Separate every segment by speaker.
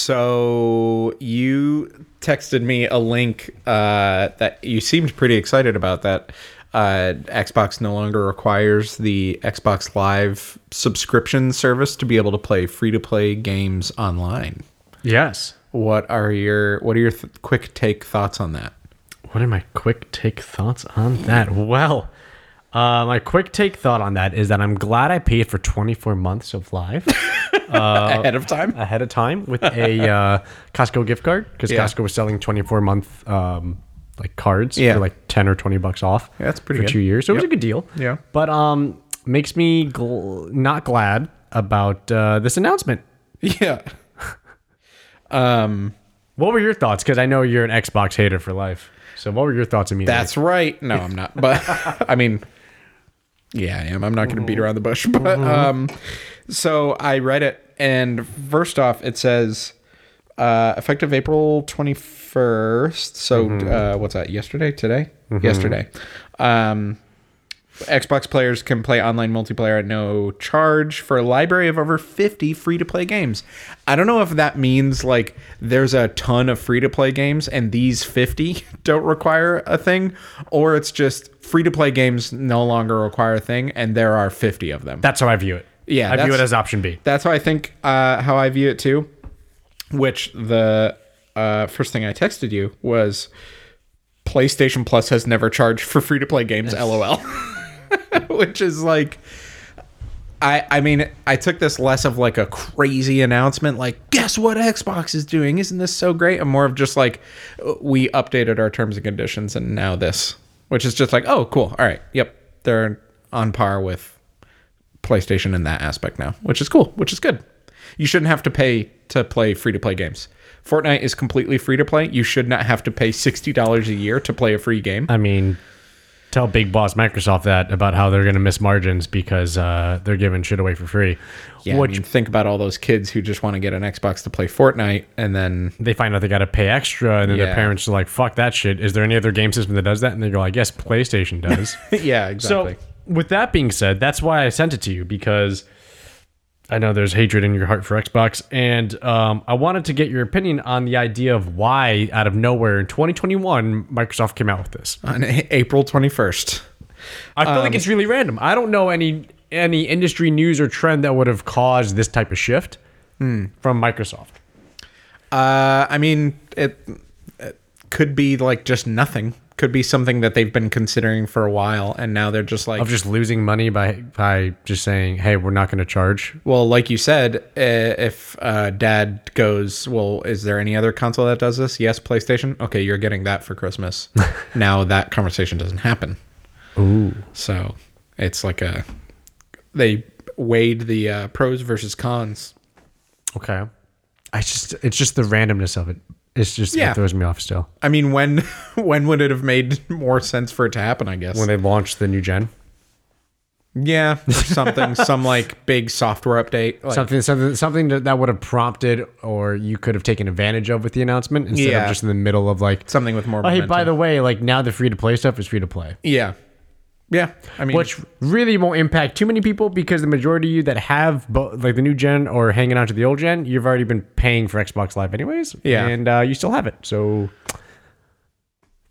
Speaker 1: So you texted me a link uh, that you seemed pretty excited about. That uh, Xbox no longer requires the Xbox Live subscription service to be able to play free to play games online.
Speaker 2: Yes.
Speaker 1: What are your What are your th- quick take thoughts on that?
Speaker 2: What are my quick take thoughts on that?
Speaker 1: Hmm.
Speaker 2: Well, uh, my quick take thought on that is that I'm glad I paid for 24 months of live
Speaker 1: Ahead of time.
Speaker 2: ahead of time with a uh, Costco gift card because
Speaker 1: Yeah.
Speaker 2: Costco was selling 24 month um, like cards
Speaker 1: Yeah.
Speaker 2: for like 10 or 20 bucks off.
Speaker 1: Yeah, that's pretty
Speaker 2: for
Speaker 1: good.
Speaker 2: two years. So it was a good deal.
Speaker 1: Yeah.
Speaker 2: but um, makes me gl- not glad about uh, this announcement.
Speaker 1: Yeah. Um.
Speaker 2: What were your thoughts? Because I know you're an Xbox hater for life. So what were your thoughts immediately?
Speaker 1: That's right. No, I'm not. But I mean, yeah, I am. I'm not going to beat around the bush. But um, so I read it, and first off, it says uh, effective April 21st. So uh, what's that? Yesterday? Today? Yesterday. Um, Xbox players can play online multiplayer at no charge for a library of over 50 free to play games. I don't know if that means like there's a ton of free to play games and these 50 don't require a thing, or it's just free to play games no longer require a thing and there are 50 of them.
Speaker 2: that's how I view it.
Speaker 1: Yeah,
Speaker 2: I view
Speaker 1: that's-
Speaker 2: it as option B.
Speaker 1: That's how I think uh, how I view it too. Which the uh, first thing I texted you was PlayStation Plus has never charged for free to play games. LOL. Which is like. I, I mean I took this less of like a crazy announcement like guess what Xbox is doing isn't this so great and more of just like we updated our terms and conditions and now this which is just like oh cool all right yep they're on par with PlayStation in that aspect now, which is cool, which is good. You shouldn't have to pay to play free to play games. Fortnite is completely free to play. You should not have to pay $60 a year to play a free game.
Speaker 2: I mean, tell Big Boss Microsoft that about how they're going to miss margins because uh, they're giving shit away for free.
Speaker 1: Yeah, I
Speaker 2: which
Speaker 1: mean, think about all those kids who just want to get an Xbox to play Fortnite and then
Speaker 2: they find out they got to pay extra, and then
Speaker 1: Yeah.
Speaker 2: their parents are like, "Fuck that shit." Is there any other game system that does that? And they go like, "Yes, PlayStation does."
Speaker 1: yeah,
Speaker 2: so,
Speaker 1: exactly.
Speaker 2: with that being said, that's why I sent it to you because I know there's hatred in your heart for Xbox, and um, I wanted to get your opinion on the idea of why, out of nowhere in 2021, Microsoft came out with this.
Speaker 1: on A- April 21st.
Speaker 2: I feel like it's really random. I don't know any any industry news or trend that would have caused this type of shift from Microsoft.
Speaker 1: Uh, I mean, it, it could be like just nothing. Could be something that they've been considering for a while and now they're just like
Speaker 2: Of just losing money by by just saying, "Hey, we're not going to charge."
Speaker 1: Well, like you said, uh, if uh, dad goes, well, is there any other console that does this? Yes, PlayStation. Okay, you're getting that for Christmas. now that conversation doesn't happen.
Speaker 2: Ooh.
Speaker 1: So it's like a they weighed the uh, pros versus cons.
Speaker 2: Okay. I just it's just the randomness of it. It's just
Speaker 1: Yeah.
Speaker 2: it throws me off still.
Speaker 1: I mean, when when would it have made more sense for it to happen? I guess.
Speaker 2: When they launched the new gen,
Speaker 1: yeah, or something, some like big software update. Like,
Speaker 2: something something something that, that would have prompted or you could have taken advantage of with the announcement instead
Speaker 1: Yeah.
Speaker 2: of just in the middle of like,
Speaker 1: something with more.
Speaker 2: "Oh, hey,
Speaker 1: momentum.
Speaker 2: by the way, like now the free to play stuff is free to play."
Speaker 1: yeah, yeah. I mean,
Speaker 2: which really won't impact too many people because the majority of you that have bo- like the new gen or hanging out to the old gen, you've already been paying for Xbox Live anyways.
Speaker 1: Yeah.
Speaker 2: and uh, you still have it. So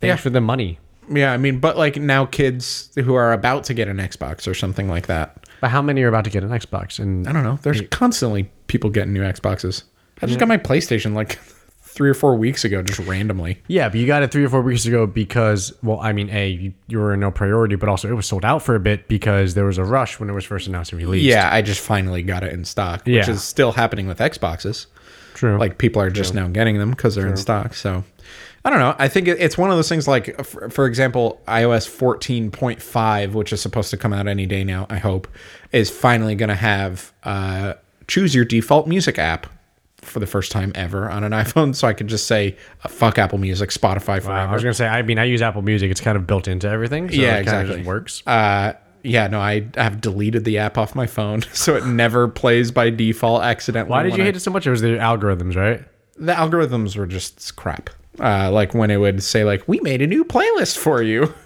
Speaker 2: thanks
Speaker 1: Yeah.
Speaker 2: for the money.
Speaker 1: Yeah, I mean, but like now kids who are about to get an Xbox or something like that.
Speaker 2: But how many are about to get an Xbox?
Speaker 1: I
Speaker 2: And
Speaker 1: don't know. There's constantly people getting new Xboxes. I just got my PlayStation like three or four weeks ago, just randomly.
Speaker 2: yeah, but you got it three or four weeks ago because well, I mean, a you, you were no priority, but also it was sold out for a bit because there was a rush when it was first announced and released.
Speaker 1: Yeah, I just finally got it in stock, which
Speaker 2: Yeah.
Speaker 1: is still happening with Xboxes.
Speaker 2: true.
Speaker 1: Like people are just now getting them because they're in stock. So I don't know. I think it- it's one of those things like, for, for example, iOS 14.5, which is supposed to come out any day now, I hope, is finally going to have uh, choose your default music app for the first time ever on an iPhone. So I could just say, uh, fuck Apple Music, Spotify forever.
Speaker 2: I was gonna say, I mean, I use Apple Music; it's kind of built into everything. So
Speaker 1: Yeah,
Speaker 2: it kinda
Speaker 1: exactly.
Speaker 2: Just works.
Speaker 1: Uh, yeah, no, I have deleted the app off my phone, so it never plays by default accidentally.
Speaker 2: Why did
Speaker 1: when
Speaker 2: you
Speaker 1: I-
Speaker 2: hate it so much? It was the algorithms, right?
Speaker 1: the algorithms were just crap. Uh, like when it would say, like, we made a new playlist for you.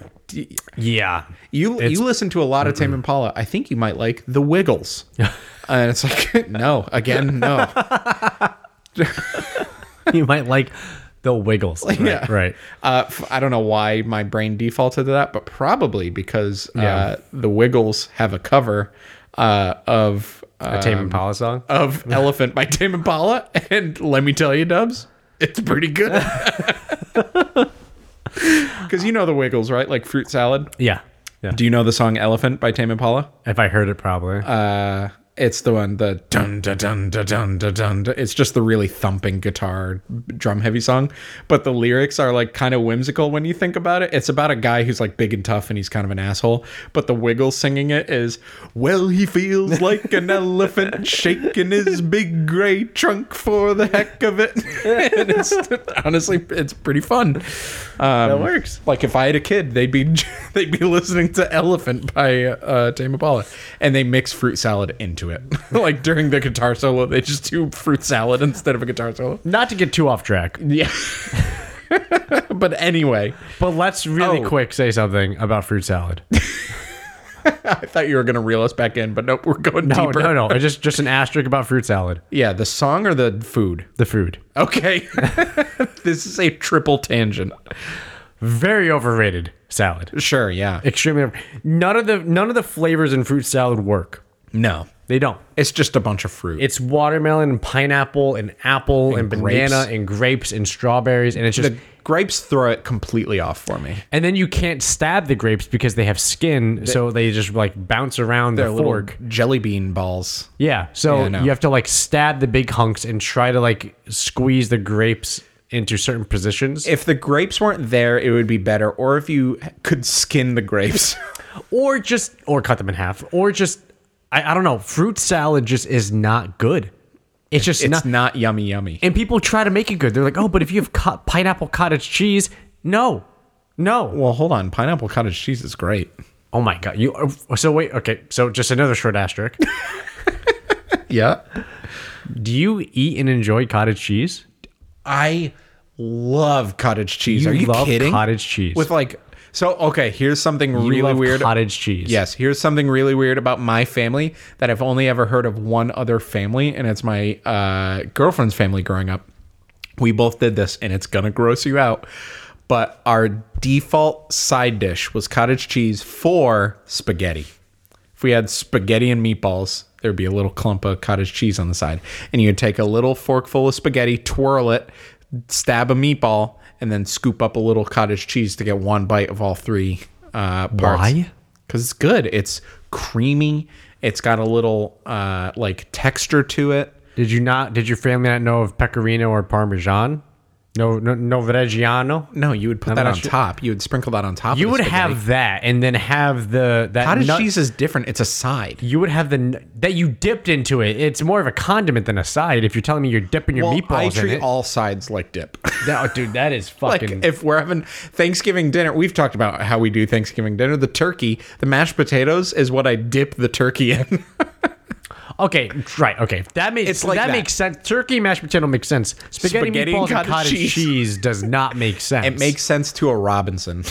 Speaker 2: Yeah,
Speaker 1: You you listen to a lot of Tame Impala. I think Uh, you might like The Wiggles. and it's like, no, again, no.
Speaker 2: you might like the Wiggles. Right,
Speaker 1: Yeah.
Speaker 2: right.
Speaker 1: Uh, f- I don't know why my brain defaulted to that, but probably because uh,
Speaker 2: Yeah.
Speaker 1: the Wiggles have a cover uh, of
Speaker 2: A
Speaker 1: uh,
Speaker 2: Tame Impala song.
Speaker 1: of Elephant by Tame Impala, and let me tell you, Dubs, it's pretty good. Because you know the Wiggles, right? Like fruit salad.
Speaker 2: yeah, yeah.
Speaker 1: Do you know the song "Elephant" by Tame Impala?
Speaker 2: If I heard it, probably.
Speaker 1: Uh, it's the one the dun dun dun dun dun dun dun. dun. It's just the really thumping guitar, drum heavy song. But the lyrics are like kind of whimsical when you think about it. It's about a guy who's like big and tough and he's kind of an asshole. But the Wiggles singing it is, well, he feels like an elephant shaking his big gray trunk for the heck of it. and it's honestly, it's pretty fun. Um,
Speaker 2: That works.
Speaker 1: like if I had a kid, they'd be they'd be listening to Elephant by uh, Tame Impala, and they mix fruit salad into it. like during the guitar solo, they just do fruit salad instead of a guitar solo.
Speaker 2: Not to get too off track,
Speaker 1: Yeah. but anyway,
Speaker 2: but let's really
Speaker 1: Oh.
Speaker 2: quick say something about fruit salad.
Speaker 1: I thought you were gonna reel us back in, but nope, we're going
Speaker 2: No,
Speaker 1: deeper.
Speaker 2: no, no. I Just just an asterisk about fruit salad.
Speaker 1: Yeah, the song or the food.
Speaker 2: The food
Speaker 1: Okay, this is a triple tangent.
Speaker 2: very overrated salad.
Speaker 1: Sure, yeah.
Speaker 2: Extremely. Over- none of the none of the flavors in fruit salad work.
Speaker 1: No,
Speaker 2: They don't.
Speaker 1: it's just a bunch of fruit.
Speaker 2: It's watermelon and pineapple and apple and,
Speaker 1: grapes.
Speaker 2: banana and grapes and strawberries and it's just
Speaker 1: the grapes throw it completely off for me.
Speaker 2: and then you can't stab the grapes because they have skin, so they just like bounce around the
Speaker 1: They're little
Speaker 2: fork.
Speaker 1: jelly bean balls.
Speaker 2: Yeah, so
Speaker 1: Yeah, no.
Speaker 2: you have to like stab the big hunks and try to like squeeze the grapes into certain positions,
Speaker 1: if the grapes weren't there, it would be better. Or if you could skin the grapes.
Speaker 2: or just or cut them in half, or just I, I don't know. Fruit salad just is not good. It's just
Speaker 1: It's
Speaker 2: not.
Speaker 1: not, yummy, yummy.
Speaker 2: And people try to make it good. They're like, oh, but if you have co- pineapple cottage cheese, no, no.
Speaker 1: Well, hold on. Pineapple cottage cheese is great.
Speaker 2: Oh my god! You uh, so wait. Okay, so just another short asterisk.
Speaker 1: Yeah.
Speaker 2: Do you eat and enjoy cottage cheese?
Speaker 1: I love cottage cheese.
Speaker 2: You
Speaker 1: Are you
Speaker 2: love
Speaker 1: kidding?
Speaker 2: cottage cheese.
Speaker 1: With like, so, okay, here's something
Speaker 2: You
Speaker 1: really
Speaker 2: love
Speaker 1: weird.
Speaker 2: Cottage cheese.
Speaker 1: Yes, here's something really weird about my family that I've only ever heard of one other family, and it's my uh, girlfriend's family growing up. We both did this, and it's gonna gross you out. But our default side dish was cottage cheese for spaghetti. If we had spaghetti and meatballs, there'd be a little clump of cottage cheese on the side. And you'd take a little forkful of spaghetti, twirl it, stab a meatball, and then scoop up a little cottage cheese to get one bite of all three uh, parts.
Speaker 2: Why?
Speaker 1: Because it's good. It's creamy. It's got a little uh, like texture to it.
Speaker 2: Did you not? Did your family not know of pecorino or parmesan? No, no, no Reggiano.
Speaker 1: No, you would put that
Speaker 2: not
Speaker 1: on
Speaker 2: sure-
Speaker 1: top. You would sprinkle that on top.
Speaker 2: You
Speaker 1: of the
Speaker 2: would
Speaker 1: spaghetti.
Speaker 2: have that, and then have the that
Speaker 1: cottage
Speaker 2: nut-
Speaker 1: cheese is different. It's a side.
Speaker 2: You would have the n- that you dipped into it. It's more of a condiment than a side. If you're telling me you're dipping your
Speaker 1: Well,
Speaker 2: meatballs
Speaker 1: I
Speaker 2: in
Speaker 1: treat
Speaker 2: it,
Speaker 1: all sides like dip.
Speaker 2: That- oh, dude, that is
Speaker 1: like
Speaker 2: fucking.
Speaker 1: if we're having Thanksgiving dinner, we've talked about how we do Thanksgiving dinner. The turkey, the mashed potatoes, is what I dip the turkey in.
Speaker 2: okay, right. Okay, that makes
Speaker 1: It's like
Speaker 2: that,
Speaker 1: that.
Speaker 2: makes sense. Turkey mashed potato makes sense. Spaghetti,
Speaker 1: Spaghetti and
Speaker 2: meatballs and
Speaker 1: cottage
Speaker 2: cottage cheese.
Speaker 1: cheese.
Speaker 2: does not make sense.
Speaker 1: it makes sense to a Robinson.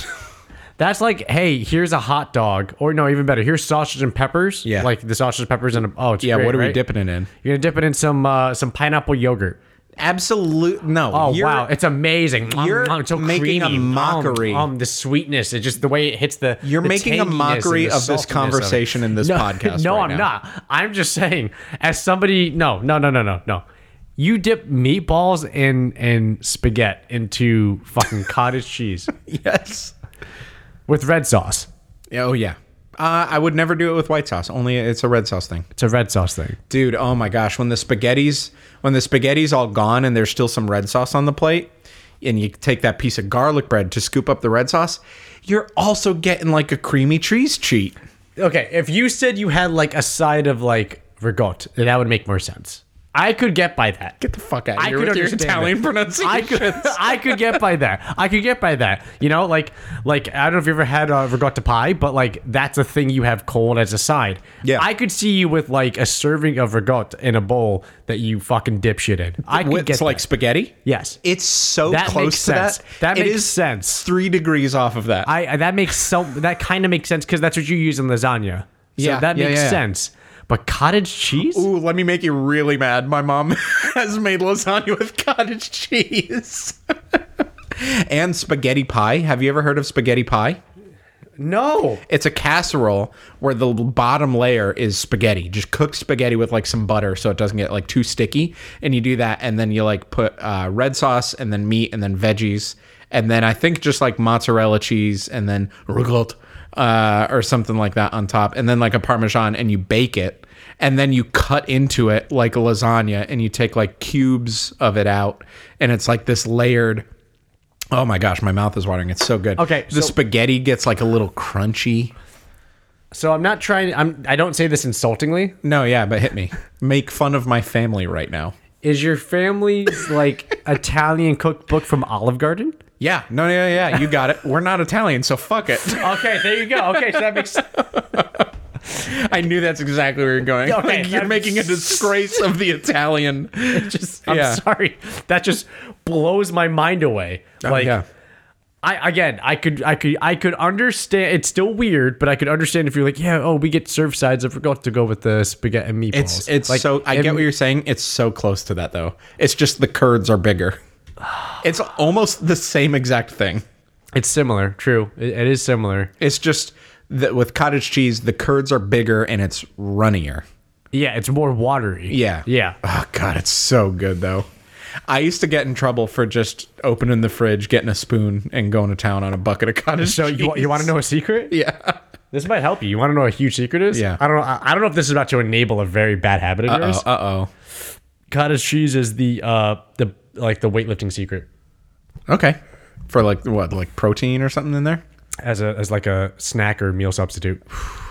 Speaker 2: That's like, hey, here's a hot dog, or no, even better, here's sausage and peppers.
Speaker 1: Yeah.
Speaker 2: like the sausage and peppers and a, oh, it's
Speaker 1: yeah,
Speaker 2: great,
Speaker 1: what are we
Speaker 2: right?
Speaker 1: dipping it in?
Speaker 2: You're gonna dip it in some uh, some pineapple yogurt.
Speaker 1: Absolute no.
Speaker 2: Oh
Speaker 1: you're-
Speaker 2: wow, it's amazing! Mm,
Speaker 1: you're
Speaker 2: mm, it's so
Speaker 1: making a
Speaker 2: creamy. Mm,
Speaker 1: mockery.
Speaker 2: Um, the sweetness, it just the way it hits the.
Speaker 1: You're
Speaker 2: the
Speaker 1: making a
Speaker 2: tanginess and
Speaker 1: mockery
Speaker 2: the
Speaker 1: of this
Speaker 2: saltiness it.
Speaker 1: conversation in this
Speaker 2: no,
Speaker 1: podcast
Speaker 2: No,
Speaker 1: right now.
Speaker 2: I'm not. I'm just saying, as somebody, no, no, no, no, no, no. You dip meatballs and and spaghetti into fucking cottage cheese
Speaker 1: yes.
Speaker 2: with red sauce.
Speaker 1: Oh yeah. Uh, I would never do it with white sauce. Only it's a red sauce thing,
Speaker 2: It's a red sauce thing.
Speaker 1: dude. Oh my gosh, when the spaghetti's when the spaghetti's all gone and there's still some red sauce on the plate, and you take that piece of garlic bread to scoop up the red sauce, you're also getting like a creamy cheese cheat.
Speaker 2: Okay, if you said you had like a side of like ricotta, that would make more sense. I could get by that.
Speaker 1: Get the fuck out of
Speaker 2: I
Speaker 1: here
Speaker 2: could
Speaker 1: with your
Speaker 2: understand
Speaker 1: Italian
Speaker 2: that.
Speaker 1: pronunciation.
Speaker 2: I could, I could get by that. I could get by that. You know, like, like I don't know if you ever had uh, ricotta pie, but like that's a thing you have cold as a side.
Speaker 1: Yeah.
Speaker 2: I could see you with like a serving of ricotta in a bowl that you fucking dipshit in. I could
Speaker 1: it's
Speaker 2: get
Speaker 1: like
Speaker 2: that.
Speaker 1: spaghetti.
Speaker 2: yes.
Speaker 1: It's so
Speaker 2: That
Speaker 1: close
Speaker 2: makes
Speaker 1: to
Speaker 2: sense.
Speaker 1: that.
Speaker 2: That
Speaker 1: It
Speaker 2: makes
Speaker 1: is
Speaker 2: sense.
Speaker 1: Three degrees off of that.
Speaker 2: I that makes so that kind of makes sense because that's what you use in lasagna. So
Speaker 1: Yeah,
Speaker 2: that
Speaker 1: yeah,
Speaker 2: makes
Speaker 1: yeah, yeah.
Speaker 2: sense. but cottage cheese?
Speaker 1: Ooh, let me make you really mad. My mom has made lasagna with cottage cheese. and spaghetti pie. Have you ever heard of spaghetti pie?
Speaker 2: No.
Speaker 1: It's a casserole where the bottom layer is spaghetti. Just cook spaghetti with like some butter so it doesn't get like too sticky. And you do that, and then you like put uh, red sauce, and then meat, and then veggies, and then I think just like mozzarella cheese, and then ricotta uh, or something like that on top, and then like a parmesan, and you bake it, and then you cut into it like a lasagna, and you take like cubes of it out, and it's like this layered. Oh my gosh, my mouth is watering. It's so good.
Speaker 2: Okay,
Speaker 1: the
Speaker 2: so-
Speaker 1: spaghetti gets like a little crunchy.
Speaker 2: So I'm not trying I'm I don't say this insultingly.
Speaker 1: No, yeah, but hit me. Make fun of my family right now.
Speaker 2: Is your family's like Italian cookbook from Olive Garden?
Speaker 1: Yeah, no, yeah, yeah, you got it. We're not Italian, so fuck it.
Speaker 2: Okay, there you go. Okay, so that makes
Speaker 1: I knew that's exactly where you're going.
Speaker 2: Okay,
Speaker 1: Like, you're
Speaker 2: I'm-
Speaker 1: making a disgrace of the Italian.
Speaker 2: just I'm
Speaker 1: Yeah.
Speaker 2: sorry. That just blows my mind away. Like
Speaker 1: yeah.
Speaker 2: I again, I could, I could, I could understand. It's still weird, but I could understand if you're like, yeah, oh, we get serve sides. I forgot to go with the spaghetti and meatballs.
Speaker 1: It's it's
Speaker 2: like,
Speaker 1: so I
Speaker 2: and-
Speaker 1: get what you're saying. It's so close to that though. It's just the curds are bigger. It's almost the same exact thing.
Speaker 2: It's similar. True, It- it is similar.
Speaker 1: It's just that with cottage cheese, the curds are bigger and it's runnier.
Speaker 2: Yeah, it's more watery.
Speaker 1: Yeah.
Speaker 2: yeah.
Speaker 1: Oh god, it's so good though. I used to get in trouble for just opening the fridge, getting a spoon, and going to town on a bucket of cottage
Speaker 2: So
Speaker 1: cheese.
Speaker 2: you wa- you want to know a secret?
Speaker 1: Yeah.
Speaker 2: This might help you. You want to know what a huge secret is?
Speaker 1: Yeah.
Speaker 2: I don't know. I, I don't know if this is about to enable a very bad habit of yours.
Speaker 1: Uh oh.
Speaker 2: Cottage cheese is the uh the like the weightlifting secret
Speaker 1: Okay. For like what, like protein or something in there?
Speaker 2: as a as like a snack or meal substitute.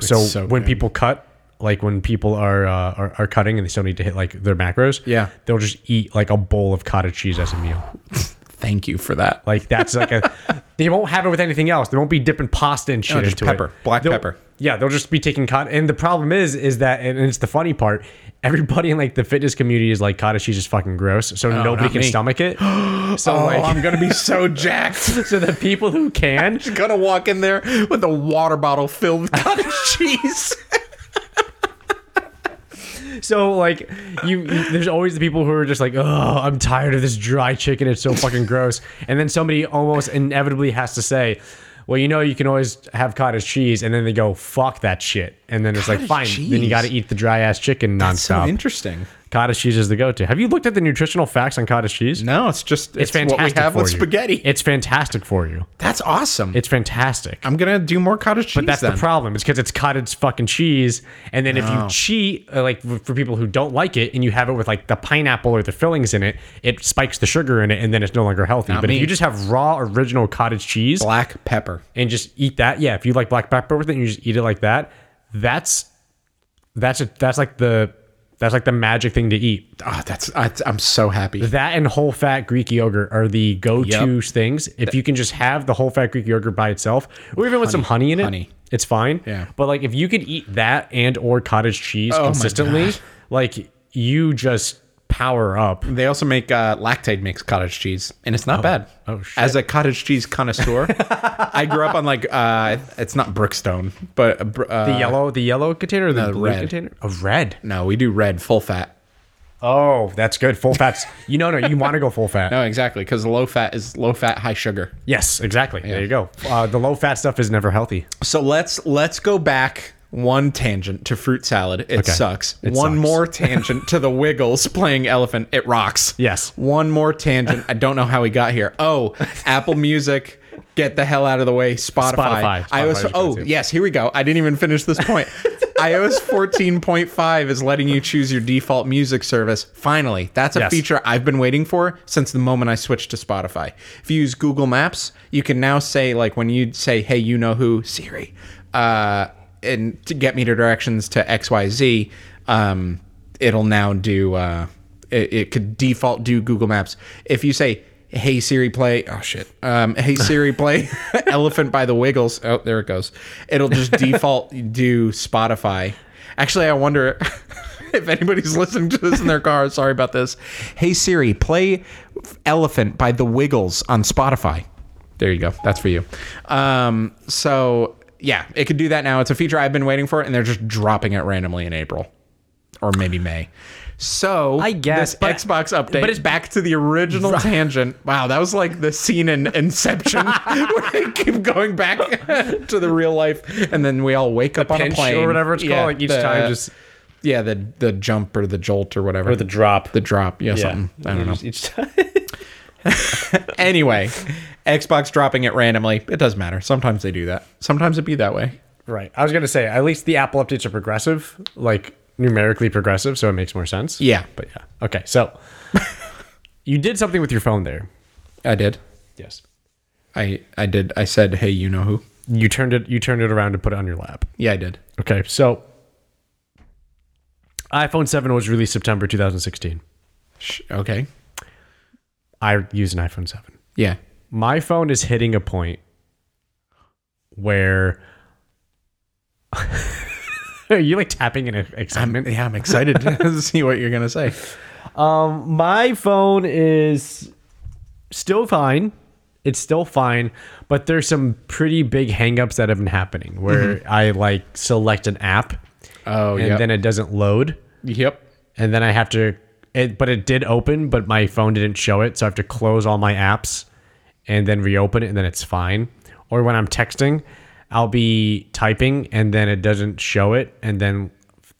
Speaker 2: So,
Speaker 1: so
Speaker 2: when
Speaker 1: good.
Speaker 2: people cut, like when people are, uh, are are cutting and they still need to hit like their macros,
Speaker 1: Yeah.
Speaker 2: they'll just eat like a bowl of cottage cheese as a meal.
Speaker 1: Thank you for that.
Speaker 2: Like that's like a they won't have it with anything else. They won't be dipping pasta and shit
Speaker 1: No, just
Speaker 2: into
Speaker 1: pepper.
Speaker 2: it.
Speaker 1: Black
Speaker 2: They'll-
Speaker 1: pepper.
Speaker 2: Yeah, they'll just be taking cottage. And the problem is, is that and it's the funny part. Everybody in like the fitness community is like cottage cheese is fucking gross, so nobody
Speaker 1: not
Speaker 2: can
Speaker 1: me.
Speaker 2: stomach it. So
Speaker 1: Oh,
Speaker 2: like.
Speaker 1: I'm gonna be so jacked.
Speaker 2: So the people who can
Speaker 1: gonna walk in there with a water bottle filled with cottage cheese.
Speaker 2: So like you, you- there's always the people who are just like, oh, I'm tired of this dry chicken. It's so fucking gross. And then somebody almost inevitably has to say, well, you know, you can always have cottage cheese. And then they go, fuck that shit. And then it's like,
Speaker 1: Cottage
Speaker 2: fine. Then you
Speaker 1: cheese?
Speaker 2: got to eat the dry ass chicken
Speaker 1: So
Speaker 2: nonstop.
Speaker 1: interesting.
Speaker 2: cottage cheese is the go-to. Have you looked at the nutritional facts on cottage cheese?
Speaker 1: No, it's just
Speaker 2: It's fantastic
Speaker 1: what we have
Speaker 2: for
Speaker 1: with
Speaker 2: you.
Speaker 1: spaghetti.
Speaker 2: It's fantastic for you.
Speaker 1: that's awesome.
Speaker 2: It's fantastic.
Speaker 1: I'm gonna do more cottage cheese. But
Speaker 2: That's
Speaker 1: then. Oh.
Speaker 2: the problem. It's because it's cottage fucking cheese. And then if you cheat, uh, like f- for people who don't like it, and you have it with like the pineapple or the fillings in it, it spikes the sugar in it, and then it's no longer healthy. but
Speaker 1: me.
Speaker 2: if you just have raw original cottage cheese
Speaker 1: Black pepper.
Speaker 2: and just eat that, yeah, if you like black pepper with it, and you just eat it like that. That's that's a, that's like the that's like the magic thing to eat.
Speaker 1: Ah, that's I, I'm so happy.
Speaker 2: That and whole fat Greek yogurt are the go-to
Speaker 1: Yep.
Speaker 2: things. If you can just have the whole fat Greek yogurt by itself, or even with some honey in it,
Speaker 1: honey.
Speaker 2: it's fine.
Speaker 1: Yeah. Oh
Speaker 2: But like if you could eat that and or cottage cheese
Speaker 1: my
Speaker 2: consistently, like you just power up.
Speaker 1: They also make uh, lactate makes cottage cheese, and it's not bad.
Speaker 2: Oh, shit.
Speaker 1: As a cottage cheese connoisseur, I grew up on like uh, it's not Brookstone, but uh, br- uh,
Speaker 2: The yellow, the yellow container, or the blue
Speaker 1: red.
Speaker 2: container, a red.
Speaker 1: no, we do red full fat.
Speaker 2: Oh, that's good. Full fats. you know, no, you want to go full fat.
Speaker 1: No, exactly, because low fat is low fat, high sugar.
Speaker 2: Yes, exactly. There you go. Uh, the low fat stuff is never healthy.
Speaker 1: So let's let's go back one tangent to fruit salad. It sucks. one
Speaker 2: sucks.
Speaker 1: more tangent to the Wiggles playing Elephant. It rocks.
Speaker 2: Yes.
Speaker 1: One more tangent. I don't know how we got here. Oh, Apple Music. Get the hell out of the way, Spotify. iOS.
Speaker 2: Spotify. Spotify is
Speaker 1: Oh,
Speaker 2: good too.
Speaker 1: yes. Here we go. I didn't even finish this point. iOS 14.5 is letting you choose your default music service. Finally, that's a
Speaker 2: Yes.
Speaker 1: feature I've been waiting for since the moment I switched to Spotify. If you use Google Maps, you can now say like when you say, "Hey, you know who Siri," uh, and to get me to directions to X Y Z, um, it'll now do. Uh, it, it could default do Google Maps. If you say, "Hey Siri, play," oh shit, um, "Hey Siri, play Elephant by the Wiggles." Oh, there it goes. It'll just default do Spotify. Actually, I wonder if anybody's listening to this in their car. Sorry about this. Hey Siri, play Elephant by The Wiggles on Spotify. There you go. That's for you. Um, so yeah, it could do that now. It's a feature I've been waiting for, and they're just dropping it randomly in April. or maybe May. So
Speaker 2: I guess,
Speaker 1: this
Speaker 2: but-
Speaker 1: Xbox update,
Speaker 2: but
Speaker 1: but
Speaker 2: it's-
Speaker 1: it's back to the original tangent. Wow, that was like the scene in Inception where they keep going back to the real life, and then we all wake up on a
Speaker 2: pinch or
Speaker 1: plane
Speaker 2: whatever it's called, like, each time just-
Speaker 1: yeah, the the jump or the jolt or whatever,
Speaker 2: Or the drop.
Speaker 1: the drop, yeah, something. I don't know. Anyway, Xbox dropping it randomly. It doesn't matter. Sometimes they do that. Sometimes it be that way.
Speaker 2: right. I was gonna say at least the Apple updates are progressive, like numerically progressive, so it makes more sense.
Speaker 1: Yeah,
Speaker 2: But yeah. Okay. So you did something with your phone there.
Speaker 1: I did.
Speaker 2: Yes.
Speaker 1: I I did. I said, "Hey, you know who?"
Speaker 2: You turned it. You turned it around and put it on your lap.
Speaker 1: Yeah, I did.
Speaker 2: Okay. So iPhone 7 was released September 2016.
Speaker 1: Sh- okay.
Speaker 2: I use an iPhone 7.
Speaker 1: Yeah.
Speaker 2: my phone is hitting a point where are you like tapping in excitement?
Speaker 1: Yeah, I'm excited to see what you're gonna say.
Speaker 2: Um, my phone is still fine. It's still fine, but there's some pretty big hangups that have been happening where I like select an app
Speaker 1: Oh,
Speaker 2: and
Speaker 1: yep.
Speaker 2: then it doesn't load,
Speaker 1: yep.
Speaker 2: and then I have to. It, but it did open, but my phone didn't show it, so I have to close all my apps and then reopen it, and then it's fine. Or when I'm texting, I'll be typing, and then it doesn't show it, and then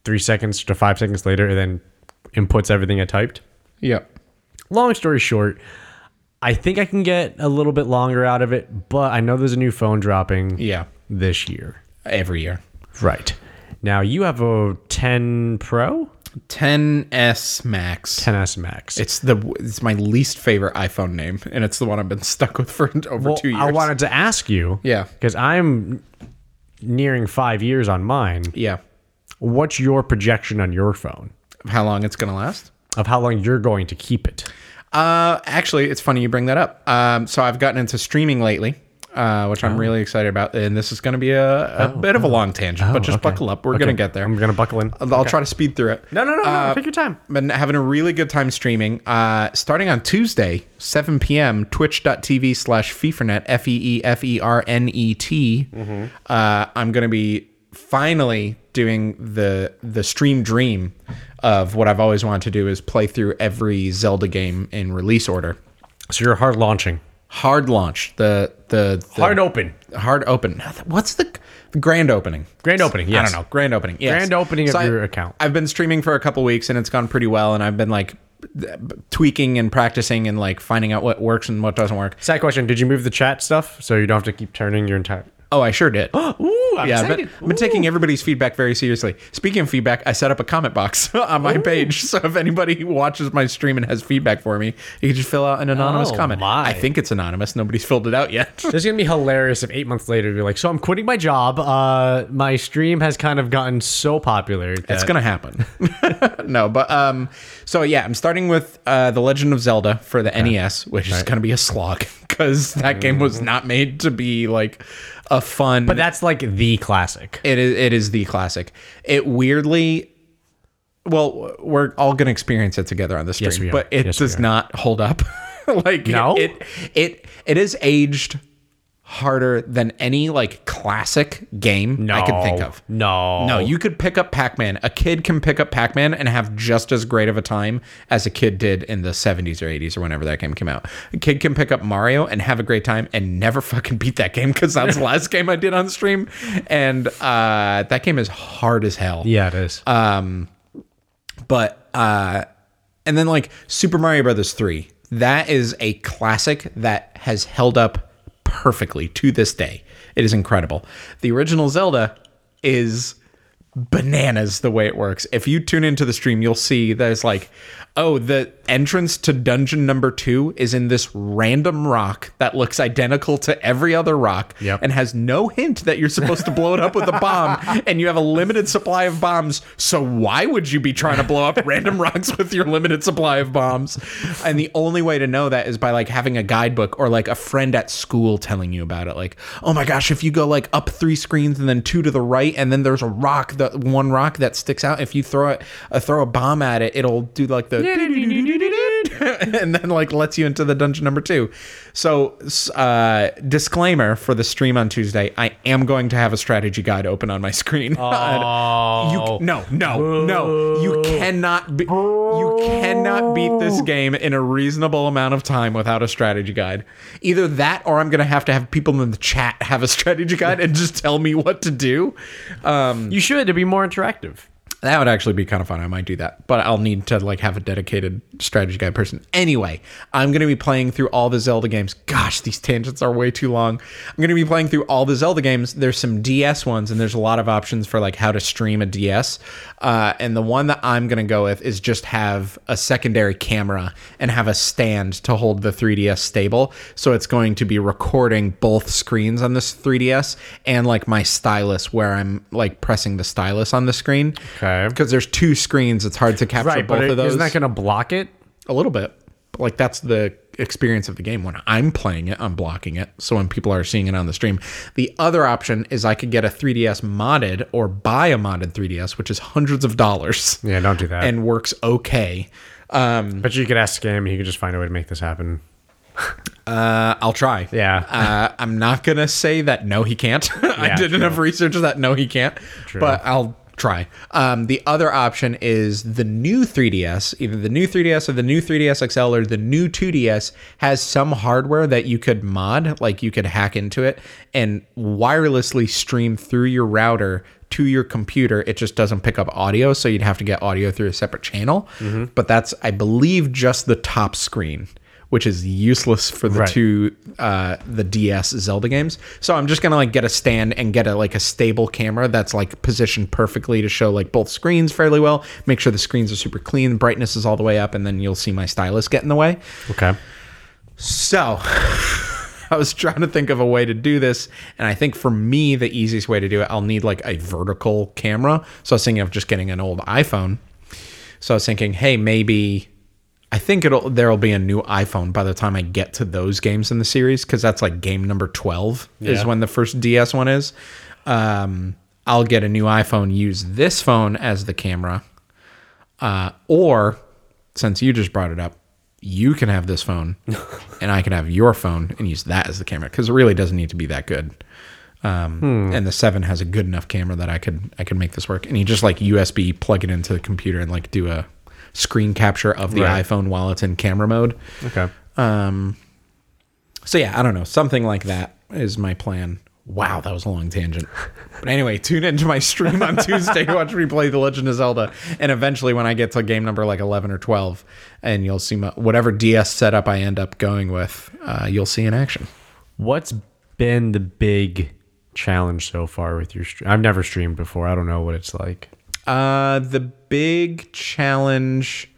Speaker 2: three seconds to five seconds later, it then inputs everything I typed.
Speaker 1: Yep.
Speaker 2: Long story short, I think I can get a little bit longer out of it, but I know there's a new phone dropping
Speaker 1: Yeah.
Speaker 2: this year.
Speaker 1: Every year.
Speaker 2: Right. Now you have a 10 Pro,
Speaker 1: 10s Max.
Speaker 2: 10s Max.
Speaker 1: It's the it's my least favorite iPhone name, and it's the one I've been stuck with for over
Speaker 2: Well,
Speaker 1: two years.
Speaker 2: I wanted to ask you.
Speaker 1: Yeah.
Speaker 2: Because I'm nearing five years on mine.
Speaker 1: yeah.
Speaker 2: What's your projection on your phone
Speaker 1: How long it's gonna last?
Speaker 2: of how long you're going to keep it?
Speaker 1: Uh, actually, it's funny you bring that up. Um, so I've gotten into streaming lately, uh, which
Speaker 2: Oh.
Speaker 1: I'm really excited about, and this is going to be a, a bit of a long tangent, but just
Speaker 2: Oh, okay.
Speaker 1: buckle up. We're going to get there. Uh,
Speaker 2: I'm going to buckle in.
Speaker 1: I'll try to speed through it.
Speaker 2: No, no, no, no. Take your time.
Speaker 1: Been having a really good time streaming. Uh, starting on Tuesday, 7 p.m., twitch.tv slash FIFRNet, F E E F E R N E T. Uh, I'm going to be finally doing the the stream dream of what I've always wanted to do is play through every Zelda game in release order.
Speaker 2: So you're hard launching,
Speaker 1: Hard launch, the the, the
Speaker 2: hard open.
Speaker 1: hard open. What's the, the grand opening?
Speaker 2: Grand opening, yes.
Speaker 1: I don't know. Grand opening. Yes.
Speaker 2: Grand opening of
Speaker 1: I-
Speaker 2: your account.
Speaker 1: I've been streaming for a couple weeks and it's gone pretty well, and I've been like th- tweaking and practicing and like finding out what works and what doesn't work.
Speaker 2: Side question Did you move the chat stuff so you don't have to keep turning your entire.
Speaker 1: Oh, I sure did.
Speaker 2: Ooh, I'm
Speaker 1: yeah, I've been, I've been taking everybody's feedback very seriously. Speaking of feedback, I set up a comment box on my page, so if anybody who watches my stream and has feedback for me, you can just fill out an anonymous
Speaker 2: Oh,
Speaker 1: comment.
Speaker 2: my.
Speaker 1: I think it's anonymous. Nobody's filled it out yet.
Speaker 2: This is gonna be hilarious if eight months later you're like, so I'm quitting my job. Uh, my stream has kind of gotten so popular. That
Speaker 1: It's gonna happen. Uh, no, but um, so yeah, I'm starting with uh, the Legend of Zelda for the NES, which is gonna be a slog because that game was not made to be like a fun.
Speaker 2: Mm. But that's like the classic.
Speaker 1: it is it is the classic. It weirdly. Well, we're all going to experience it together on the stream,
Speaker 2: we are.
Speaker 1: but it
Speaker 2: Yes, we
Speaker 1: does
Speaker 2: are.
Speaker 1: not hold up. like
Speaker 2: No?
Speaker 1: it it it is aged harder than any like classic game I can think
Speaker 2: No.
Speaker 1: of.
Speaker 2: No.
Speaker 1: No, you could pick up Pac Man. A kid can pick up Pac Man and have just as great of a time as a kid did in the 70s or 80s or whenever that game came out. A kid can pick up Mario and have a great time and never fucking beat that game because that's the last game I did on stream. And uh, that game is hard as hell
Speaker 2: Yeah, it is.
Speaker 1: but uh and then like super mario brothers 3 that is a classic that has held up perfectly to this day it is incredible the original zelda is bananas the way it works if you tune into the stream you'll see that it's like oh the entrance to dungeon number two is in this random rock that looks identical to every other rock
Speaker 2: Yep.
Speaker 1: and has no hint that you're supposed to blow it up with a bomb and you have a limited supply of bombs so why would you be trying to blow up random rocks with your limited supply of bombs and the only way to know that is by like having a guidebook or like a friend at school telling you about it like oh my gosh if you go like up three screens and then two to the right and then there's a rock that one rock that sticks out if you throw it uh, throw a bomb at it it'll do like the and then like lets you into the dungeon number two. So, s- uh, disclaimer for the stream on Tuesday: I am going to have a strategy guide open on my screen.
Speaker 2: Oh,
Speaker 1: You, no, no, no! You cannot be, you cannot beat this game in a reasonable amount of time without a strategy guide. Either that, or I'm gonna have to have people in the chat have a strategy guide and just tell me what to do. Um,
Speaker 2: you should to be more interactive.
Speaker 1: that would actually be kind of fun. I might do that, but I'll need to like have a dedicated strategy guide person. Anyway, I'm gonna be playing through all the Zelda games. Gosh, these tangents are way too long. I'm gonna be playing through all the Zelda games. There's some DS ones, and there's a lot of options for like how to stream a DS. Uh, and the one that I'm gonna go with is just have a secondary camera and have a stand to hold the 3DS stable. So it's going to be recording both screens on this 3DS and like my stylus where I'm like pressing the stylus on the screen
Speaker 2: Okay.
Speaker 1: because there's two screens. It's hard to capture
Speaker 2: Right,
Speaker 1: both
Speaker 2: but
Speaker 1: of
Speaker 2: it,
Speaker 1: those.
Speaker 2: isn't that going to block it?
Speaker 1: a little bit, but like that's the experience of the game. When I'm playing it, I'm blocking it. So when people are seeing it on the stream, the other option is I could get a 3DS modded or buy a modded 3DS, which is hundreds of dollars
Speaker 2: Yeah, don't do that.
Speaker 1: and works okay. Um,
Speaker 2: but you could ask Scam; he could just find a way to make this happen.
Speaker 1: uh, I'll try.
Speaker 2: Yeah.
Speaker 1: Uh, I'm not gonna say that no, he can't. I
Speaker 2: Yeah,
Speaker 1: did enough research that no, he can't. But I'll try. Um, the other option is the new 3DS, either the new 3DS or the new 3DS XL or the new 2DS has some hardware that you could mod, like you could hack into it and wirelessly stream through your router to your computer. It just doesn't pick up audio, so you'd have to get audio through a separate channel.
Speaker 2: Mm-hmm.
Speaker 1: But that's, I believe, just the top screen which is useless for the
Speaker 2: Right.
Speaker 1: two uh, the DS Zelda games. So I'm just gonna like get a stand and get a like a stable camera that's like positioned perfectly to show like both screens fairly well. Make sure the screens are super clean, brightness is all the way up, and then you'll see my stylus get in the way.
Speaker 2: okay.
Speaker 1: So I was trying to think of a way to do this, and I think for me the easiest way to do it, I'll need like a vertical camera. So I was thinking of just getting an old iPhone. So I was thinking, hey, maybe I think it'll there'll be a new iPhone by the time I get to those games in the series because that's like game number twelve is
Speaker 2: Yeah.
Speaker 1: when the first DS one is. Um, I'll get a new iPhone, use this phone as the camera, uh, or since you just brought it up, you can have this phone, and I can have your phone and use that as the camera because it really doesn't need to be that good. Um, And the seven has a good enough camera that I could I could make this work. And you just like USB plug it into the computer and like do a screen capture of the
Speaker 2: Right.
Speaker 1: iPhone while it's in camera mode.
Speaker 2: Okay.
Speaker 1: So yeah, I don't know, something like that is my plan. Wow, that was a long tangent. But anyway, tune into my stream on Tuesday. Watch me play The Legend of Zelda, and eventually, when I get to game number like eleven or twelve, and you'll see my, whatever DS setup I end up going with, uh, you'll see in action.
Speaker 2: What's been the big challenge so far with your stream? I've never streamed before. I don't know what it's like.
Speaker 1: Uh, the big challenge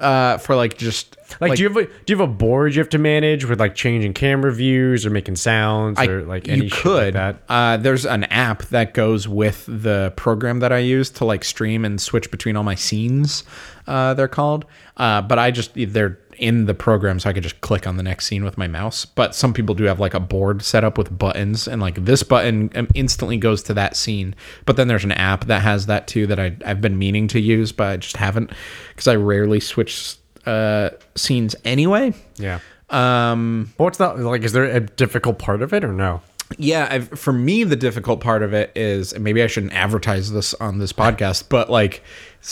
Speaker 1: uh, for like just
Speaker 2: Like, do you have a do you have a board you have to manage with like changing camera views or making sounds or like any
Speaker 1: you
Speaker 2: shit like
Speaker 1: could.
Speaker 2: that?
Speaker 1: Uh, there's an app that goes with the program that I use to like stream and switch between all my scenes. Uh, they're called, uh, but I just they're in the program, so I could just click on the next scene with my mouse. But some people do have like a board set up with buttons, and like this button um, instantly goes to that scene. But then there's an app that has that too that I I've been meaning to use, but I just haven't because I rarely switch uh, scenes anyway.
Speaker 2: Yeah.
Speaker 1: Um,
Speaker 2: But what's that like? Is there a difficult part of it or no?
Speaker 1: yeah I've, for me the difficult part of it is and maybe i shouldn't advertise this on this podcast but like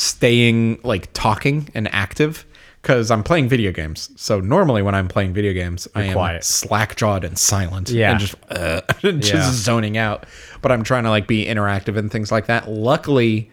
Speaker 1: staying like talking and active because i'm playing video games so normally when i'm playing video games i am
Speaker 2: quiet.
Speaker 1: slack-jawed and silent
Speaker 2: Yeah.
Speaker 1: and just, uh, just
Speaker 2: Yeah.
Speaker 1: zoning out but i'm trying to like be interactive and things like that luckily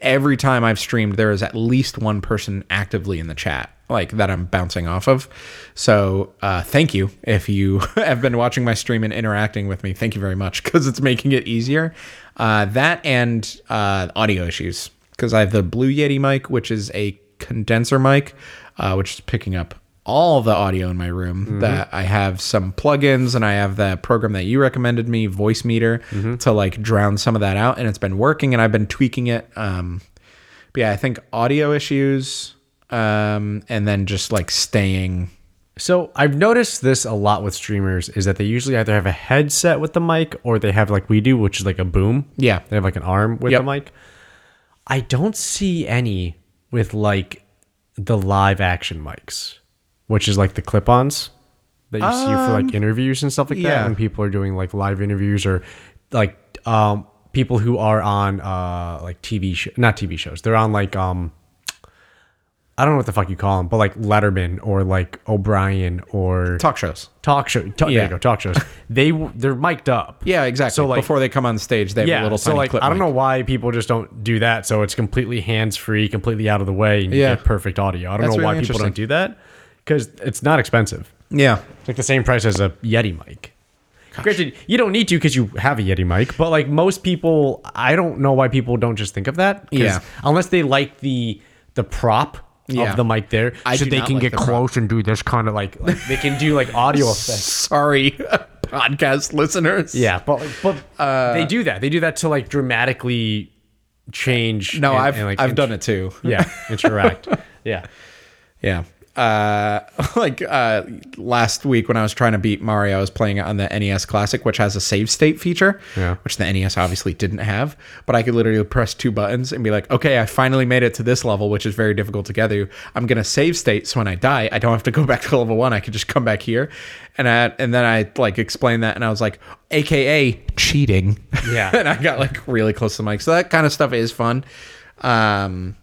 Speaker 1: every time i've streamed there is at least one person actively in the chat like that i'm bouncing off of so uh, thank you if you have been watching my stream and interacting with me thank you very much because it's making it easier uh, that and uh, audio issues because i have the blue yeti mic which is a condenser mic uh, which is picking up all the audio in my room
Speaker 2: Mm-hmm.
Speaker 1: that I have some plugins and I have that program that you recommended me, Voice Meter,
Speaker 2: Mm-hmm.
Speaker 1: to like drown some of that out. And it's been working and I've been tweaking it. Um, but yeah, I think audio issues um, and then just like staying.
Speaker 2: So I've noticed this a lot with streamers is that they usually either have a headset with the mic or they have like we do, which is like a boom.
Speaker 1: Yeah.
Speaker 2: They have like an arm with
Speaker 1: Yep.
Speaker 2: the mic. I don't see any with like the live action mics. which is like the clip-ons that you see for like interviews and stuff like that
Speaker 1: Um, yeah.
Speaker 2: when people are doing like live interviews or like um people who are on uh like TV sh- not TV shows. They're on like um I don't know what the fuck you call them, but like Letterman or like O'Brien or
Speaker 1: Talk shows.
Speaker 2: talk show. Talk, There
Speaker 1: Yeah.
Speaker 2: you go, talk shows. they w- they're mic'd up.
Speaker 1: Yeah, exactly.
Speaker 2: So, like-
Speaker 1: before they come on stage, they have a little
Speaker 2: so
Speaker 1: tiny
Speaker 2: like
Speaker 1: clip.
Speaker 2: I don't know why people just don't do that. So it's completely hands free, completely out of the way, and you
Speaker 1: Yeah.
Speaker 2: get perfect audio. I don't
Speaker 1: That's
Speaker 2: know why
Speaker 1: really
Speaker 2: people don't
Speaker 1: interesting.
Speaker 2: do that because it's not expensive.
Speaker 1: mic. Yeah,
Speaker 2: It's like the same price as a Yeti mic. Granted, you don't need to because you have a Yeti mic, but like most people, I don't know why people don't just think of that. 'cause
Speaker 1: Yeah.
Speaker 2: Unless they like the the prop
Speaker 1: Yeah.
Speaker 2: of the mic there,
Speaker 1: I
Speaker 2: so
Speaker 1: do
Speaker 2: they
Speaker 1: not
Speaker 2: can
Speaker 1: like
Speaker 2: get
Speaker 1: the prop.
Speaker 2: close and do this kind of like, like they can do like audio effects.
Speaker 1: sorry, podcast listeners.
Speaker 2: Yeah, but like, but
Speaker 1: Uh,
Speaker 2: they do that. They do that to like dramatically change.
Speaker 1: No,
Speaker 2: and-
Speaker 1: I've
Speaker 2: and, like,
Speaker 1: I've
Speaker 2: int-
Speaker 1: done it too.
Speaker 2: Yeah, interact. yeah,
Speaker 1: Yeah. Uh, like uh, last week when I was trying to beat Mario, I was playing it on the NES Classic, which has a save state feature,
Speaker 2: Yeah.
Speaker 1: which the NES obviously didn't have. But I could literally press two buttons and be like, okay, I finally made it to this level, which is very difficult to get to. I'm going to save state. So when I die, I don't have to go back to level one. I could just come back here. And, I, and then I like explained that and I was like, AKA cheating.
Speaker 2: Yeah.
Speaker 1: and I got like really close to the mic. So that kind of stuff is fun. Um,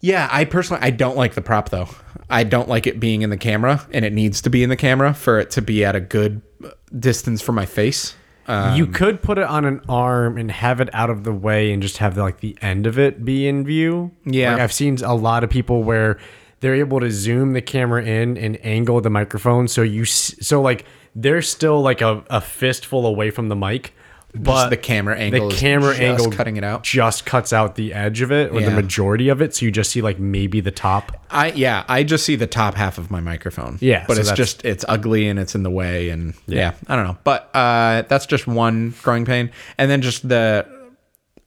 Speaker 1: yeah, I personally I don't like the prop though. I don't like it being in the camera, and it needs to be in the camera for it to be at a good uh, distance from my face. Uh,
Speaker 2: you could put it on an arm and have it out of the way, and just have like the end of it be in view.
Speaker 1: Yeah.
Speaker 2: Like, I've seen a lot of people where they're able to zoom the camera in and angle the microphone, so you s- so like they're still like a, a fistful away from the mic. But
Speaker 1: the camera angle
Speaker 2: the
Speaker 1: is
Speaker 2: camera
Speaker 1: just
Speaker 2: angle
Speaker 1: cutting it out.
Speaker 2: just cuts out the edge of it or the
Speaker 1: Yeah.
Speaker 2: majority of it, so you just see like maybe the top.
Speaker 1: I yeah, I just see the top half of my microphone.
Speaker 2: Yeah,
Speaker 1: but
Speaker 2: so
Speaker 1: it's
Speaker 2: that's-
Speaker 1: just it's ugly and it's in the way, and yeah, I don't know. But uh, that's just one growing pain, and then just the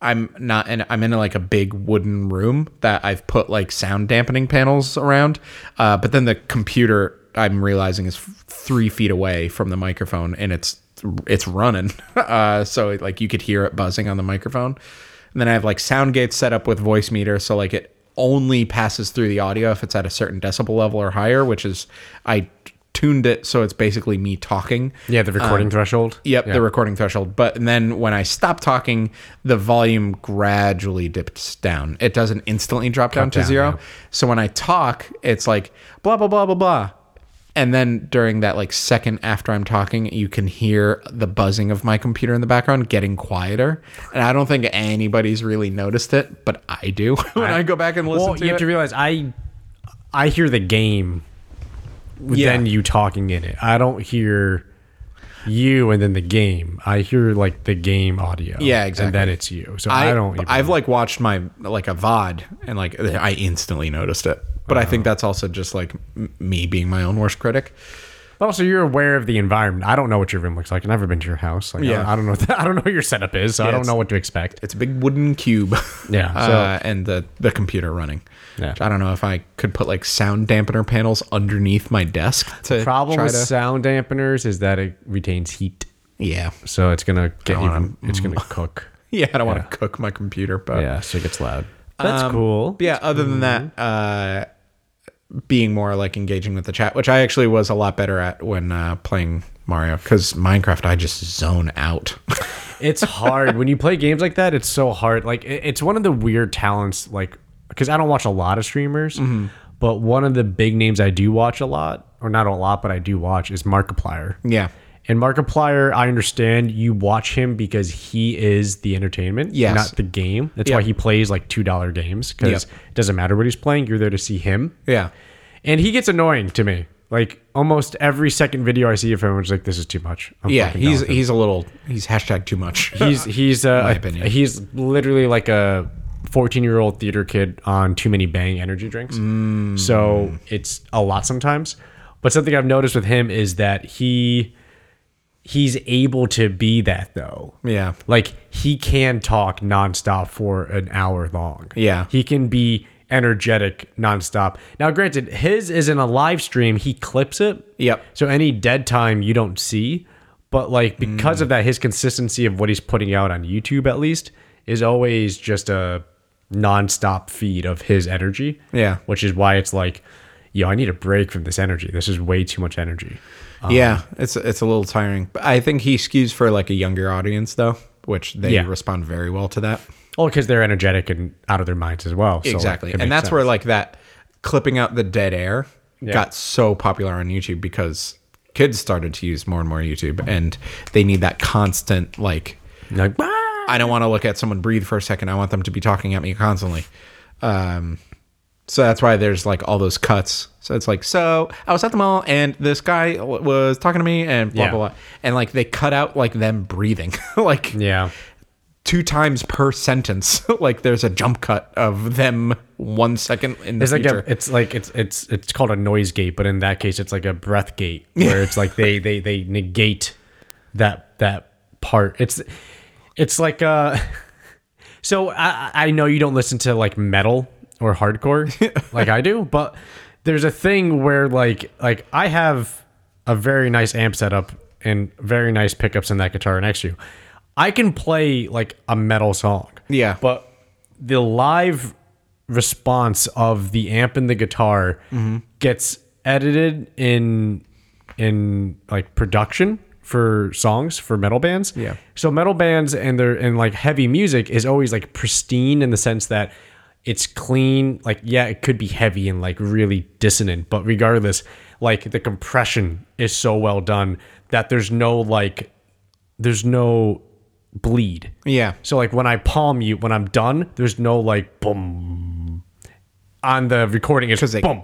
Speaker 1: I'm not and I'm in like a big wooden room that I've put like sound dampening panels around, uh, but then the computer I'm realizing is f- three feet away from the microphone and it's it's running, uh, so like you could hear it buzzing on the microphone, and then I have like sound gates set up with voice meter, so like it only passes through the audio if it's at a certain decibel level or higher, which is I tuned it so it's basically me talking.
Speaker 2: Yeah, the recording threshold.
Speaker 1: Yep, the recording threshold. But and then when I stopped talking, the volume gradually dips down. It doesn't instantly drop down, to
Speaker 2: down,
Speaker 1: zero. So when I talk, it's like blah blah blah blah blah. And then during that like second after I'm talking, you can hear the buzzing of my computer in the background getting quieter. And I don't think anybody's really noticed it, but I do when I, go back and listen
Speaker 2: Well,
Speaker 1: to it.
Speaker 2: you have to realize I I hear the game,
Speaker 1: Yeah.
Speaker 2: then you talking in it. I don't hear you and then the game. I hear like the game audio.
Speaker 1: Yeah,
Speaker 2: And
Speaker 1: exactly.
Speaker 2: then it's you. So I, don't. Even,
Speaker 1: I've like watched my like a VOD and like I instantly noticed it. But I
Speaker 2: Uh-huh.
Speaker 1: think that's also just like m- me being my own worst critic.
Speaker 2: But also, you're aware of the environment. I don't know what your room looks like. I've never been to your house. Like, I-
Speaker 1: Yeah.
Speaker 2: I, don't know. I don't know what your setup is. So I don't
Speaker 1: it's-
Speaker 2: know what to expect.
Speaker 1: It's a big wooden cube.
Speaker 2: Yeah,
Speaker 1: uh, and the the computer running.
Speaker 2: Yeah.
Speaker 1: I don't know if I could put like sound dampener panels underneath my desk to
Speaker 2: Problem
Speaker 1: try
Speaker 2: with
Speaker 1: to.
Speaker 2: sound dampeners is that it retains heat,
Speaker 1: yeah,
Speaker 2: so it's gonna get even. It's gonna cook.
Speaker 1: yeah. I don't want to cook my computer, but
Speaker 2: Mm. Yeah, so it gets loud. That's cool.
Speaker 1: But yeah, other than that,
Speaker 2: Mm-hmm.
Speaker 1: uh, being more like engaging with the chat, which I actually was a lot better at when uh, playing Mario because Minecraft, I just zone out.
Speaker 2: It's hard when you play games like that. It's so hard. Like it- it's one of the weird talents. Like because I don't watch a lot of streamers, but one of the big names I do watch a lot, or not a lot, but I do watch is Markiplier.
Speaker 1: yeah.
Speaker 2: And Markiplier, I understand you watch him because he is the entertainment,
Speaker 1: Yes.
Speaker 2: not the game. That's
Speaker 1: Yeah.
Speaker 2: why he plays like two dollar games because
Speaker 1: Yep.
Speaker 2: it doesn't matter what he's playing. You're there to see him,
Speaker 1: Yeah.
Speaker 2: and he gets annoying to me. Like almost every second video I see of him, I'm just like, "This is too much." I'm
Speaker 1: Yeah.
Speaker 2: fucking done
Speaker 1: He's
Speaker 2: with it."
Speaker 1: he's a little he's hashtag too much.
Speaker 2: he's he's uh,
Speaker 1: opinion.
Speaker 2: he's literally like a 14 year old theater kid on too many bang energy drinks
Speaker 1: Mm.
Speaker 2: so it's a lot sometimes but something i've noticed with him is that he he's able to be that though
Speaker 1: yeah.
Speaker 2: like he can talk nonstop for an hour long.
Speaker 1: Yeah.
Speaker 2: He can be energetic nonstop. Now, granted, his is in a live stream. He clips it.
Speaker 1: Yep.
Speaker 2: So any dead time you don't see. But like because of that, his consistency of what he's putting out on YouTube at least is always just a nonstop feed of his energy.
Speaker 1: Yeah.
Speaker 2: Which is why it's like yo, I need a break from this energy. This is way too much energy.
Speaker 1: yeah, it's it's a little tiring. But I think he skews for like a younger audience though, which they
Speaker 2: Yeah.
Speaker 1: respond very well to that.
Speaker 2: All because they're energetic and out of their minds as well. So, like,
Speaker 1: exactly
Speaker 2: it
Speaker 1: and
Speaker 2: makes
Speaker 1: that's
Speaker 2: sense.
Speaker 1: where like that clipping out the dead air got so popular on youtube because kids started to use more and more youtube and they need that constant like
Speaker 2: like, "Ah!"
Speaker 1: i don't want to look at someone breathe for a second i want them to be talking at me constantly um so that's why there's like all those cuts so it's like so i was at the mall and this guy w- was talking to me and blah
Speaker 2: Yeah.
Speaker 1: blah blah and like they cut out like them breathing like
Speaker 2: yeah,
Speaker 1: two times per sentence. like there's a jump cut of them one second in the
Speaker 2: it's like
Speaker 1: future.
Speaker 2: a, it's like it's it's it's called a noise gate, but in that case, it's like a breath gate where it's like they they they negate that that part. It's it's like uh, so I I know you don't listen to like metal or hardcore like I do, but there's a thing where like like I have a very nice amp setup and very nice pickups in that guitar next to you. I can play like a metal song.
Speaker 1: Yeah.
Speaker 2: But the live response of the amp and the guitar
Speaker 1: Mm-hmm.
Speaker 2: gets edited in in like production for songs for metal bands.
Speaker 1: Yeah.
Speaker 2: So metal bands and their and like heavy music is always like pristine in the sense that it's clean. Like yeah, it could be heavy and like really dissonant, but regardless, like the compression is so well done that there's no like there's no bleed.
Speaker 1: yeah.
Speaker 2: So like when I palm mute, when I'm done, there's no like boom on the recording. It's
Speaker 1: Because they
Speaker 2: boom.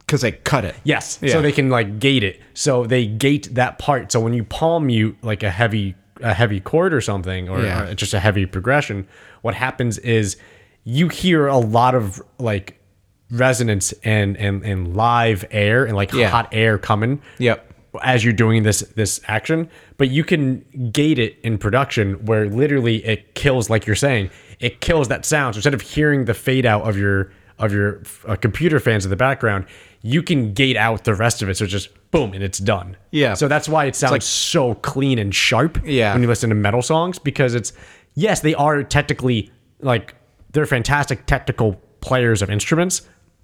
Speaker 1: because they cut it.
Speaker 2: Yes.
Speaker 1: Yeah.
Speaker 2: So they can like gate it. So they gate that part. So when you palm mute like a heavy a heavy chord or something or,
Speaker 1: Yeah.
Speaker 2: or just a heavy progression, what happens is you hear a lot of like resonance and and and live air and like
Speaker 1: Yeah.
Speaker 2: hot air coming
Speaker 1: Yep.
Speaker 2: as you're doing this this action but you can gate it in production where literally it kills like you're saying it kills that sound so instead of hearing the fade out of your of your uh, computer fans in the background you can gate out the rest of it so it's just boom and it's done
Speaker 1: Yeah.
Speaker 2: so that's why it sounds so clean and sharp
Speaker 1: Yeah.
Speaker 2: when you listen to metal songs because it's yes they are technically like they're fantastic technical players of instruments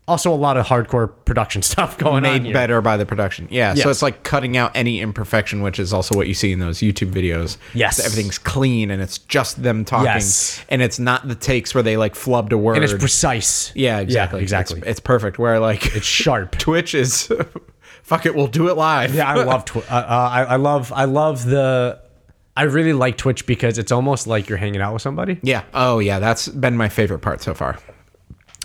Speaker 2: also a lot of hardcore production stuff going on
Speaker 1: Made
Speaker 2: here.
Speaker 1: better by the production. Yeah. So
Speaker 2: Yes.
Speaker 1: it's like cutting out any imperfection, which is also what you see in those YouTube videos.
Speaker 2: Yes.
Speaker 1: So everything's clean and it's just them talking.
Speaker 2: Yes.
Speaker 1: And it's not the takes where they like flubbed a word.
Speaker 2: and it's precise.
Speaker 1: yeah, exactly.
Speaker 2: exactly.
Speaker 1: It's, it's perfect. Where like
Speaker 2: It's sharp.
Speaker 1: Twitch is fuck it, we'll do it live.
Speaker 2: yeah, I love Twitch. Uh, uh, I, I love I love the. I really like Twitch because it's almost like you're hanging out with somebody.
Speaker 1: Yeah. Oh, yeah. That's been my favorite part so far.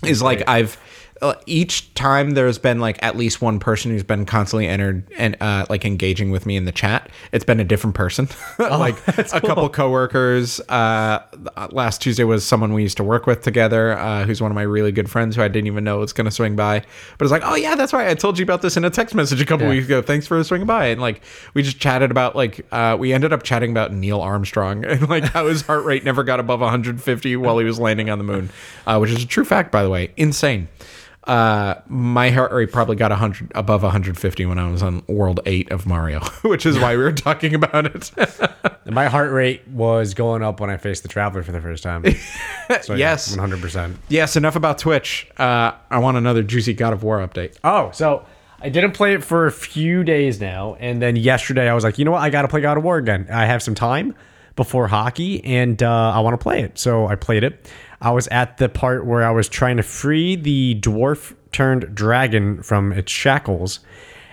Speaker 1: Is like I've uh, each time there's been like at least one person who's been constantly entered and uh, like engaging with me in the chat. It's been a different person, like a couple coworkers. Uh, last Tuesday was someone we used to work with together, uh, who's one of my really good friends who I didn't even know was going to swing by. But it's like, oh yeah, that's right. I told you about this in a text message a couple
Speaker 2: Yeah.
Speaker 1: weeks ago. Thanks for swinging by. And like we just chatted about like uh, we ended up chatting about Neil Armstrong and like how his heart rate never got above 150 while he was landing on the moon, uh, which is a true fact by the way. Insane. Uh, my heart rate probably got 100 above 150 when I was on World Eight of Mario, which is why we were talking about it.
Speaker 2: My heart rate was going up when I faced the traveler for the first time. So,
Speaker 1: Yes.
Speaker 2: one hundred percent.
Speaker 1: yes, enough about Twitch. Uh, I want another juicy God of War update.
Speaker 2: Oh, so I didn't play it for a few days now, and then yesterday I was like, you know what, I got to play God of War again. I have some time before hockey, and uh, I want to play it. So I played it. I was at the part where I was trying to free the dwarf turned dragon from its shackles,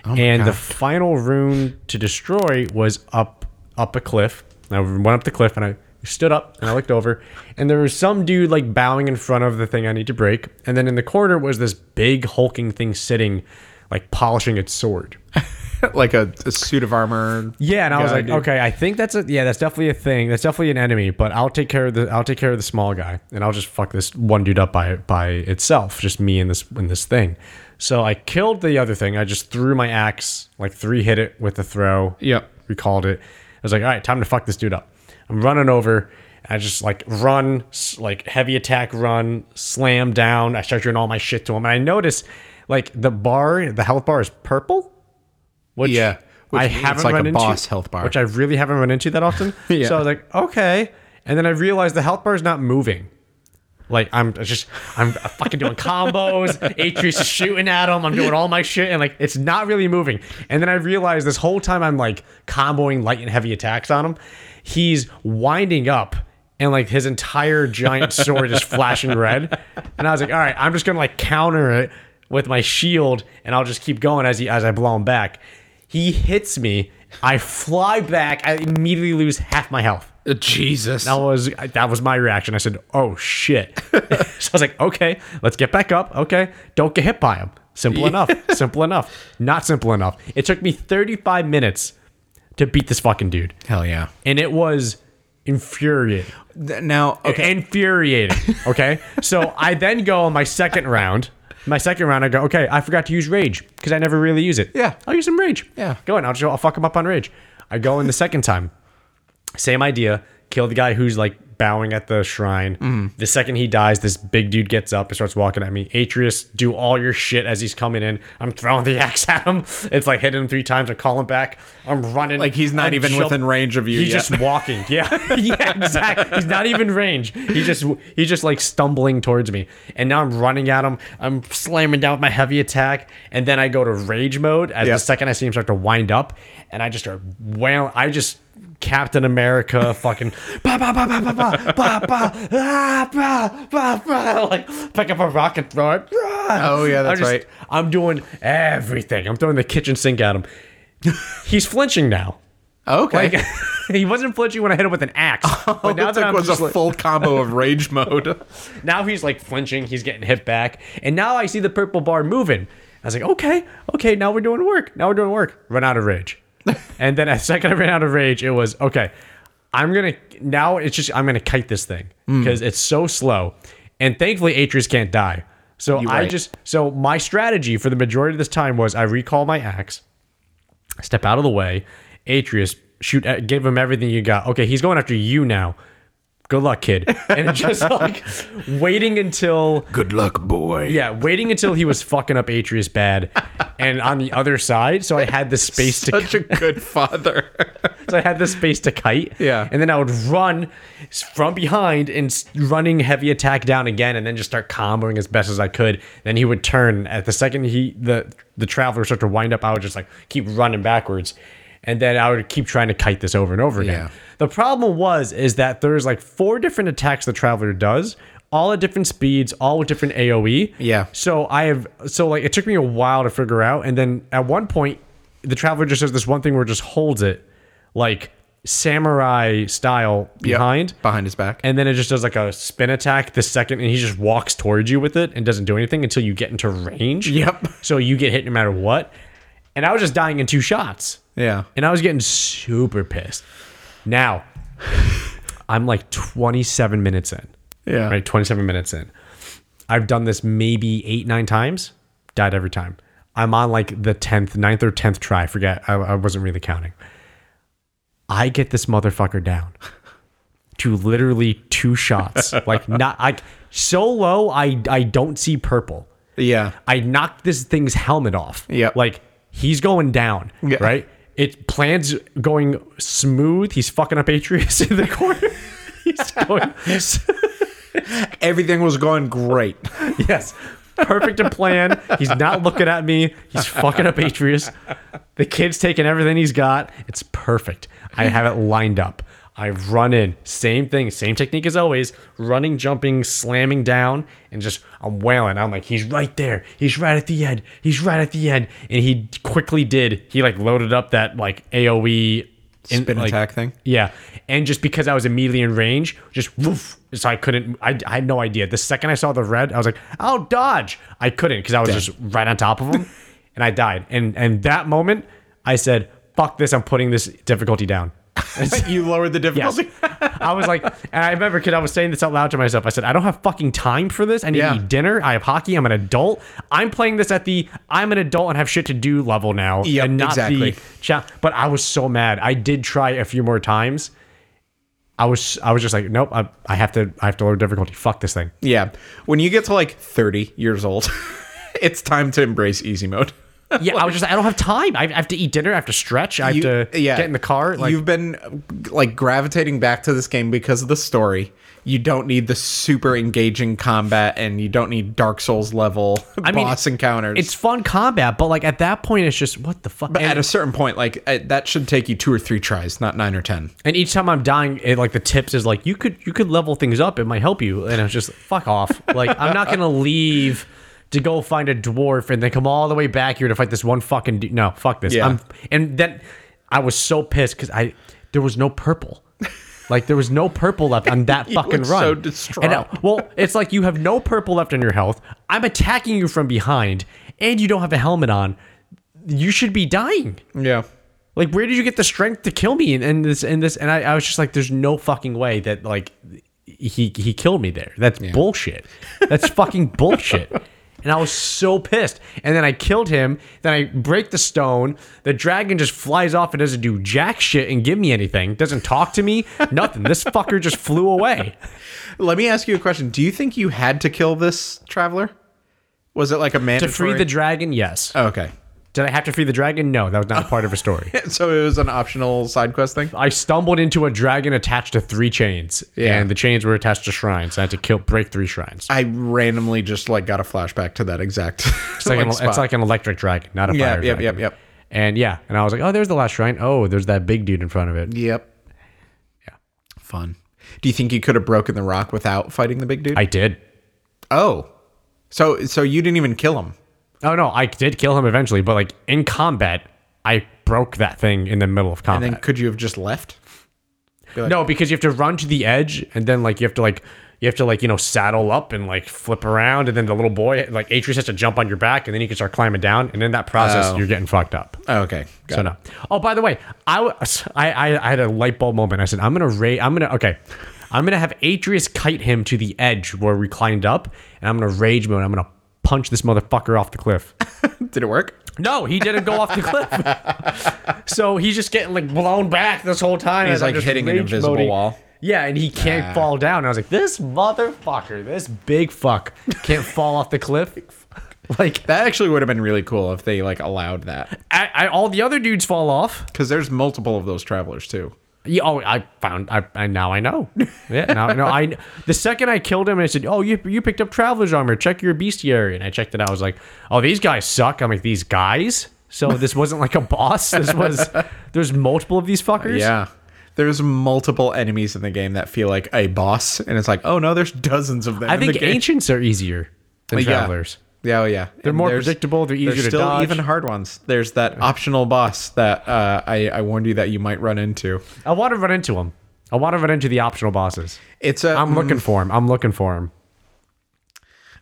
Speaker 2: and the final rune to destroy was up up a cliff. I went up the cliff and I stood up and I looked over, and there was some dude like bowing in front of the thing I need to break. And then in the corner was this big hulking thing sitting, like polishing its sword.
Speaker 1: like a, a suit of armor.
Speaker 2: Yeah, and I was
Speaker 1: guy,
Speaker 2: like,
Speaker 1: dude.
Speaker 2: okay, I think that's a yeah, that's definitely a thing. That's definitely an enemy, but I'll take care of the I'll take care of the small guy, and I'll just fuck this one dude up by by itself, just me and this and this thing. So I killed the other thing. I just threw my axe, like three hit it with a throw.
Speaker 1: Yep.
Speaker 2: Recalled it. I was like, all right, time to fuck this dude up. I'm running over. and I just like run, s- like heavy attack run, slam down. I start doing all my shit to him, and I notice like the bar, the health bar is purple which
Speaker 1: Yeah, which
Speaker 2: I
Speaker 1: means
Speaker 2: haven't
Speaker 1: it's like
Speaker 2: run
Speaker 1: a
Speaker 2: into,
Speaker 1: boss health bar.
Speaker 2: which I really haven't run into that often.
Speaker 1: Yeah.
Speaker 2: So I was like, okay, and then I realized the health bar is not moving. Like I'm just I'm fucking doing combos. Atreus is shooting at him. I'm doing all my shit, and like it's not really moving. And then I realized this whole time I'm like comboing light and heavy attacks on him. He's winding up, and like his entire giant sword is flashing red. And I was like, all right, I'm just gonna like counter it with my shield, and I'll just keep going as he as I blow him back. He hits me. I fly back. I immediately lose half my health.
Speaker 1: Jesus.
Speaker 2: That was that was my reaction. I said, "Oh shit!" so I was like, "Okay, let's get back up. Okay, don't get hit by him. Simple enough. Simple enough. Not simple enough." It took me 35 minutes to beat this fucking dude,
Speaker 1: Hell yeah.
Speaker 2: and it was infuriating.
Speaker 1: Th- Now, okay.
Speaker 2: Infuriating. Okay, so I then go on my second round. My second round, I go, "Okay, I forgot to use rage because I never really use it.
Speaker 1: Yeah.
Speaker 2: I'll use some rage.
Speaker 1: Yeah.
Speaker 2: go and I'll just I'll fuck him up on rage. I go in the second time." Same idea. Kill the guy who's like bowing at the shrine.
Speaker 1: Mm-hmm.
Speaker 2: The second he dies, this big dude gets up and starts walking at me. Atreus, do all your shit as he's coming in. I'm throwing the axe at him. It's like hitting him three times. I'm calling back. I'm running.
Speaker 1: Like, he's not
Speaker 2: I'm
Speaker 1: even within range of you
Speaker 2: He's
Speaker 1: yet.
Speaker 2: just walking. Yeah, yeah, exactly. He's not even range. He's just he's just like stumbling towards me. And now I'm running at him. I'm slamming down with my heavy attack. And then I go to rage mode as
Speaker 1: Yeah.
Speaker 2: the second I see him start to wind up, and I just start wailing. I just Captain America, fucking bah, bah, bah, bah, bah, bah, bah, bah, ah, bah, bah, bah, like pick up a rock and throw it.
Speaker 1: Oh, yeah, that's
Speaker 2: I'm just-
Speaker 1: right.
Speaker 2: I'm doing everything. I'm throwing the kitchen sink at him. He's flinching now.
Speaker 1: Oh, okay.
Speaker 2: Like, he wasn't flinching when I hit him with an axe. But now,
Speaker 1: now
Speaker 2: that
Speaker 1: that
Speaker 2: I'm
Speaker 1: was a
Speaker 2: just like-
Speaker 1: full combo of rage mode.
Speaker 2: now he's like flinching. He's getting hit back. And now I see the purple bar moving. I was like, okay, okay, now we're doing work. Now we're doing work. Run out of rage. and then as second I ran out of rage, it was okay. I'm gonna now it's just I'm gonna kite this thing because it's so slow. And thankfully Atreus can't die. So I
Speaker 1: right.
Speaker 2: just so my strategy for the majority of this time was I recall my axe step out of the way. Atreus, shoot, at, give him everything you got. Okay, he's going after you now. Good luck, kid. And it's just like waiting until,
Speaker 1: Good luck, boy.
Speaker 2: yeah, waiting until he was fucking up Atreus bad. And on the other side, so I had the space to
Speaker 1: Such a good father.
Speaker 2: so I had the space to kite.
Speaker 1: Yeah.
Speaker 2: And then I would run s- from behind and s- running heavy attack down again, and then just start comboing as best as I could. Then he would turn at the second he the the traveler started to wind up. I would just like keep running backwards, and then I would keep trying to kite this over and over again.
Speaker 1: Yeah.
Speaker 2: The problem was is that there's like four different attacks the traveler does. All at different speeds, all with different E. AOE.
Speaker 1: Yeah.
Speaker 2: So I have so like it took me a while to figure out, and then at one point, the traveler just does this one thing where it just holds it, like samurai style behind,
Speaker 1: Behind his back.
Speaker 2: and then it just does like a spin attack the second, and he just walks towards you with it and doesn't do anything until you get into range.
Speaker 1: Yep.
Speaker 2: So you get hit no matter what, and I was just dying in two shots,
Speaker 1: yeah.
Speaker 2: and I was getting super pissed. Now, I'm like 27 minutes in.
Speaker 1: Yeah.
Speaker 2: Right, 27 minutes in. I've done this maybe eight, nine times, died every time. I'm on like the 10th, ninth or 10th try. I forget. I, I wasn't really counting. I get this motherfucker down to literally two shots. like, not like so low, I, I don't see purple.
Speaker 1: Yeah.
Speaker 2: I knocked this thing's helmet off.
Speaker 1: Yeah.
Speaker 2: Like he's going down.
Speaker 1: Yeah.
Speaker 2: Right? It plans going smooth. He's fucking up Atreus in the corner. he's going
Speaker 1: Everything was going great.
Speaker 2: Yes. Perfect to plan. He's not looking at me. He's fucking up Atreus. The kid's taking everything he's got. It's perfect. I have it lined up. I run in. Same thing, same technique as always. Running, jumping, slamming down, and just I'm wailing. I'm like, he's right there. He's right at the end. He's right at the end. And he quickly did. He like loaded up that like AoE in-
Speaker 1: Spin
Speaker 2: like,
Speaker 1: attack thing?
Speaker 2: yeah, and just because I was immediately in range, just woof, so I couldn't. I, I had no idea. The second I saw the red, I was like, "I'll dodge." I couldn't because I was just right on top of him, and I died. And and that moment, I said, "Fuck this! I'm putting this difficulty down."
Speaker 1: you lowered the
Speaker 2: Yes.
Speaker 1: difficulty.
Speaker 2: I was like, and I remember because I was saying this out loud to myself. I said, I don't have fucking time for this. I need
Speaker 1: Yeah.
Speaker 2: to eat dinner. I have hockey. I'm an adult. I'm playing this at the I'm an adult and have shit to do level now. Yeah,
Speaker 1: Yep,
Speaker 2: and not
Speaker 1: exactly.
Speaker 2: the cha- But I was so mad. I did try a few more times. I was I was just like, nope. I, I have to I have to lower difficulty. Fuck this thing.
Speaker 1: Yeah. When you get to like 30 years old, it's time to embrace easy mode.
Speaker 2: Yeah, I was just I don't have time. I have to eat dinner. I have to stretch. I have
Speaker 1: You-
Speaker 2: to get in the car. Like
Speaker 1: You've been like gravitating back to this game because of the story. You don't need the super engaging combat, and you don't need Dark Souls level
Speaker 2: mean,
Speaker 1: boss encounters.
Speaker 2: it's fun combat, but like at that point, it's just what the fuck.
Speaker 1: but at
Speaker 2: and,
Speaker 1: a certain point, like uh, that should take you two or three tries, not nine or ten.
Speaker 2: and each time I'm dying, it, like the tips is like you could you could level things up. It might help you. And I was just fuck off. Like I'm not gonna leave to go find a dwarf and then come all the way back here to fight this one fucking dude. No, fuck this.
Speaker 1: Yeah.
Speaker 2: I'm and then I was so pissed because I there was no purple. Like there was no purple left on that fucking
Speaker 1: looked
Speaker 2: run.
Speaker 1: so distraught.
Speaker 2: And I- well, it's like you have no purple left in your health. I'm attacking you from behind, and you don't have a helmet on. You should be dying.
Speaker 1: Yeah,
Speaker 2: Like, where did you get the strength to kill me? And, and this, and this, and I, I was just like, there's no fucking way that like he he killed me there. That's bullshit. That's fucking bullshit. And I was so pissed. And then I killed him. Then I break the stone. The dragon just flies off and doesn't do jack shit and give me anything. Doesn't talk to me. Nothing. This fucker just flew away.
Speaker 1: Let me ask you a question. Do you think you had to kill this traveler? Was it like a
Speaker 2: To
Speaker 1: mandatory?
Speaker 2: free the dragon, yes.
Speaker 1: oh, okay.
Speaker 2: Did I have to free the dragon? No, that was not a part of a story.
Speaker 1: So it was an optional side quest thing.
Speaker 2: I stumbled into a dragon attached to three chains,
Speaker 1: Yeah.
Speaker 2: and the chains were attached to shrines. I had to kill, break three shrines.
Speaker 1: I randomly just like got a flashback to that exact.
Speaker 2: It's like,
Speaker 1: like,
Speaker 2: an, it's
Speaker 1: spot.
Speaker 2: like an electric dragon, not a
Speaker 1: Yeah,
Speaker 2: fire
Speaker 1: yep,
Speaker 2: dragon.
Speaker 1: yep, yep.
Speaker 2: And yeah, and I was like, oh, there's the last shrine. Oh, there's that big dude in front of it.
Speaker 1: Yep. Yeah. Fun. Do you think you could have broken the rock without fighting the big dude?
Speaker 2: I did.
Speaker 1: oh. So so you didn't even kill him.
Speaker 2: Oh no, I did kill him eventually, but like in combat, I broke that thing in the middle of combat.
Speaker 1: Then could you have just left?
Speaker 2: no, because you have to run to the edge, and then like you have to like you have to like you know saddle up and like flip around, and then the little boy like Atreus has to jump on your back, and then you can start climbing down, and in that process,
Speaker 1: Oh.
Speaker 2: you're getting fucked up.
Speaker 1: Oh, okay. Got
Speaker 2: So
Speaker 1: it.
Speaker 2: no. Oh, by the way, I, w- I, I- I had a light bulb moment. I said, I'm gonna raise. I'm gonna okay. I'm gonna have Atreus kite him to the edge where we climbed up, and I'm gonna rage mode. I'm gonna punch this motherfucker off the cliff.
Speaker 1: Did it work?
Speaker 2: No, he didn't go off the cliff. so he's just getting like blown back this whole time.
Speaker 1: He's,
Speaker 2: as I'm
Speaker 1: like,
Speaker 2: just
Speaker 1: hitting an
Speaker 2: rage
Speaker 1: invisible
Speaker 2: moding.
Speaker 1: wall. Ah.
Speaker 2: Yeah, and he can't fall down. And I was like, this motherfucker, this big fuck, can't fall off the cliff. Like
Speaker 1: That actually would have been really cool if they like allowed that.
Speaker 2: I, I, all the other dudes fall off.
Speaker 1: Because there's multiple of those travelers too.
Speaker 2: Yeah, oh, I found. I, I now I know. Yeah, now I know. I the second I killed him, I said, "Oh, you you picked up traveler's armor. Check your bestiary." And I checked it out. I was like, "Oh, these guys suck." I'm like, "These guys." So this wasn't like a boss. This was there's multiple of these fuckers.
Speaker 1: Yeah. There's multiple enemies in the game that feel like a boss, and it's like, oh no, there's dozens of them.
Speaker 2: I
Speaker 1: in the
Speaker 2: think
Speaker 1: game.
Speaker 2: ancients are easier than
Speaker 1: Yeah.
Speaker 2: travelers.
Speaker 1: Yeah, oh yeah. They're
Speaker 2: more predictable, they're easier to
Speaker 1: still
Speaker 2: dodge.
Speaker 1: even hard ones. There's that optional boss that uh, I, I warned you that you might run into.
Speaker 2: I want to run into them. I want to run into the optional bosses.
Speaker 1: It's a
Speaker 2: I'm looking for him. I'm looking for him.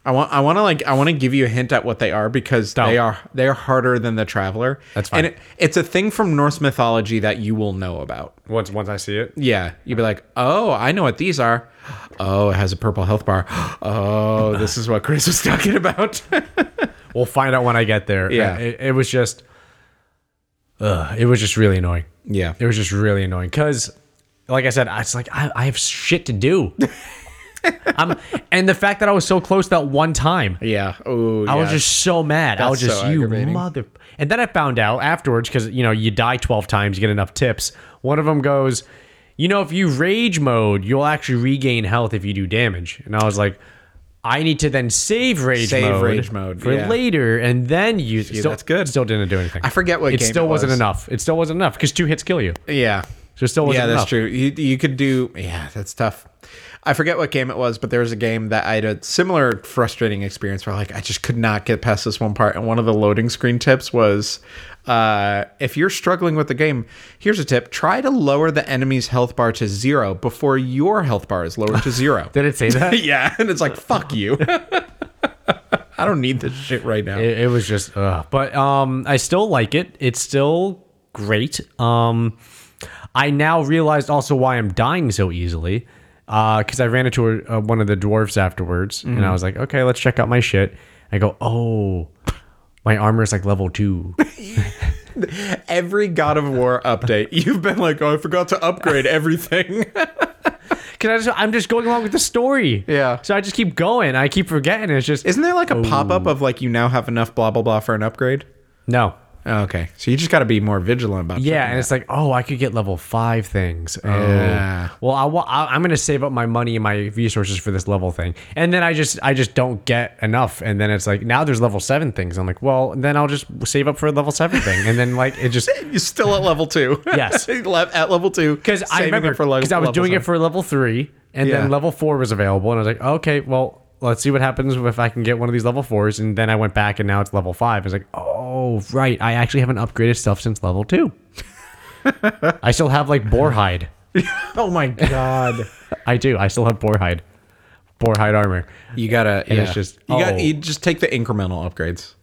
Speaker 1: I want I want to like I want to give you a hint at what they are because they are they are harder than the traveler.
Speaker 2: That's fine.
Speaker 1: And it, it's a thing from Norse mythology that you will know about.
Speaker 2: Once once I see it.
Speaker 1: Yeah, you'd be like, "Oh, I know what these are. Oh, it has a purple health bar. Oh, this is what Chris was talking about."
Speaker 2: We'll find out when I get there.
Speaker 1: Yeah.
Speaker 2: It, it was just, ugh, it was just really annoying.
Speaker 1: yeah.
Speaker 2: It was just really annoying because, like I said, I was like, I, I have shit to do. I'm, and the fact that I was so close that one time,
Speaker 1: Yeah. Oh,
Speaker 2: I was just so mad. I was
Speaker 1: That's
Speaker 2: just,
Speaker 1: so
Speaker 2: you
Speaker 1: aggravating.
Speaker 2: mother. And then I found out afterwards because, you know, you die 12 times, you get enough tips. One of them goes, you know, if you rage mode, you'll actually regain health if you do damage. And I was like, I need to then save rage
Speaker 1: Save
Speaker 2: mode,
Speaker 1: rage mode,
Speaker 2: for
Speaker 1: yeah.
Speaker 2: later, and then use. Still,
Speaker 1: that's good.
Speaker 2: Still didn't do anything.
Speaker 1: I forget what
Speaker 2: it
Speaker 1: game
Speaker 2: still
Speaker 1: it
Speaker 2: wasn't
Speaker 1: was.
Speaker 2: enough. It still wasn't enough because two hits kill you.
Speaker 1: Yeah.
Speaker 2: So it still wasn't
Speaker 1: yeah, that's
Speaker 2: enough.
Speaker 1: true. You, you could do yeah, that's tough. I forget what game it was, but there was a game that I had a similar frustrating experience where like I just could not get past this one part. And one of the loading screen tips was uh, if you're struggling with the game, here's a tip: try to lower the enemy's health bar to zero before your health bar is lowered to zero.
Speaker 2: Did it say that? it,
Speaker 1: yeah, and it's like fuck you. I don't need this shit right now.
Speaker 2: it was just, ugh. but um, I still like it. It's still great. Um, I now realized also why I'm dying so easily, because I ran into a, uh, one of the dwarves afterwards,
Speaker 1: Mm-hmm.
Speaker 2: and I was like, okay, let's check out my shit. I go, oh, my armor is like level two.
Speaker 1: Every God of War update, you've been like, oh, I forgot to upgrade everything.
Speaker 2: Cause I just, I'm just going along with the story.
Speaker 1: Yeah.
Speaker 2: So I just keep going. I keep forgetting. It's just Oh.
Speaker 1: Isn't there like a pop up of like you now have enough blah blah blah for an upgrade? Oh,
Speaker 2: No.
Speaker 1: Okay, so you just got to be more vigilant about.
Speaker 2: Yeah,
Speaker 1: checking
Speaker 2: and it's like, oh, I could get level five things. Oh,
Speaker 1: Yeah.
Speaker 2: well, I, wa- I, I'm going to save up my money and my resources for this level thing, and then I just, I just don't get enough, and then it's like, now there's level seven things. I'm like, well, then I'll just save up for a level seven thing, and then like it just
Speaker 1: that. You're still at level two.
Speaker 2: Yes.
Speaker 1: Le- at level two.
Speaker 2: because I
Speaker 1: saving it
Speaker 2: remember
Speaker 1: for le-
Speaker 2: because I was
Speaker 1: level
Speaker 2: doing
Speaker 1: seven.
Speaker 2: it for level three, and
Speaker 1: Yeah.
Speaker 2: then level four was available, and I was like, okay, well, let's see what happens if I can get one of these level fours, and then I went back, and now it's level five. I was like, oh right, I actually haven't upgraded stuff since level two. I still have like boar hide.
Speaker 1: Oh my god.
Speaker 2: I do. I still have boar hide, boar hide armor.
Speaker 1: You gotta. And
Speaker 2: it's just-
Speaker 1: you got.
Speaker 2: oh.
Speaker 1: You just take the incremental upgrades.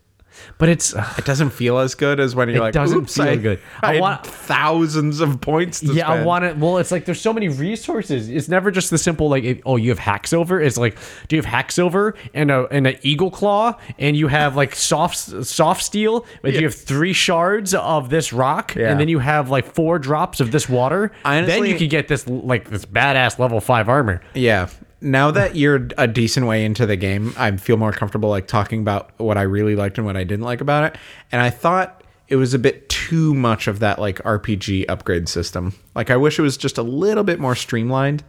Speaker 2: But it's ugh,
Speaker 1: It doesn't feel as good as when you're like,
Speaker 2: doesn't
Speaker 1: "Oops,
Speaker 2: feel
Speaker 1: I,
Speaker 2: good."
Speaker 1: I,
Speaker 2: I
Speaker 1: had
Speaker 2: want-
Speaker 1: thousands of points. To
Speaker 2: yeah. I
Speaker 1: spend."
Speaker 2: want it. Well, it's like there's so many resources. It's never just the simple like if- oh you have hack silver. It's like do you have hack silver and a and an eagle claw and you have like soft soft steel. But you have three shards of this rock
Speaker 1: Yeah.
Speaker 2: and then you have like four drops of this water. then
Speaker 1: Honestly-
Speaker 2: you could get this like this badass level five armor.
Speaker 1: Yeah. Now that you're a decent way into the game, I feel more comfortable like talking about what I really liked and what I didn't like about it. And I thought it was a bit too much of that like RPG upgrade system. Like I wish it was just a little bit more streamlined.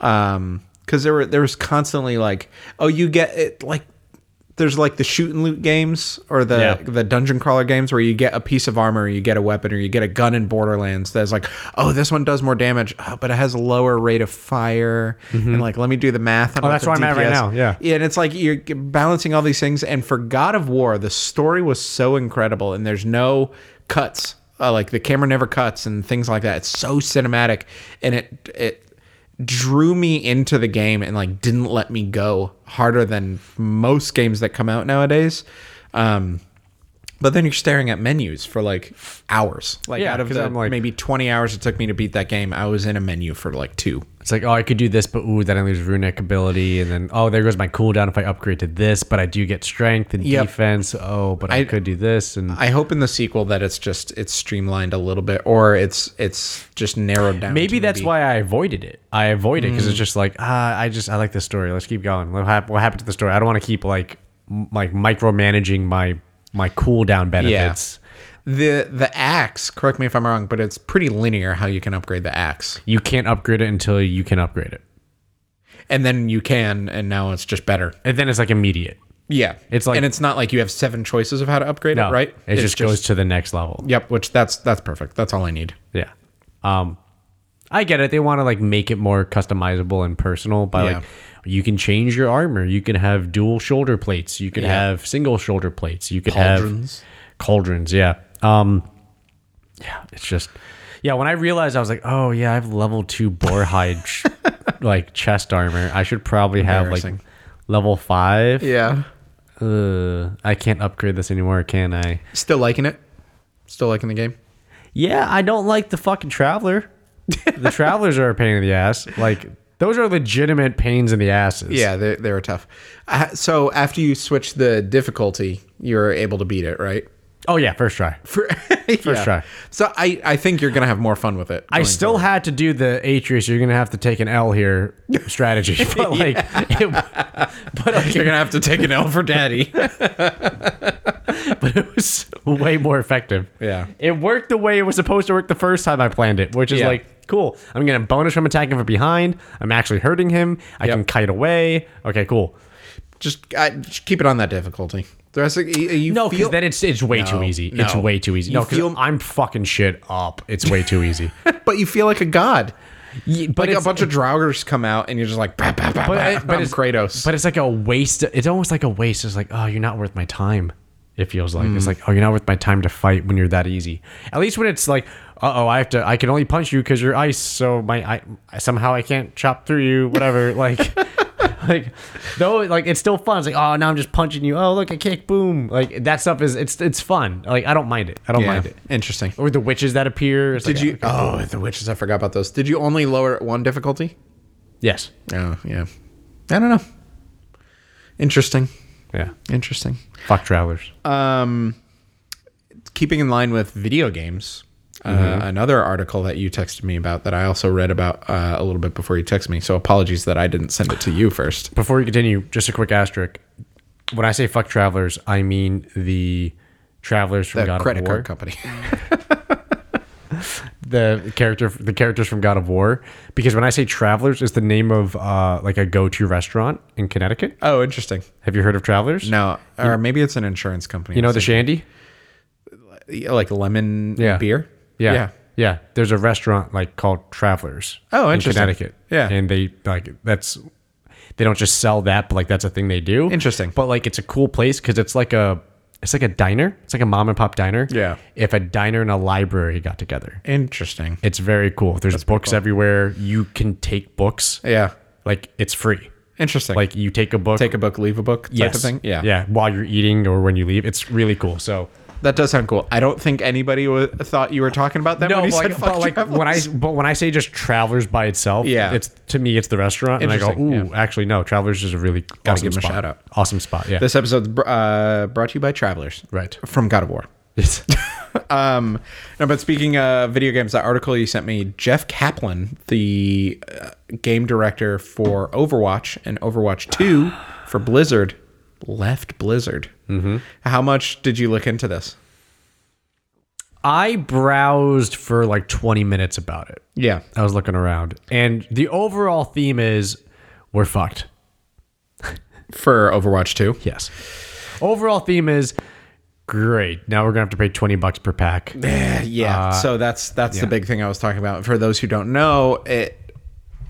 Speaker 1: Um because there were there was constantly like, oh, you get it like there's like the shoot and loot games or the
Speaker 2: Yeah.
Speaker 1: the dungeon crawler games where you get a piece of armor, you get a weapon, or you get a gun in Borderlands that's like, oh, this one does more damage, oh, but it has a lower rate of fire. And like, let me do the math. On oh,
Speaker 2: Mm-hmm. that's where I'm at right now, yeah.
Speaker 1: And it's like you're balancing all these things. And for God of War, the story was so incredible, and there's no cuts. Uh, like the camera never cuts and things like that. It's so cinematic, and it it drew me into the game and like didn't let me go harder than most games that come out nowadays. Um, but then you're staring at menus for like hours. Like
Speaker 2: Yeah,
Speaker 1: out of
Speaker 2: 'cause
Speaker 1: the
Speaker 2: I'm like-
Speaker 1: maybe 20 hours it took me to beat that game, I was in a menu for like two.
Speaker 2: It's like, oh, I could do this, but ooh, then I lose runic ability, and then oh, there goes my cooldown if I upgrade to this, but I do get strength and
Speaker 1: Yep.
Speaker 2: defense. Oh, but I,
Speaker 1: I- Uh,
Speaker 2: could do this, and
Speaker 1: I hope in the sequel that it's just it's streamlined a little bit or it's it's just narrowed down.
Speaker 2: maybe
Speaker 1: to
Speaker 2: that's why I avoided it. I avoid it
Speaker 1: Mm.
Speaker 2: because it's just like, ah, I just I like this story. Let's keep going. What, hap- what happened to the story? I don't want to keep like m- like micromanaging my my cooldown benefits.
Speaker 1: the the axe, correct me if I'm wrong, but it's pretty linear how you can upgrade the axe.
Speaker 2: You can't upgrade it until you can upgrade it,
Speaker 1: And then you can and now it's just better.
Speaker 2: and then it's like immediate.
Speaker 1: Yeah.
Speaker 2: It's like-
Speaker 1: And it's not like you have seven choices of how to upgrade
Speaker 2: No,
Speaker 1: it, right?
Speaker 2: It
Speaker 1: It's
Speaker 2: just goes to the next level.
Speaker 1: Yep, which that's that's perfect. That's all I need.
Speaker 2: Yeah. Um I get it. They want to like make it more customizable and personal by like
Speaker 1: Yeah.
Speaker 2: you can change your armor. You can have dual shoulder plates. You could
Speaker 1: Yeah.
Speaker 2: have single shoulder plates. You could
Speaker 1: Cauldrons.
Speaker 2: have cauldrons. Yeah. Um yeah, it's just yeah, when I realized I was like, "Oh yeah, I have level 2 boar hide sh- like chest armor. I should probably have like
Speaker 1: Embarrassing.
Speaker 2: level 5."
Speaker 1: Yeah.
Speaker 2: Uh, I can't upgrade this anymore, can I?
Speaker 1: Still liking it. Still liking the game.
Speaker 2: Yeah, I don't like the fucking traveler. the travelers are a pain in the ass. Like those are legitimate pains in the asses.
Speaker 1: Yeah, they they were tough. Uh, so after you switch the difficulty, you're able to beat it, right?
Speaker 2: Oh yeah, first try.
Speaker 1: For,
Speaker 2: First try.
Speaker 1: So I I think you're gonna have more fun with it.
Speaker 2: I
Speaker 1: going
Speaker 2: still had to do the Atreus. You're gonna have to take an L here strategy, but like, it, but like,
Speaker 1: You're gonna have to take an L for daddy.
Speaker 2: but it was way more effective.
Speaker 1: Yeah.
Speaker 2: It worked the way it was supposed to work the first time I planned it, which is
Speaker 1: Yeah.
Speaker 2: like, cool. I'm going to bonus from attacking from behind. I'm actually hurting him. I
Speaker 1: Yep.
Speaker 2: can kite away. Okay, cool.
Speaker 1: just, I, just keep it on that difficulty. The rest of you, you
Speaker 2: No, because
Speaker 1: feel,
Speaker 2: then it's it's way too
Speaker 1: No,
Speaker 2: easy. It's
Speaker 1: no.
Speaker 2: way too easy.
Speaker 1: You
Speaker 2: No, because
Speaker 1: feel-
Speaker 2: I'm fucking shit up. It's way too easy.
Speaker 1: but you feel like a god.
Speaker 2: Ye- but
Speaker 1: Like a
Speaker 2: it's,
Speaker 1: bunch of draugrs come out, and you're just like, bah, bah, bah,
Speaker 2: but,
Speaker 1: bah,
Speaker 2: it- but
Speaker 1: I'm
Speaker 2: it's
Speaker 1: Kratos.
Speaker 2: But it's like a waste. It's almost like a waste. It's like oh, you're not worth my time. It feels like it's like oh, you're not worth my time to fight when you're that easy. At least when it's like uh oh, I have to. I can only punch you because you're ice. So my I somehow I can't chop through you. Whatever. like. Like, though, like it's still fun. It's like, oh, now I'm just punching you. Oh, look, I kick, boom. Like that stuff is it's it's fun. Like I don't mind it. I don't
Speaker 1: yeah,
Speaker 2: mind it.
Speaker 1: interesting.
Speaker 2: or the witches that appear. It's
Speaker 1: Did
Speaker 2: like,
Speaker 1: you? Oh, the witches! I forgot about those. Did you only lower it one difficulty?
Speaker 2: Yes.
Speaker 1: Oh, yeah. I don't know. Interesting.
Speaker 2: Yeah.
Speaker 1: Interesting.
Speaker 2: Fuck travelers.
Speaker 1: Um, keeping in line with video games,
Speaker 2: Mm-hmm.
Speaker 1: uh, another article that you texted me about that I also read about uh, a little bit before you texted me. So apologies that I didn't send it to you first.
Speaker 2: Before you continue, just a quick asterisk. When I say fuck travelers, I mean the travelers from
Speaker 1: The
Speaker 2: God
Speaker 1: credit
Speaker 2: of War.
Speaker 1: card company.
Speaker 2: the character the characters from God of War because when I say Travelers it's the name of uh, like a go-to restaurant in Connecticut.
Speaker 1: oh, interesting.
Speaker 2: Have you heard of Travelers?
Speaker 1: No, or maybe it's an insurance company.
Speaker 2: You know the Shandy?
Speaker 1: like lemon
Speaker 2: Yeah.
Speaker 1: beer.
Speaker 2: Yeah. yeah. There's a restaurant like called Travelers.
Speaker 1: Oh,
Speaker 2: in
Speaker 1: interesting.
Speaker 2: Connecticut.
Speaker 1: Yeah.
Speaker 2: And they like that's they don't just sell that, but like that's a thing they do.
Speaker 1: Interesting.
Speaker 2: But like it's a cool place because it's like a it's like a diner. It's like a mom and pop diner.
Speaker 1: Yeah.
Speaker 2: If a diner and a library got together.
Speaker 1: Interesting.
Speaker 2: It's very cool. There's books everywhere. You can take books.
Speaker 1: Yeah.
Speaker 2: Like it's free.
Speaker 1: Interesting.
Speaker 2: Like you take a book.
Speaker 1: take a book, leave a book type
Speaker 2: yes.
Speaker 1: of thing. Yeah.
Speaker 2: Yeah. While you're eating or when you leave. It's really cool. So
Speaker 1: That does sound cool. I don't think anybody wa thought you were talking about that
Speaker 2: No,
Speaker 1: when you
Speaker 2: but
Speaker 1: said
Speaker 2: like,
Speaker 1: fuck
Speaker 2: but like
Speaker 1: travelers.
Speaker 2: when I but when I say just travelers by itself,
Speaker 1: Yeah.
Speaker 2: it's to me it's the restaurant, and I go, ooh,
Speaker 1: Interesting,
Speaker 2: actually no, travelers is a really gotta awesome
Speaker 1: give 'em a
Speaker 2: spot.
Speaker 1: shout out.
Speaker 2: awesome spot, yeah,
Speaker 1: This episode's br- uh, brought to you by Travelers.
Speaker 2: right.
Speaker 1: From God of War. Um, no, but speaking of video games, that article you sent me, Jeff Kaplan, the uh, game director for Overwatch and Overwatch 2 for Blizzard, left Blizzard. Mm-hmm. How much did you look into this?
Speaker 2: I browsed for like twenty minutes about it.
Speaker 1: Yeah.
Speaker 2: I was looking around, and the overall theme is we're fucked.
Speaker 1: For Overwatch 2?
Speaker 2: Yes. Overall theme is great. Now we're gonna have to pay twenty bucks per pack.
Speaker 1: Uh, yeah. so that's that's the big thing I was talking about. For those who don't know, it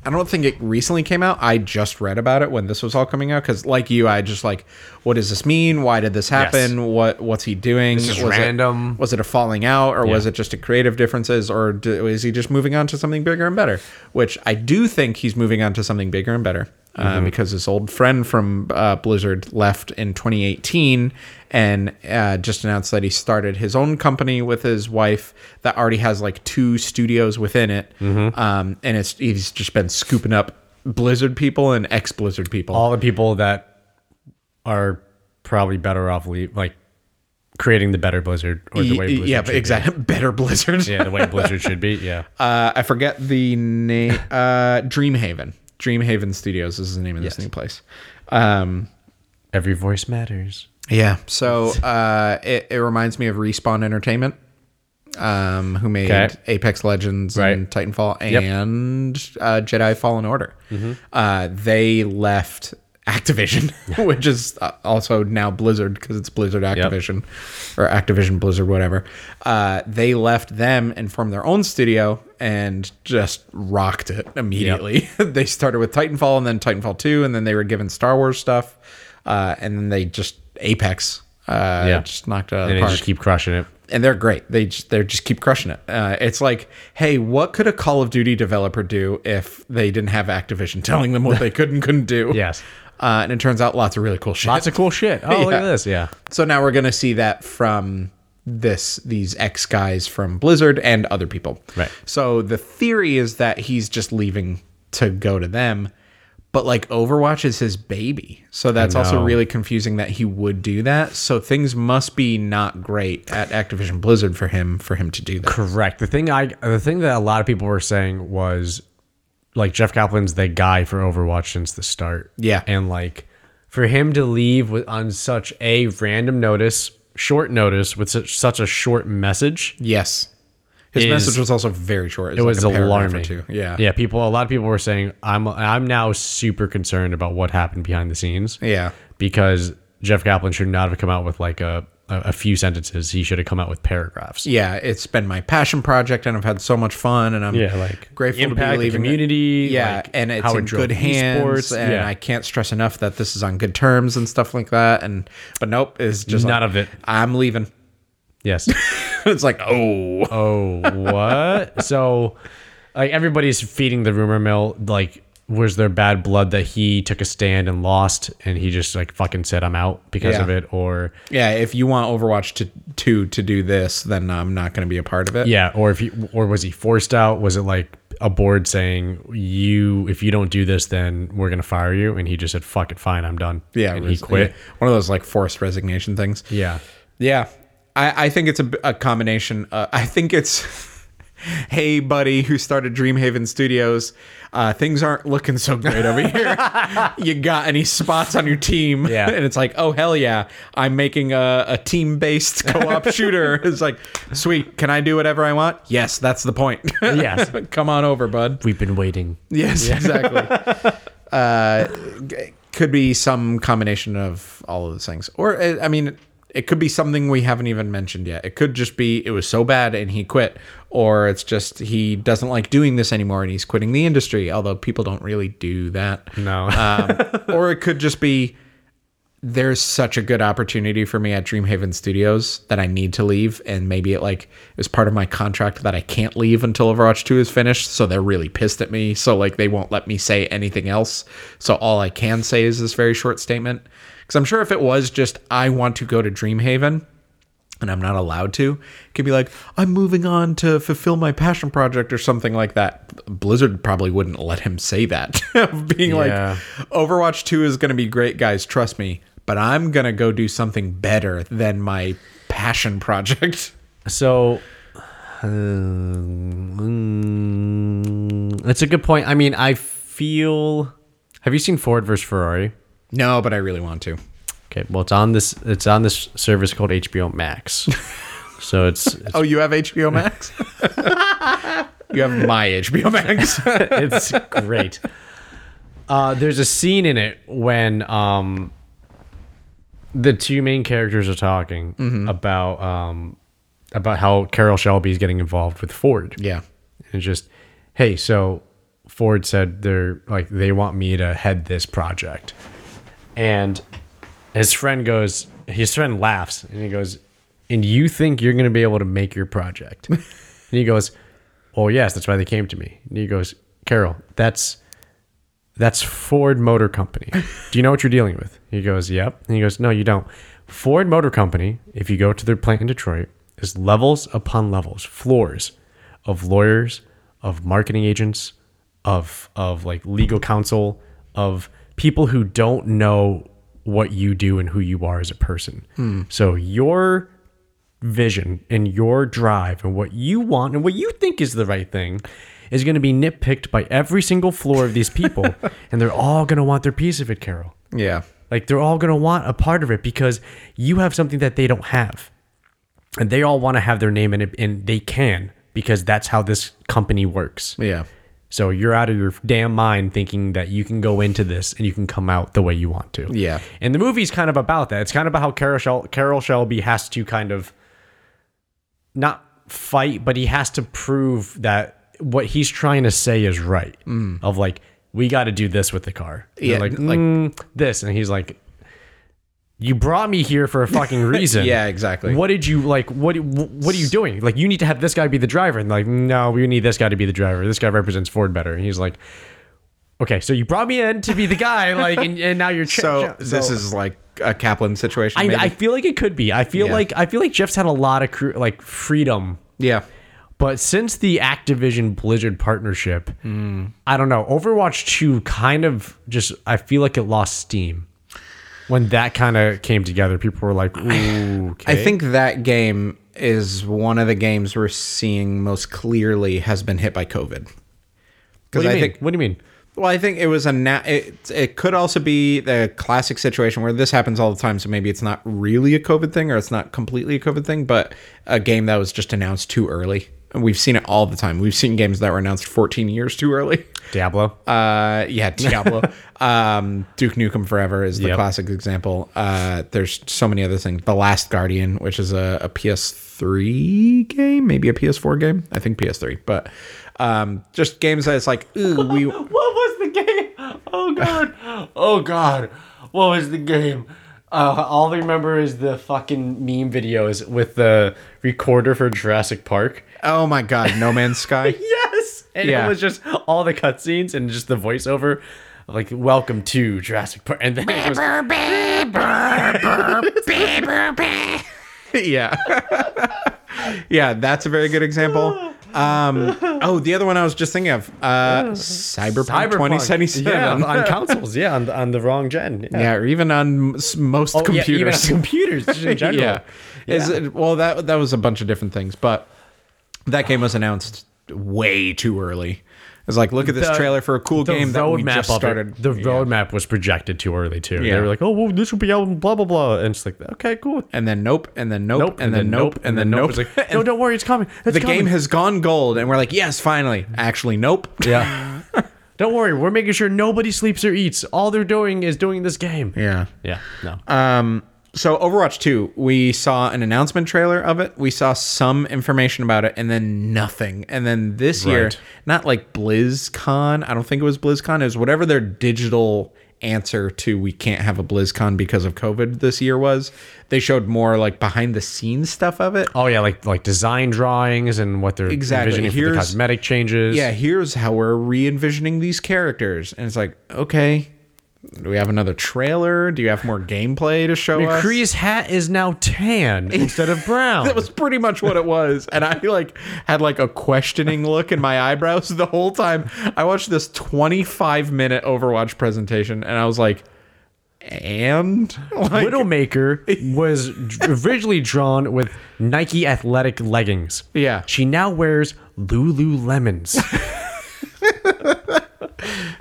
Speaker 1: I don't think it recently came out. I just read about it when this was all coming out because, like you, I just like, what does this mean? Why did this happen? What what's he doing?
Speaker 2: is random.
Speaker 1: It, was it a falling out, or was it just a creative differences, or do, is he just moving on to something bigger and better? Which I do think he's moving on to something bigger and better
Speaker 2: Mm-hmm.
Speaker 1: uh, because his old friend from uh, Blizzard left in 2018 and uh, just announced that he started his own company with his wife that already has like two studios within it,
Speaker 2: Mm-hmm.
Speaker 1: um, and it's he's just been scooping up. Blizzard people and ex Blizzard people.
Speaker 2: All the people that are probably better off leave, like creating the better Blizzard or the
Speaker 1: Y-
Speaker 2: way Blizzard
Speaker 1: yeah,
Speaker 2: should
Speaker 1: but
Speaker 2: be.
Speaker 1: exactly. Better Blizzard.
Speaker 2: Yeah, the way Blizzard should be. Yeah.
Speaker 1: Uh, I forget the name. Uh, Dreamhaven. Dreamhaven Studios is the name of this new place. Um,
Speaker 2: Every voice matters.
Speaker 1: yeah. So uh, it, it reminds me of Respawn Entertainment, um, who made
Speaker 2: Okay.
Speaker 1: Apex Legends and Titanfall and uh, Jedi Fallen Order.
Speaker 2: Mm-hmm.
Speaker 1: Uh, they left Activision, which is uh, also now Blizzard because it's Blizzard Activision or Activision Blizzard, whatever. Uh, they left them and formed their own studio and just rocked it immediately. they started with Titanfall and then Titanfall 2, and then they were given Star Wars stuff. Uh, and then they just Apex uh,
Speaker 2: Yeah.
Speaker 1: just knocked it out of
Speaker 2: And
Speaker 1: the
Speaker 2: they
Speaker 1: park
Speaker 2: just keep crushing it.
Speaker 1: and they're great. They just, they just keep crushing it. Uh, it's like, hey, what could a Call of Duty developer do if they didn't have Activision telling them what they could and couldn't do?
Speaker 2: Yes.
Speaker 1: Uh, and it turns out lots of really cool shit.
Speaker 2: Lots of cool shit. Oh, look
Speaker 1: Yeah.
Speaker 2: at this. Yeah.
Speaker 1: so now we're gonna see that from this these ex guys from Blizzard and other people.
Speaker 2: Right.
Speaker 1: So the theory is that he's just leaving to go to them. But like Overwatch is his baby. So that's also
Speaker 2: know.
Speaker 1: really confusing that he would do that. So things must be not great at Activision Blizzard for him for him to do that.
Speaker 2: Correct. The thing I the thing that a lot of people were saying was like Jeff Kaplan's the guy for Overwatch since the start.
Speaker 1: Yeah.
Speaker 2: And like for him to leave with on such a random notice, short notice with such, such a short message.
Speaker 1: Yes. His
Speaker 2: Is-
Speaker 1: message was also very short.
Speaker 2: It was alarming.
Speaker 1: Yeah.
Speaker 2: Yeah, people a lot of people were saying I'm I'm now super concerned about what happened behind the scenes.
Speaker 1: Yeah.
Speaker 2: because Jeff Kaplan should not have come out with like a a, a few sentences. He should have come out with paragraphs.
Speaker 1: Yeah. It's been my passion project and I've had so much fun and I'm grateful
Speaker 2: impact
Speaker 1: to be
Speaker 2: the
Speaker 1: leaving. it.
Speaker 2: community.
Speaker 1: yeah
Speaker 2: like,
Speaker 1: and it's
Speaker 2: how it
Speaker 1: in
Speaker 2: drove
Speaker 1: good hands
Speaker 2: esports.
Speaker 1: and
Speaker 2: yeah.
Speaker 1: i can't stress enough that this is on good terms and stuff like that and but nope it's just
Speaker 2: None
Speaker 1: like,
Speaker 2: of it.
Speaker 1: i'm leaving
Speaker 2: yes.
Speaker 1: it's like oh
Speaker 2: Oh, what? so, like everybody's feeding the rumor mill. Like, was there bad blood that he took a stand and lost, and he just like fucking said, "I'm out" because
Speaker 1: Yeah.
Speaker 2: of it, or
Speaker 1: yeah if you want overwatch to to to do this then i'm not going to be a part of it
Speaker 2: Yeah, or if he, or was he forced out? Was it like a board saying you if you don't do this, then we're gonna fire you? And he just said, "Fuck it, fine, I'm done."
Speaker 1: yeah
Speaker 2: and
Speaker 1: it
Speaker 2: he
Speaker 1: was-
Speaker 2: quit.
Speaker 1: yeah. one of those like forced resignation things
Speaker 2: Yeah,
Speaker 1: Yeah, I, I think it's a, b- a combination. Uh, I think it's hey buddy who started dreamhaven studios uh, things aren't looking so great over here you got any spots on your team
Speaker 2: Yeah.
Speaker 1: and it's like oh hell yeah i'm making a, a team-based co-op shooter it's like sweet can i do whatever i want yes that's the point
Speaker 2: Yes.
Speaker 1: come on over bud
Speaker 2: We've been waiting.
Speaker 1: yes exactly uh, g- could be some combination of all of those things or uh, i mean it could be something we haven't even mentioned yet it could just be it was so bad and he quit or it's just he doesn't like doing this anymore and he's quitting the industry although people don't really do that
Speaker 2: No.
Speaker 1: um, or it could just be there's such a good opportunity for me at Dreamhaven Studios that I need to leave, and maybe it like is part of my contract that I can't leave until Overwatch 2 is finished. So they're really pissed at me. So like they won't let me say anything else. So all I can say is this very short statement. Because I'm sure if it was just I want to go to Dreamhaven, and I'm not allowed to, it could be like, I'm moving on to fulfill my passion project or something like that. Blizzard probably wouldn't let him say that. Being
Speaker 2: Yeah.
Speaker 1: like, Overwatch 2 is going to be great, guys, trust me, but I'm going to go do something better than my passion project.
Speaker 2: So, uh, um, mm, that's a good point. I mean, I feel. Have you seen Ford versus Ferrari?
Speaker 1: no, but I really want to.
Speaker 2: Okay, well, it's on this. It's on this service called HBO Max. so it's
Speaker 1: Oh, you have HBO Max? you have my HBO Max.
Speaker 2: it's great. Uh, there's a scene in it when um, the two main characters are talking about um, about how Carol Shelby is getting involved with Ford.
Speaker 1: yeah.
Speaker 2: and just hey so ford said they're like they want me to head this project and his friend goes his friend laughs and he goes and you think you're going to be able to make your project and he goes oh yes that's why they came to me and he goes carol that's that's Ford Motor Company. Do you know what you're dealing with? He goes, Yep. And he goes, No, you don't. Ford Motor Company, if you go to their plant in Detroit, is levels upon levels, floors of lawyers, of marketing agents, of of like legal counsel, of people who don't know what you do and who you are as a person. So your vision and your drive and what you want and what you think is the right thing is going to be nitpicked by every single floor of these people and they're all going to want their piece of it carol
Speaker 1: Yeah.
Speaker 2: like they're all going to want a part of it because you have something that they don't have and they all want to have their name in it and they can because that's how this company works
Speaker 1: Yeah.
Speaker 2: so you're out of your damn mind thinking that you can go into this and you can come out the way you want to.
Speaker 1: Yeah.
Speaker 2: And the movie's kind of about that. It's kind of about how Carol, Shel- Carol Shelby has to kind of not fight, but he has to prove that what he's trying to say is right. Of like, we got to do this with the car. And
Speaker 1: Mm. Yeah,
Speaker 2: they're Like,
Speaker 1: like-
Speaker 2: "Mm, this. And he's like, you brought me here for a fucking reason.
Speaker 1: Yeah, exactly.
Speaker 2: What did you like? What what are you doing? Like, you need to have this guy be the driver, and like, no, we need this guy to be the driver. This guy represents Ford better. And he's like, okay, so you brought me in to be the guy, like, and, and now you're ch-
Speaker 1: So,
Speaker 2: ch-
Speaker 1: this is like a Kaplan situation.
Speaker 2: I,
Speaker 1: maybe?
Speaker 2: I feel like it could be. I feel
Speaker 1: Yeah.
Speaker 2: like I feel like Jeff's had a lot of cr- like freedom,
Speaker 1: yeah.
Speaker 2: but since the Activision Blizzard partnership, I don't know. Overwatch Two kind of just I feel like it lost steam. When that kind of came together, people were like, "Ooh, okay."
Speaker 1: I think that game is one of the games we're seeing most clearly has been hit by COVID.
Speaker 2: What
Speaker 1: Because
Speaker 2: do you
Speaker 1: I
Speaker 2: mean?
Speaker 1: think,
Speaker 2: what do you mean?
Speaker 1: well, I think it was a na- it, it could also be the classic situation where this happens all the time. So maybe it's not really a COVID thing, or it's not completely a COVID thing, but a game that was just announced too early. And we've seen it all the time. We've seen games that were announced 14 years too early.
Speaker 2: Diablo.
Speaker 1: Uh, yeah, Diablo. um, Duke Nukem Forever is the
Speaker 2: Yep.
Speaker 1: classic example. Uh, there's so many other things. The Last Guardian, which is a, a PS3 game, maybe a PS4 game. I think PS3, but um, just games that it's like, ooh, we.
Speaker 2: What was the game? Oh god. Oh god. What was the game? Uh, all I remember is the fucking meme videos with the recorder for Jurassic Park.
Speaker 1: Oh my God, No Man's Sky.
Speaker 2: Yes. And
Speaker 1: Yeah.
Speaker 2: it was just all the cutscenes and just the voiceover, like "Welcome to Jurassic Park," and then it was
Speaker 1: yeah. yeah, that's a very good example. Um, oh, the other one I was just thinking of, uh, Cyberpunk,
Speaker 2: Cyberpunk.
Speaker 1: 2077.
Speaker 2: Yeah, on, on consoles. Yeah, on, on the wrong gen. Yeah.
Speaker 1: Yeah, or even on s- most
Speaker 2: Oh, yeah,
Speaker 1: computers.
Speaker 2: even on computers just in general.
Speaker 1: Yeah. Is it, well, that that was a bunch of different things, but that game was announced way too early. It's like, look at this
Speaker 2: The-
Speaker 1: trailer for a cool
Speaker 2: The
Speaker 1: game that we
Speaker 2: roadmap
Speaker 1: just
Speaker 2: of it-
Speaker 1: started.
Speaker 2: The roadmap was projected too early too.
Speaker 1: Yeah.
Speaker 2: They were like, "Oh, well, this will be out in blah blah blah," and it's like, "Okay, cool."
Speaker 1: and then nope, and then nope, and, then, nope, and then nope.
Speaker 2: It's like, "No, don't worry, it's coming." It's
Speaker 1: the
Speaker 2: coming.
Speaker 1: game has gone gold, and we're like, yes, finally. Actually, nope.
Speaker 2: Yeah. Don't worry, we're making sure nobody sleeps or eats. All they're doing is doing this game.
Speaker 1: Yeah.
Speaker 2: Yeah, no.
Speaker 1: Um, so Overwatch 2, we saw an announcement trailer of it. We saw some information about it and then nothing. And then this year,
Speaker 2: Right.
Speaker 1: not like BlizzCon, I don't think it was BlizzCon, it was whatever their digital answer to we can't have a BlizzCon because of COVID this year was. They showed more like behind the scenes stuff of it.
Speaker 2: oh yeah, like like design drawings and what they're
Speaker 1: Exactly.
Speaker 2: envisioning for the
Speaker 1: Here's-
Speaker 2: cosmetic changes.
Speaker 1: Yeah, here's how we're re-envisioning these characters. And it's like, okay, do we have another trailer? Do you have more gameplay to show us?
Speaker 2: Kree's hat is now tan instead of brown.
Speaker 1: That was pretty much what it was. And I like had like a questioning look in my eyebrows the whole time. I watched this 25 minute Overwatch presentation and I was like, and like,
Speaker 2: Widowmaker was dr- originally drawn with Nike athletic leggings.
Speaker 1: Yeah.
Speaker 2: She now wears Lululemons.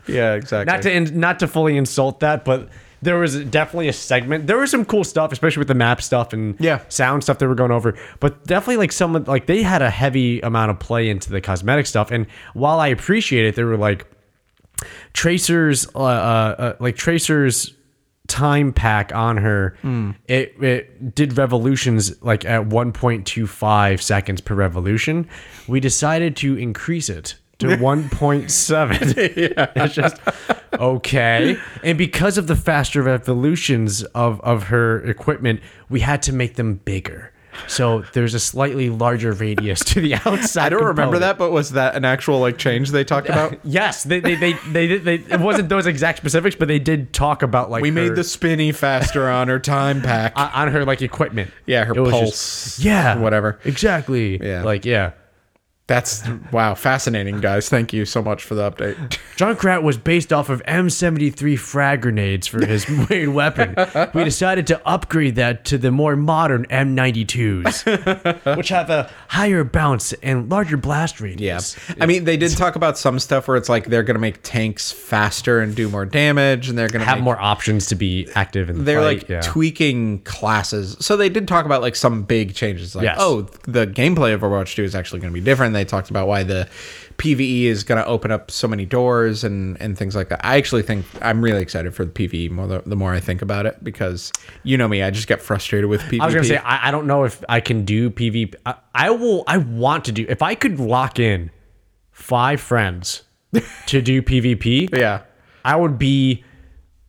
Speaker 1: yeah, exactly.
Speaker 2: not to in, not to fully insult that, but there was definitely a segment. There was some cool stuff, especially with the map stuff and
Speaker 1: Yeah.
Speaker 2: sound stuff they were going over. But definitely like someone like they had a heavy amount of play into the cosmetic stuff. And while I appreciate it, they were like Tracer's uh, uh, uh, like Tracer's time pack on her.
Speaker 1: Hmm.
Speaker 2: It it did revolutions like at 1.25 seconds per revolution. We decided to increase it to 1.7. It's just okay. And because of the faster revolutions of of her equipment, we had to make them bigger. So there's a slightly larger radius to the outside.
Speaker 1: I don't remember
Speaker 2: component.
Speaker 1: that, but was that an actual like change they talked about?
Speaker 2: Yes, they they they, they, did they it wasn't those exact specifics, but they did talk about like
Speaker 1: We
Speaker 2: her-
Speaker 1: made the spinny faster on her time pack.
Speaker 2: on- on her like equipment.
Speaker 1: yeah, her
Speaker 2: It was
Speaker 1: pulse.
Speaker 2: just- yeah,
Speaker 1: Whatever.
Speaker 2: Exactly.
Speaker 1: Yeah.
Speaker 2: like yeah.
Speaker 1: That's wow, fascinating, guys. Thank you so much for the update.
Speaker 2: Junkrat was based off of M73 frag grenades for his main weapon. We decided to upgrade that to the more modern M92s, which have a higher bounce and larger blast radius.
Speaker 1: Yeah. I mean, they did talk about some stuff where it's like they're going to make tanks faster and do more damage, and they're going to
Speaker 2: Have more options to be active in the
Speaker 1: They're
Speaker 2: fight,
Speaker 1: like
Speaker 2: yeah.
Speaker 1: tweaking classes. So they did talk about like some big changes. Like,
Speaker 2: Yes.
Speaker 1: oh, the gameplay of Overwatch 2 is actually going to be different. They talked about why the PvE is going to open up so many doors and, and things like that. I actually think I'm really excited for the PvE more the, the more I think about it because you know me, I just get frustrated with E. PvP.
Speaker 2: I was gonna say I, I don't know if I can do PvP. I, I will. I want to do. If I could lock in five friends to do PvP,
Speaker 1: yeah.
Speaker 2: I would be,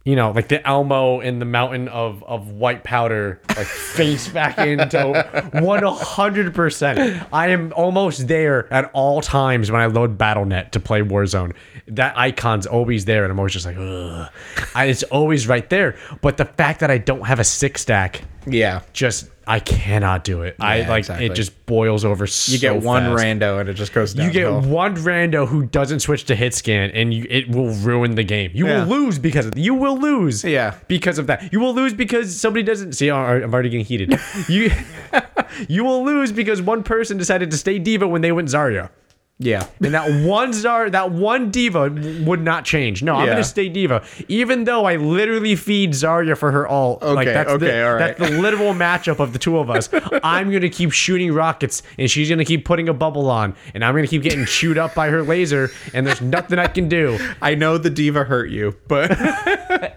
Speaker 2: you know, like the Elmo in the mountain of of white powder, like face back into one hundred percent. I am almost there at all times when I load BattleNet to play Warzone. That icon's always there, and I'm always just like, Ugh. I, it's always right there. But the fact that I don't have a six stack
Speaker 1: Yeah.
Speaker 2: just I cannot do it. I
Speaker 1: Yeah,
Speaker 2: like
Speaker 1: exactly.
Speaker 2: it just boils over. So
Speaker 1: You get one
Speaker 2: fast.
Speaker 1: rando and it just goes down.
Speaker 2: You get one rando who doesn't switch to hit scan, and you, it will ruin the game. You
Speaker 1: Yeah.
Speaker 2: will lose because of you will lose.
Speaker 1: Yeah.
Speaker 2: because of that. You will lose because somebody doesn't see. all right, I'm already getting heated. you you will lose because one person decided to stay diva when they went Zarya.
Speaker 1: Yeah.
Speaker 2: And that one czar, that one diva w- would not change. No, I'm
Speaker 1: Yeah.
Speaker 2: gonna stay diva, even though I literally feed Zarya for her all. like
Speaker 1: Okay,
Speaker 2: that's
Speaker 1: okay,
Speaker 2: the,
Speaker 1: all right.
Speaker 2: That's the literal matchup of the two of us. I'm gonna keep shooting rockets, and she's gonna keep putting a bubble on, and I'm gonna keep getting chewed up by her laser, and there's nothing I can do.
Speaker 1: I know the diva hurt you, but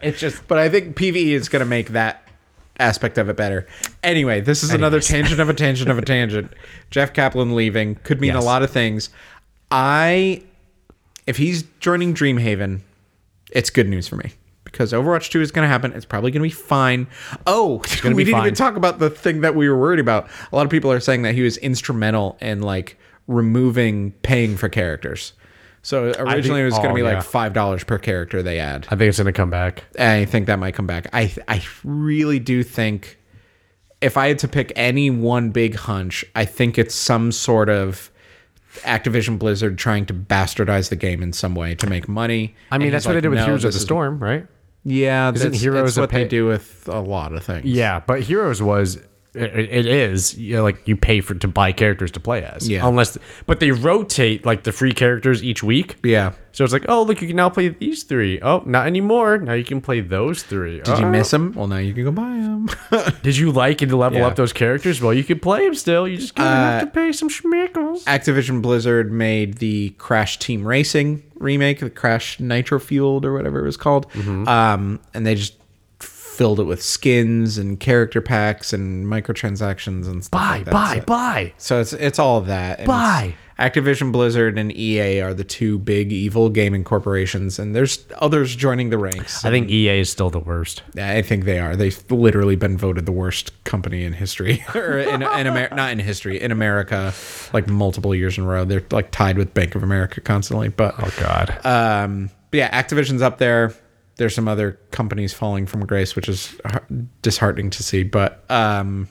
Speaker 2: It's just
Speaker 1: But I think PVE is going to make that aspect of it better. Anyway, this is another tangent of a tangent of a tangent. Jeff Kaplan leaving could mean
Speaker 2: Yes.
Speaker 1: a lot of things. I, if he's joining Dreamhaven, it's good news for me because Overwatch 2 is going to happen. It's probably going to be fine. Oh,
Speaker 2: gonna
Speaker 1: we
Speaker 2: be
Speaker 1: didn't
Speaker 2: fine.
Speaker 1: even talk about the thing that we were worried about. A lot of people are saying that he was instrumental in like removing paying for characters. So originally it was going
Speaker 2: oh,
Speaker 1: to be
Speaker 2: yeah.
Speaker 1: like $5 per character they add.
Speaker 2: I think it's gonna come back.
Speaker 1: I think that might come back. I I really do think if I had to pick any one big hunch, I think it's some sort of Activision Blizzard trying to bastardize the game in some way to make money.
Speaker 2: I mean,
Speaker 1: And
Speaker 2: that's
Speaker 1: he's
Speaker 2: what
Speaker 1: like,
Speaker 2: they did with
Speaker 1: "No,
Speaker 2: Heroes of
Speaker 1: this
Speaker 2: the
Speaker 1: is-
Speaker 2: Storm, right?
Speaker 1: Yeah, that's,
Speaker 2: Heroes
Speaker 1: that's
Speaker 2: a
Speaker 1: what
Speaker 2: pay-
Speaker 1: they do with a lot of things.
Speaker 2: Yeah, but Heroes was it, it is you know, like you pay for to buy characters to play as.
Speaker 1: Yeah.
Speaker 2: Unless, but they rotate like the free characters each week.
Speaker 1: Yeah.
Speaker 2: So it's like, oh look, you can now play these three. Oh, not anymore. Now you can play those three. Uh-uh.
Speaker 1: Did you
Speaker 2: Uh,
Speaker 1: miss them? Well, now you can go buy them.
Speaker 2: Did you like and level
Speaker 1: Yeah.
Speaker 2: up those characters? Well, you could play them still. You just gonna have to pay some schmickles.
Speaker 1: Activision Blizzard made the Crash Team Racing remake, the Crash Nitro Fueled or whatever it was called, um, and they just filled it with skins and character packs and microtransactions and stuff.
Speaker 2: Buy,
Speaker 1: like that.
Speaker 2: buy,
Speaker 1: So-
Speaker 2: buy.
Speaker 1: So it's it's all of that. And
Speaker 2: Buy.
Speaker 1: it's- Activision Blizzard and EA are the two big evil gaming corporations, and there's others joining the ranks.
Speaker 2: I think EA is still the worst.
Speaker 1: I think they are. They've literally been voted the worst company in history, or in, in Amer- not in history, in America, like multiple years in a row. They're like tied with Bank of America constantly. But,
Speaker 2: Oh, God. Uh,
Speaker 1: um, but yeah, Activision's up there. There's some other companies falling from grace, which is har- disheartening to see. But um,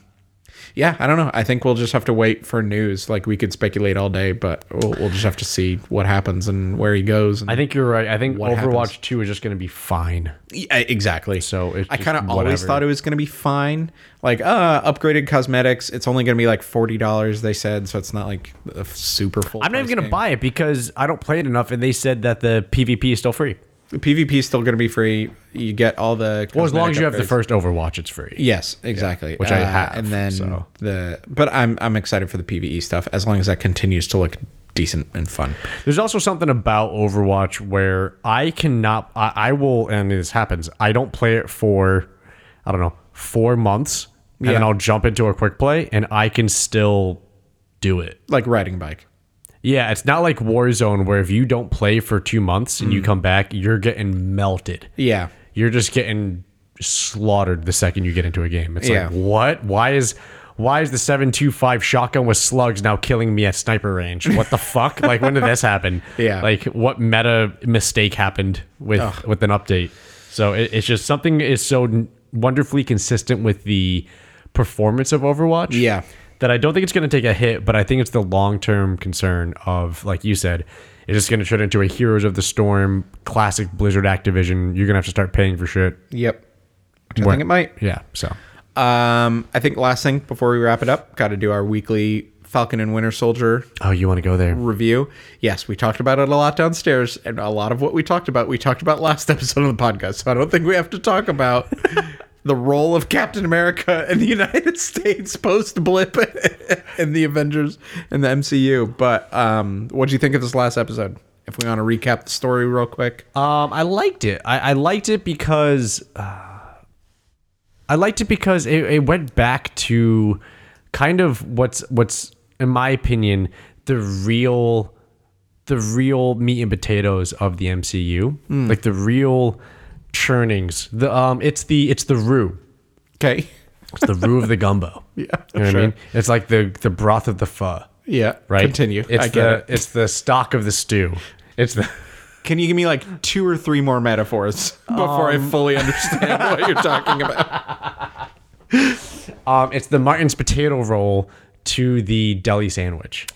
Speaker 1: yeah, I don't know. I think we'll just have to wait for news. Like we could speculate all day, but we'll, we'll just have to see what happens and where he goes. And
Speaker 2: I think you're right. I think
Speaker 1: What
Speaker 2: Overwatch
Speaker 1: happens?
Speaker 2: 2 is just going to be fine.
Speaker 1: Yeah, exactly.
Speaker 2: So it's
Speaker 1: I
Speaker 2: just
Speaker 1: kind of always
Speaker 2: whatever.
Speaker 1: thought it was going to be fine. Like, uh, upgraded cosmetics. It's only going to be like forty dollars. They said, so it's not like a f- super full.
Speaker 2: I'm not even
Speaker 1: price
Speaker 2: going to
Speaker 1: game.
Speaker 2: buy it because I don't play it enough, and they said that the PvP is still free.
Speaker 1: The PvP is still going to be free. You get all the.
Speaker 2: Well, as long as you have the
Speaker 1: upgrades.
Speaker 2: first Overwatch, it's free.
Speaker 1: Yes, exactly. Uh,
Speaker 2: which I have,
Speaker 1: and then
Speaker 2: so.
Speaker 1: the. But I'm I'm excited for the PVE stuff as long as that continues to look decent and fun.
Speaker 2: There's also something about Overwatch where I cannot, I, I will, and this happens, I don't play it for, I don't know, four months, and then
Speaker 1: Yeah.
Speaker 2: I'll jump into a quick play, and I can still do it.
Speaker 1: Like riding bike.
Speaker 2: Yeah, it's not like Warzone where if you don't play for two months and you come back, you're getting melted.
Speaker 1: Yeah.
Speaker 2: You're just getting slaughtered the second you get into a game. It's
Speaker 1: Yeah.
Speaker 2: like, what? Why is why is the seven two five shotgun with slugs now killing me at sniper range? What the fuck? Like when did this happen?
Speaker 1: Yeah.
Speaker 2: Like what meta mistake happened with with an update? So it, it's just something is so n- wonderfully consistent with the performance of Overwatch
Speaker 1: Yeah.
Speaker 2: that I don't think it's going to take a hit, but I think it's the long term concern of, like you said, it's just going to turn into a Heroes of the Storm classic Blizzard Activision. You're going to have to start paying for shit.
Speaker 1: Yep. Which I
Speaker 2: Where-
Speaker 1: think it might.
Speaker 2: Yeah. So
Speaker 1: Um, I think last thing before we wrap it up, got to do our weekly Falcon and Winter Soldier
Speaker 2: oh, you want to go there?
Speaker 1: review. Yes, we talked about it a lot downstairs, and a lot of what we talked about, we talked about last episode of the podcast. So I don't think we have to talk about the role of Captain America in the United States post blip and the Avengers and the MCU. But um, what do you think of this last episode? If we want to recap the story real quick,
Speaker 2: Um, I liked it. I, I liked it because uh, I liked it because it, it went back to kind of what's what's in my opinion the real the real meat and potatoes of the MCU,
Speaker 1: Hmm.
Speaker 2: like the real churnings. The um, it's the it's the roux.
Speaker 1: okay,
Speaker 2: It's the roux of the gumbo. Yeah, you know what I mean. It's like the the broth of the pho.
Speaker 1: yeah,
Speaker 2: Right.
Speaker 1: Continue.
Speaker 2: It's
Speaker 1: I get
Speaker 2: the
Speaker 1: it.
Speaker 2: it's the stock of the stew. It's the
Speaker 1: Can you give me like two or three more metaphors before I fully understand what you're talking about?
Speaker 2: Um, it's the Martin's potato roll to the deli sandwich.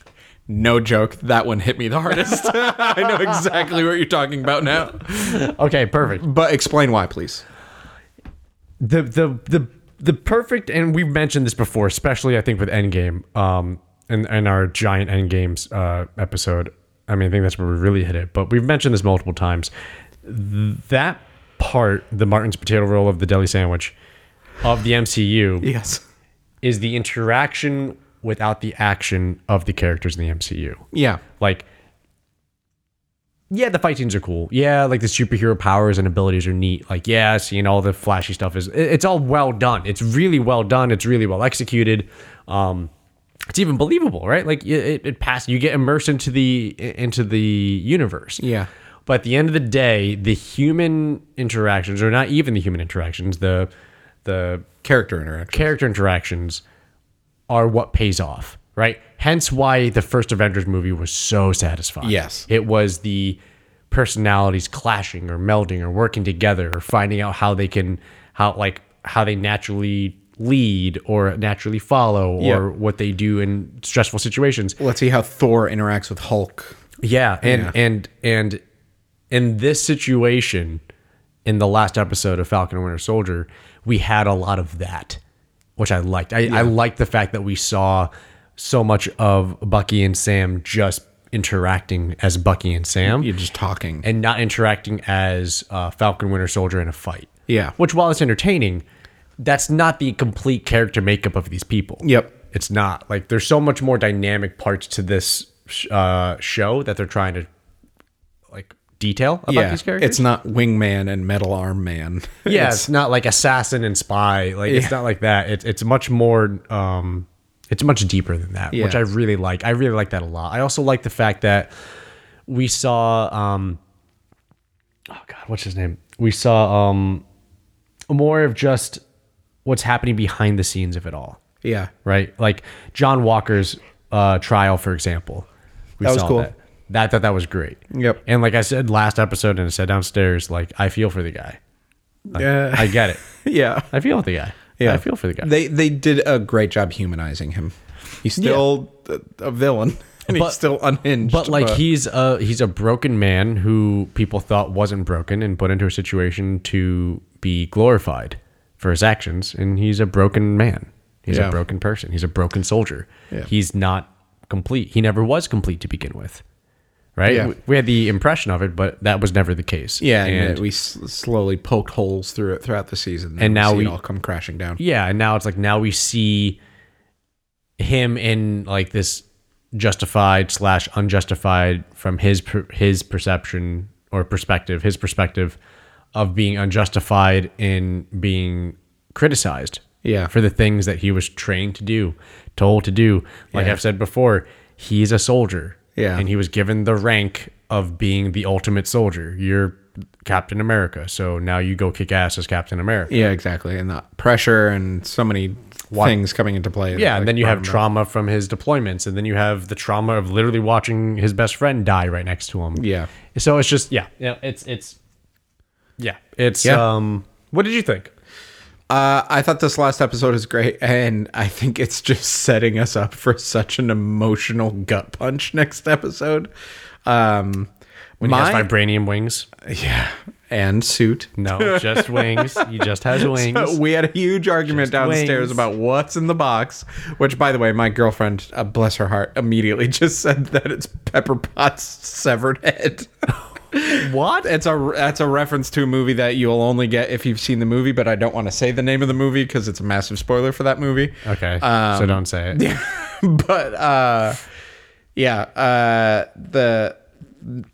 Speaker 1: No joke, that one hit me the hardest. I know exactly what you're talking about now.
Speaker 2: Okay, perfect.
Speaker 1: But explain why, please.
Speaker 2: The the the the perfect, and we've mentioned this before, especially I think with Endgame, um, and and our giant Endgames uh episode. I mean, I think that's where we really hit it. But we've mentioned this multiple times. Th- That part, the Martin's potato roll of the deli sandwich, of the MCU,
Speaker 1: Yes.
Speaker 2: is the interaction without the action of the characters in the MCU.
Speaker 1: Yeah.
Speaker 2: like yeah the fight scenes are cool yeah like the superhero powers and abilities are neat like yeah seeing all the flashy stuff is it- it's all well done it's really well done it's really well executed um it's even believable right like it, it- it passed you get immersed into the into the universe
Speaker 1: Yeah.
Speaker 2: but at the end of the day the human interactions or not even the human interactions the the
Speaker 1: Character interaction.
Speaker 2: character interactions are what pays off, right? Hence why the first Avengers movie was so satisfying.
Speaker 1: Yes.
Speaker 2: It was the personalities clashing or melding or working together or finding out how they can how like how they naturally lead or naturally follow or
Speaker 1: Yeah.
Speaker 2: what they do in stressful situations.
Speaker 1: Let's see how Thor interacts with Hulk.
Speaker 2: Yeah, and
Speaker 1: Yeah.
Speaker 2: and and in this situation, in the last episode of Falcon and Winter Soldier, we had a lot of that. which I liked. I, I liked the fact that we saw so much of Bucky and Sam just interacting as Bucky and Sam
Speaker 1: You're just talking.
Speaker 2: and not interacting as uh, Falcon Winter Soldier in a fight.
Speaker 1: Yeah.
Speaker 2: Which, while it's entertaining, that's not the complete character makeup of these people.
Speaker 1: Yep.
Speaker 2: It's not. Like, there's so much more dynamic parts to this sh- uh, show that they're trying to, like, detail about
Speaker 1: Yeah.
Speaker 2: these characters.
Speaker 1: It's not Wingman and Metal Arm Man.
Speaker 2: yeah, it's, not like assassin and spy. Like, it's not like that. It's it's much more. Um, it's much deeper than that, which
Speaker 1: Yeah.
Speaker 2: I really like. I really like that a lot. I also like the fact that we saw. Um, oh God, what's his name? We saw um, more of just what's happening behind the scenes of it all
Speaker 1: yeah.
Speaker 2: right? Like John Walker's uh, trial, for example. We
Speaker 1: That was cool.
Speaker 2: That. That, that that was great.
Speaker 1: Yep.
Speaker 2: And like I said last episode, and I said downstairs, like I feel for the guy.
Speaker 1: Yeah.
Speaker 2: Uh, I get it.
Speaker 1: yeah.
Speaker 2: I feel for the guy.
Speaker 1: Yeah.
Speaker 2: I feel for the guy.
Speaker 1: They they did a great job humanizing him. He's still a, a villain and
Speaker 2: But-
Speaker 1: he's still unhinged.
Speaker 2: but like he's a he's a broken man who people thought wasn't broken and put into a situation to be glorified for his actions, and he's a broken man. He's
Speaker 1: Yeah.
Speaker 2: a broken person. He's a broken soldier.
Speaker 1: Yeah.
Speaker 2: He's not complete. He never was complete to begin with, right?
Speaker 1: Yeah.
Speaker 2: We- We had the impression of it, but that was never the case.
Speaker 1: yeah, and,
Speaker 2: and
Speaker 1: we s- slowly poked holes through it throughout the season,
Speaker 2: And now
Speaker 1: see
Speaker 2: we-
Speaker 1: it all come crashing down.
Speaker 2: yeah, and now it's like now we see him in like this justified slash unjustified from his per, his perception or perspective, his perspective of being unjustified in being criticized.
Speaker 1: Yeah.
Speaker 2: for the things that he was trained to do, told to do. Like I've said before, he's a soldier.
Speaker 1: Yeah.
Speaker 2: and he was given the rank of being the ultimate soldier. You're Captain America, so now you go kick ass as Captain America.
Speaker 1: Yeah, exactly. And the pressure and so many things coming into play.
Speaker 2: Yeah, and
Speaker 1: like,
Speaker 2: then you have
Speaker 1: brought him
Speaker 2: trauma from his deployments, and then you have the trauma of literally watching his best friend die right next to him.
Speaker 1: up. Yeah.
Speaker 2: So it's just yeah, yeah, it's it's yeah, it's
Speaker 1: Yeah.
Speaker 2: um. What did you think?
Speaker 1: Uh, I thought this last episode is great, and I think it's just setting us up for such an emotional gut punch next episode. Um,
Speaker 2: When
Speaker 1: my,
Speaker 2: he has vibranium wings?
Speaker 1: yeah, and suit.
Speaker 2: No, just wings. He just has wings.
Speaker 1: Uh, we had a huge argument downstairs
Speaker 2: wings.
Speaker 1: about what's in the box, which, by the way, my girlfriend, uh, bless her heart, immediately just said that it's Pepper Pot's severed head.
Speaker 2: what?
Speaker 1: It's a that's a reference to a movie that you'll only get if you've seen the movie, but I don't want to say the name of the movie because it's a massive spoiler for that movie. Uh,
Speaker 2: Okay, so don't say it.
Speaker 1: but uh yeah uh the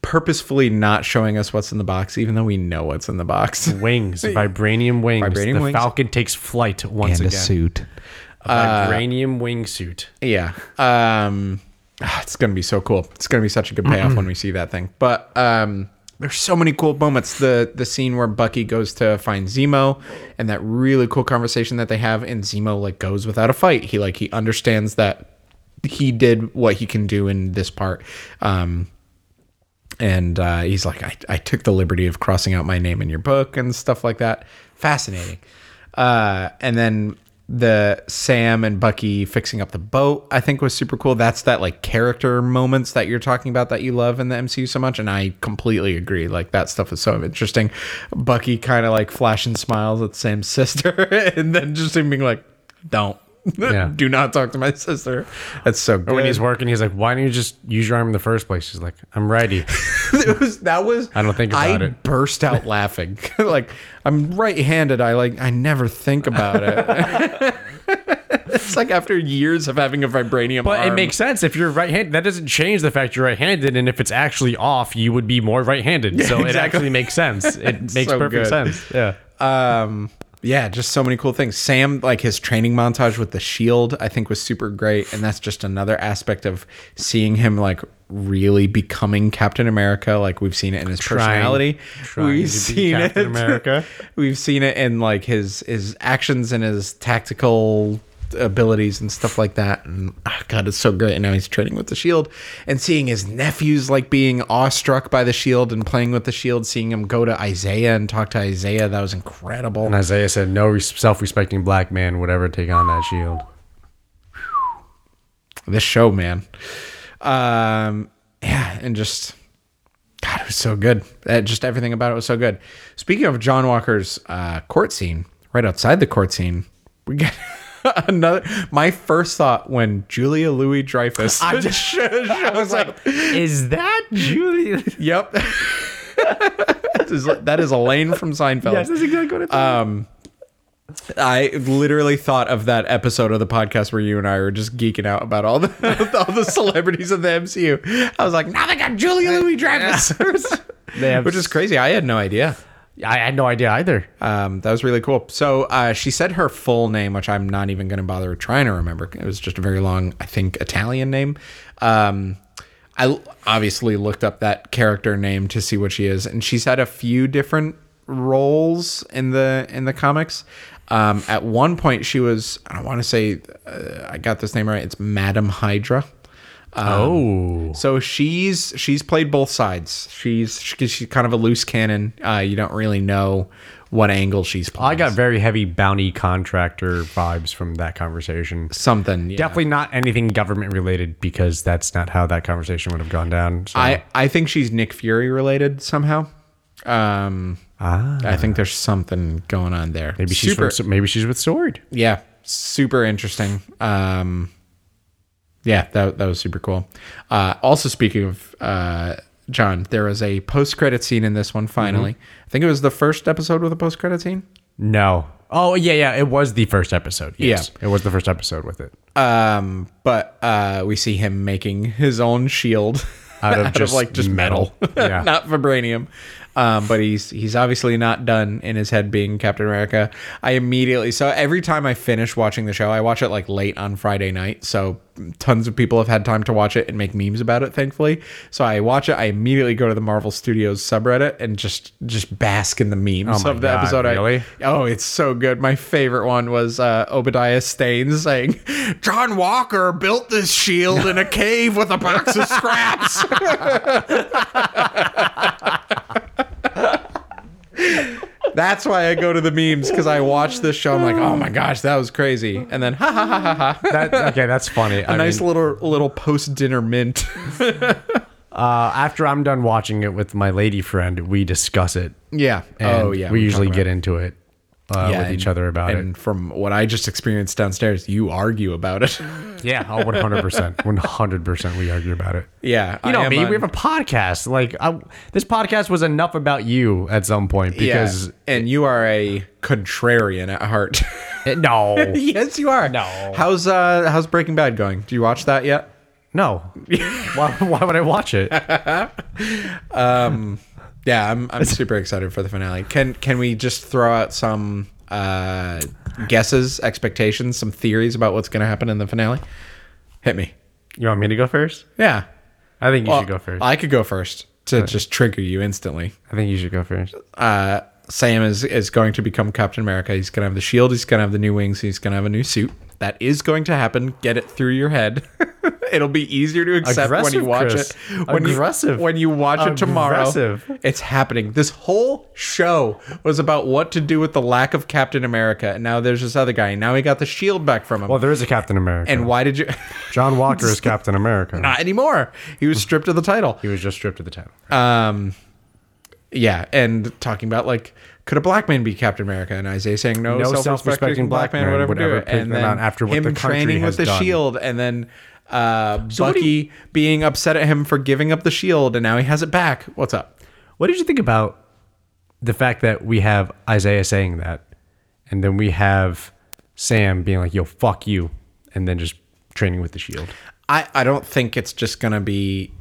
Speaker 1: purposefully not showing us what's in the box even though we know what's in the box
Speaker 2: Wings, vibranium wings.
Speaker 1: Vibranium
Speaker 2: the
Speaker 1: wings.
Speaker 2: Falcon takes flight once again.
Speaker 1: suit
Speaker 2: A vibranium wingsuit.
Speaker 1: yeah um ah, it's gonna be so cool it's gonna be such a good payoff when we see that thing but um there's so many cool moments the the scene where bucky goes to find zemo and that really cool conversation that they have and zemo like goes without a fight he like he understands that he did what he can do in this part um and uh, he's like, I, I took the liberty of crossing out my name in your book and stuff like that. Fascinating. Uh, and then the Sam and Bucky fixing up the boat, I think was super cool. That's that like character moments that you're talking about that you love in the MCU so much. And I completely agree. Like that stuff is so interesting. Bucky kind of like flashing smiles at Sam's sister and then just him being like, don't.
Speaker 2: Yeah.
Speaker 1: Do not talk to my sister. That's so good.
Speaker 2: When he's working, he's like, "Why don't you just use your arm in the first place?" He's like, "I'm righty."
Speaker 1: it was that was
Speaker 2: I don't think about
Speaker 1: I
Speaker 2: it.
Speaker 1: burst out laughing like i'm right-handed i like i never think about it it's like after years of having a vibranium
Speaker 2: But it
Speaker 1: arm.
Speaker 2: makes sense if you're right-handed. That doesn't change the fact you're right-handed, and if it's actually off, you would be more right-handed. So it
Speaker 1: exactly.
Speaker 2: actually makes sense. It makes
Speaker 1: so
Speaker 2: perfect
Speaker 1: good.
Speaker 2: sense. Yeah.
Speaker 1: um yeah just so many cool things sam like his training montage with the shield i think was super great and that's just another aspect of seeing him like really becoming captain america like we've seen it in his personality
Speaker 2: trying to be Captain America.
Speaker 1: we've seen it in like his his actions and his tactical abilities and stuff like that and ah, god it's so great and now he's training with the shield and seeing his nephews like being awestruck by the shield and playing with the shield seeing him go to isaiah and talk to isaiah that was incredible
Speaker 2: And Isaiah said, "No res- self-respecting black man would ever take on that shield."
Speaker 1: this show man um yeah and just god it was so good that just everything about it was so good speaking of john walker's uh court scene right outside the court scene we got Another. My first thought when Julia Louis Dreyfus shows up.
Speaker 2: Is that Julie?
Speaker 1: Yep. That is- that is Elaine from Seinfeld.
Speaker 2: exactly what I thought.
Speaker 1: Um, I literally thought of that episode of the podcast where you and I were just geeking out about all the all the celebrities of the MCU. I was like, now they got Julia Louis Dreyfus,
Speaker 2: They have-
Speaker 1: which is crazy. I had no idea.
Speaker 2: Uh, I had no idea either.
Speaker 1: Um, that was really cool. So uh, she said her full name, which I'm not even going to bother trying to remember. It was just a very long, I think, Italian name. Um, I l- obviously looked up that character name to see what she is, and she's had a few different roles in the in the comics. Um, at one point, she was I want to say uh, I got this name right. It's Madam Hydra. Um,
Speaker 2: oh,
Speaker 1: So she's she's played both sides. She's she- she's kind of a loose cannon. Uh, you don't really know what angle she's playing.
Speaker 2: I got very heavy bounty contractor vibes from that conversation.
Speaker 1: something. yeah.
Speaker 2: Definitely not anything government related because that's not how that conversation would have gone down. So.
Speaker 1: I I think she's Nick Fury related somehow. Um,
Speaker 2: ah,
Speaker 1: I think there's something going on there.
Speaker 2: maybe she's
Speaker 1: super.
Speaker 2: from, so- maybe she's with Sword.
Speaker 1: yeah, super interesting. Um, yeah, that that was super cool. Uh, also speaking of uh. John, there was a post-credit scene in this one. Finally,
Speaker 2: Mm-hmm.
Speaker 1: I think it was the first episode with a post-credit scene.
Speaker 2: No. Oh yeah, yeah. It was the first episode. Yes,
Speaker 1: Yeah.
Speaker 2: it was the first episode with it.
Speaker 1: Um, but uh, we see him making his own shield
Speaker 2: Out of just metal. Yeah.
Speaker 1: not vibranium. Um, but he's he's obviously not done in his head being Captain America. I immediately so every time I finish watching the show, I watch it like late on Friday night. So tons of people have had time to watch it and make memes about it. Thankfully, so I watch it. I immediately go to the Marvel Studios subreddit and just just bask in the memes
Speaker 2: Oh my
Speaker 1: of the
Speaker 2: God,
Speaker 1: episode. I-
Speaker 2: really?
Speaker 1: Oh, it's so good. My favorite one was uh, Obadiah Stane saying, John Walker built this shield in a cave with a box of scraps. That's why I go to the memes because I watch this show. I'm like, oh my gosh, that was crazy. And then, ha ha ha ha ha.
Speaker 2: That, okay, that's funny. I
Speaker 1: A nice
Speaker 2: mean,
Speaker 1: little little post dinner mint.
Speaker 2: uh, after I'm done watching it with my lady friend, we discuss it.
Speaker 1: yeah.
Speaker 2: and
Speaker 1: oh yeah.
Speaker 2: We
Speaker 1: we're
Speaker 2: usually
Speaker 1: talking
Speaker 2: get into it uh,
Speaker 1: Yeah,
Speaker 2: with
Speaker 1: and-
Speaker 2: each other about
Speaker 1: about it.
Speaker 2: it.
Speaker 1: And from what I just experienced downstairs, you argue about it.
Speaker 2: Yeah, oh, 100%. 100% we argue about it.
Speaker 1: yeah.
Speaker 2: You know me, we have a podcast. Like, I, this podcast was enough about you at some point because
Speaker 1: yeah. and you are a contrarian at heart.
Speaker 2: Eh, no,
Speaker 1: yes, you are.
Speaker 2: No.
Speaker 1: How's uh how's Breaking Bad going? Do you watch that yet?
Speaker 2: no. why, why would I watch it?
Speaker 1: Yeah, I'm I'm super excited for the finale. Can can we just throw out some uh guesses, expectations, some theories about what's going to happen in the finale? Hit me.
Speaker 2: You want me to go first?
Speaker 1: Yeah.
Speaker 2: I think you
Speaker 1: Well,
Speaker 2: should go first. I,
Speaker 1: I could go first to just trigger you instantly.
Speaker 2: think you should go first.
Speaker 1: Uh Sam is is going to become Captain America. He's going to have the shield, he's going to have the new wings, he's going to have a new suit. That is going to happen. Get it through your head. It'll be easier to accept when
Speaker 2: Aggressive,
Speaker 1: you watch
Speaker 2: Chris.
Speaker 1: it. When you-
Speaker 2: Aggressive.
Speaker 1: when you watch it tomorrow.
Speaker 2: Aggressive.
Speaker 1: It's happening. This whole show was about what to do with the lack of Captain America, and now there's this other guy, and now he got the shield back from him.
Speaker 2: Well, there is a Captain America.
Speaker 1: and why did you
Speaker 2: John Walker is Captain America.
Speaker 1: not anymore? He was stripped of the title.
Speaker 2: He was just stripped of the title.
Speaker 1: Um, yeah, and talking about like, could a black man be Captain America? And Isaiah saying no,
Speaker 2: No
Speaker 1: self-respecting, black man, whatever, do it.
Speaker 2: pick
Speaker 1: and
Speaker 2: them
Speaker 1: then
Speaker 2: out after what
Speaker 1: him
Speaker 2: the country
Speaker 1: training
Speaker 2: has
Speaker 1: with the
Speaker 2: done.
Speaker 1: shield, and then uh,
Speaker 2: what do
Speaker 1: Bucky being upset at him for giving up the shield, and now he has it back. What's up?
Speaker 2: What did you think about the fact that we have Isaiah saying that, and then we have Sam being like, "Yo, fuck you," and then just training with the shield?
Speaker 1: I I don't think it's just gonna be.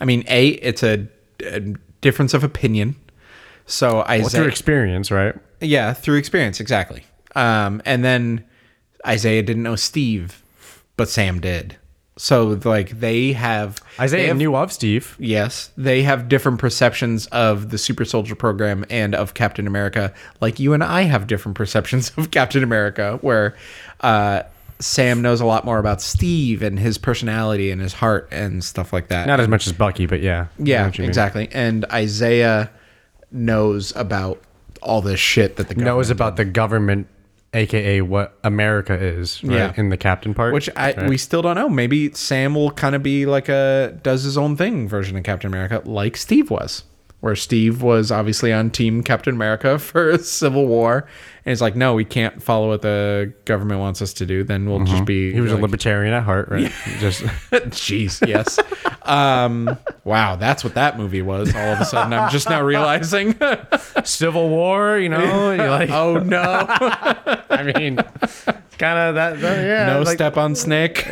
Speaker 1: I mean, a it's a, a difference of opinion. So Isaiah,
Speaker 2: Through experience, right?
Speaker 1: Yeah, through experience, exactly. Um, and then Isaiah didn't know Steve, but Sam did. So like they have
Speaker 2: Isaiah
Speaker 1: they have-
Speaker 2: knew of Steve.
Speaker 1: Yes, they have different perceptions of the Super Soldier program and of Captain America. Like you and I have different perceptions of Captain America, where uh, Sam knows a lot more about Steve and his personality and his heart and stuff like that.
Speaker 2: Not as much as Bucky, but yeah. I know
Speaker 1: Yeah,
Speaker 2: what you mean.
Speaker 1: exactly. And Isaiah knows about all this shit that the government
Speaker 2: Knows about the government, aka what America is, right?
Speaker 1: Yeah.
Speaker 2: In the captain part,
Speaker 1: Which I, we still don't know. Maybe Sam will kind of be like a does his own thing version of Captain America, like Steve was. where Steve was obviously on Team Captain America for Civil War, and he's like, "No, we can't follow what the government wants us to do. Then we'll just be."
Speaker 2: Mm-hmm. He was
Speaker 1: like,
Speaker 2: a libertarian at heart, right? Just
Speaker 1: Jeez, yes. um, wow, that's what that movie was. All of a sudden, I'm just now realizing.
Speaker 2: Civil War, you know? You like,
Speaker 1: oh no,
Speaker 2: I mean, kind of that, that- yeah.
Speaker 1: no
Speaker 2: like-
Speaker 1: step on snake.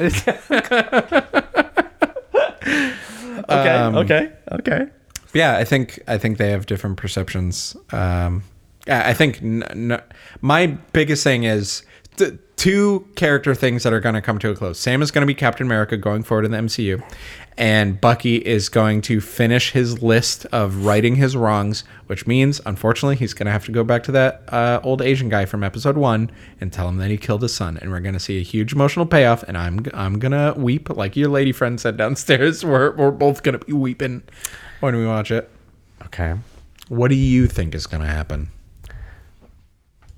Speaker 2: Okay, okay, okay.
Speaker 1: yeah i think i think they have different perceptions um i I think n- n- my biggest thing is th- two character things that are going to come to a close sam is going to be captain america going forward in the mcu and bucky is going to finish his list of righting his wrongs which means unfortunately he's going to have to go back to that uh, old asian guy from episode one and tell him that he killed his son and we're going to see a huge emotional payoff and i'm i'm going to weep like your lady friend said downstairs we're, we're both going to be weeping when we watch it.
Speaker 2: Okay.
Speaker 1: What do you think is going to happen?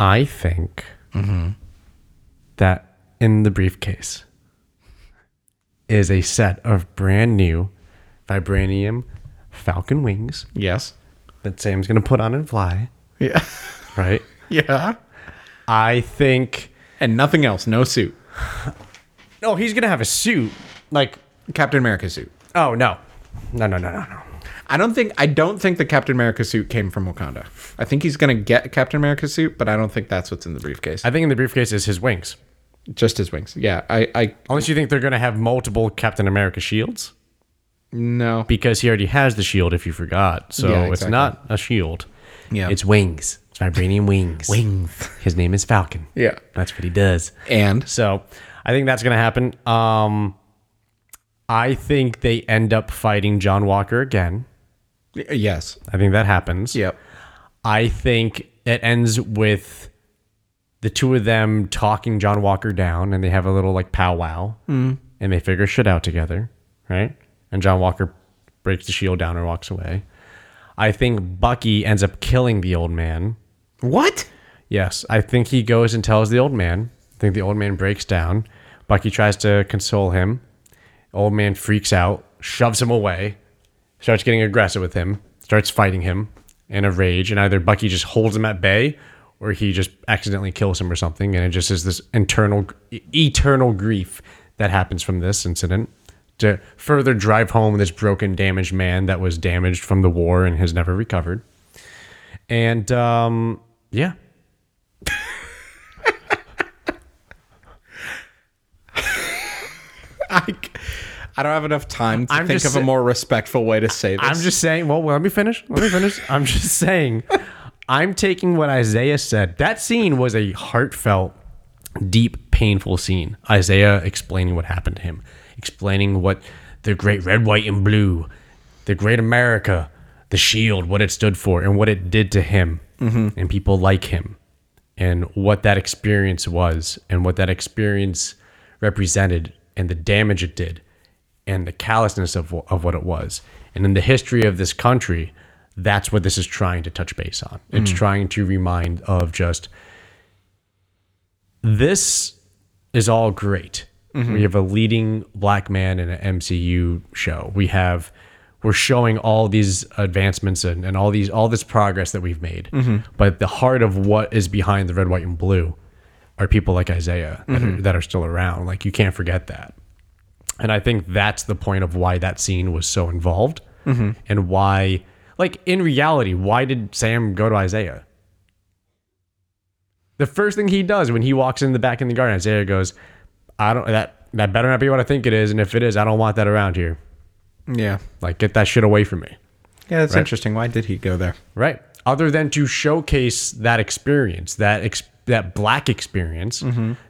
Speaker 2: I think that in the briefcase is a set of brand new vibranium falcon wings
Speaker 1: Yes.
Speaker 2: that Sam's going to put on and fly,
Speaker 1: Yeah.
Speaker 2: right?
Speaker 1: yeah.
Speaker 2: I think.
Speaker 1: And nothing else. No suit.
Speaker 2: No, he's going to have a suit. Like,
Speaker 1: Captain America suit.
Speaker 2: oh, no. No, no, no, no, no.
Speaker 1: I don't think I don't think the Captain America suit came from Wakanda. I think he's going to get a Captain America suit, but I don't think that's what's in the briefcase.
Speaker 2: I think in the briefcase is his wings.
Speaker 1: Just his wings. Yeah. I I
Speaker 2: Unless you think they're going to have multiple Captain America shields.
Speaker 1: no.
Speaker 2: because he already has the shield if you forgot. So
Speaker 1: Yeah,
Speaker 2: it's
Speaker 1: exactly.
Speaker 2: not a shield.
Speaker 1: Yeah.
Speaker 2: It's wings. It's vibranium wings. Wings. His name is Falcon.
Speaker 1: Yeah.
Speaker 2: That's what he does.
Speaker 1: And
Speaker 2: So I think that's gonna happen. Um I think they end up fighting John Walker again.
Speaker 1: yes.
Speaker 2: I think that happens.
Speaker 1: Yep.
Speaker 2: I think it ends with the two of them talking John Walker down, and they have a little like powwow, mm. and they figure shit out together, right? And John Walker breaks the shield down and walks away. I think Bucky ends up killing the old man.
Speaker 1: What?
Speaker 2: Yes, I think he goes and tells the old man. I think the old man breaks down. Bucky tries to console him. Old man freaks out, shoves him away, starts getting aggressive with him, starts fighting him in a rage, and either Bucky just holds him at bay or he just accidentally kills him or something, and it just is this internal e- eternal grief that happens from this incident to further drive home this broken, damaged man that was damaged from the war and has never recovered. And um, yeah,
Speaker 1: I c- I don't have enough time to
Speaker 2: I'm
Speaker 1: think
Speaker 2: just
Speaker 1: of a
Speaker 2: sa-
Speaker 1: more respectful way to say this.
Speaker 2: I'm just saying. Well, let me finish. Let me finish. I'm just saying. I'm taking what Isaiah said. That scene was a heartfelt, deep, painful scene. Isaiah explaining what happened to him, explaining what the great red, white, and blue, the great America, the shield, what it stood for, and what it did to him and people like him, and what that experience was, and what that experience represented, and the damage it did and the callousness of, of what it was. And in the history of this country, that's what this is trying to touch base on. It's trying to remind of just this is all great. We have a leading black man in an MCU show. We have we're showing all these advancements and, and all these all this progress that we've made. But the heart of what is behind the red, white, and blue are people like Isaiah that, are, that are still around. Like you can't forget that. And I think that's the point of why that scene was so involved and why, like, in reality, why did Sam go to Isaiah? The first thing he does when he walks in the back in the garden, Isaiah goes, I don't, that, that better not be what I think it is. And if it is, I don't want that around here.
Speaker 1: Yeah.
Speaker 2: Like, get that shit away from me.
Speaker 1: Yeah, that's interesting. Why did he go there?
Speaker 2: Right. Other than to showcase that experience, that ex- that black experience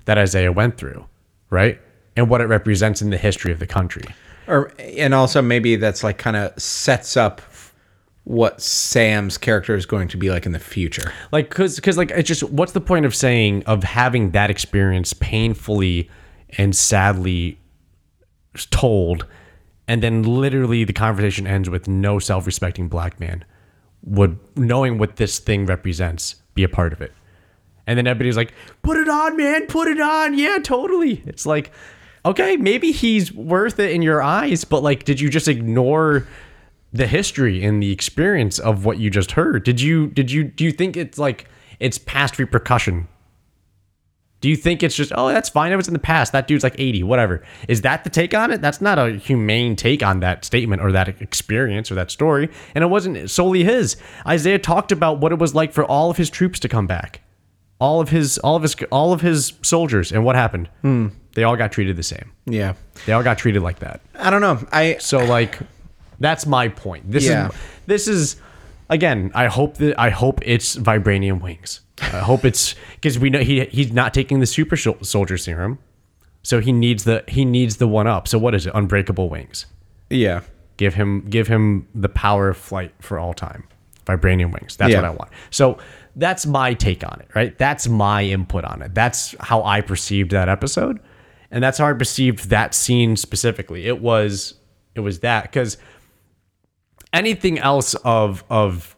Speaker 2: that Isaiah went through, right? And what it represents in the history of the country.
Speaker 1: or and also maybe that's like kind of sets up what Sam's character is going to be like in the future.
Speaker 2: like because because like it's just what's the point of saying of having that experience painfully and sadly told and then literally the conversation ends with no self-respecting black man would knowing what this thing represents be a part of it and then everybody's like put it on man put it on yeah totally it's like okay maybe he's worth it in your eyes but like did you just ignore the history and the experience of what you just heard. Did you did you do you think it's like it's past repercussion? Do you think it's just oh that's fine it was in the past that dude's like 80 whatever. Is that the take on it? That's not a humane take on that statement or that experience or that story and it wasn't solely his. Isaiah talked about what it was like for all of his troops to come back. All of his all of his all of his soldiers and what happened? They all got treated the same.
Speaker 1: Yeah.
Speaker 2: They all got treated like that.
Speaker 1: I don't know. I
Speaker 2: So like that's my point. This
Speaker 1: Yeah.
Speaker 2: is this is again, I hope that I hope it's vibranium wings. I hope it's cuz we know he he's not taking the super shol- soldier serum. So he needs the he needs the one up. So what is it? Unbreakable wings.
Speaker 1: yeah.
Speaker 2: Give him give him the power of flight for all time. Vibranium wings. That's
Speaker 1: Yeah.
Speaker 2: what I want. So that's my take on it, right? That's my input on it. That's how I perceived that episode. And that's how I perceived that scene specifically. It was it was that because anything else of of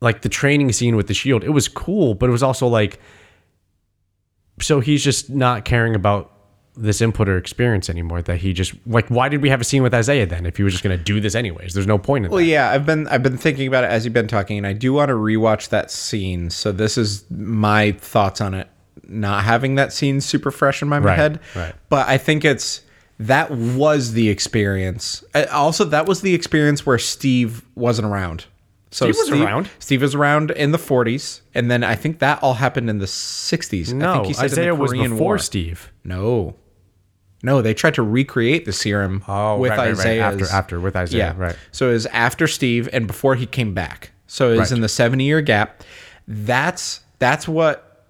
Speaker 2: like the training scene with the shield, it was cool, but it was also like so he's just not caring about this input or experience anymore that he just like why did we have a scene with Isaiah then if he was just gonna do this anyways? There's no point in
Speaker 1: Well,
Speaker 2: that.
Speaker 1: yeah, I've been I've been thinking about it as you've been talking, and I do want to rewatch that scene. So this is my thoughts on it, not having that scene super fresh in my
Speaker 2: Right,
Speaker 1: head.
Speaker 2: right.
Speaker 1: But I think it's that was the experience. Uh, Also, that was the experience where Steve wasn't around. So
Speaker 2: Steve was around.
Speaker 1: Steve was around in the 40s, and then I think that all happened in the 60s. I
Speaker 2: No,
Speaker 1: think in the
Speaker 2: Isaiah was
Speaker 1: Korean
Speaker 2: before
Speaker 1: War.
Speaker 2: Steve.
Speaker 1: No. No, they tried to recreate the serum with
Speaker 2: Oh, right, right, right.
Speaker 1: Isaiah.
Speaker 2: After- after, with Isaiah, right.
Speaker 1: So it was after Steve and before he came back. So it was
Speaker 2: Right.
Speaker 1: in the 70 year gap. That's that's what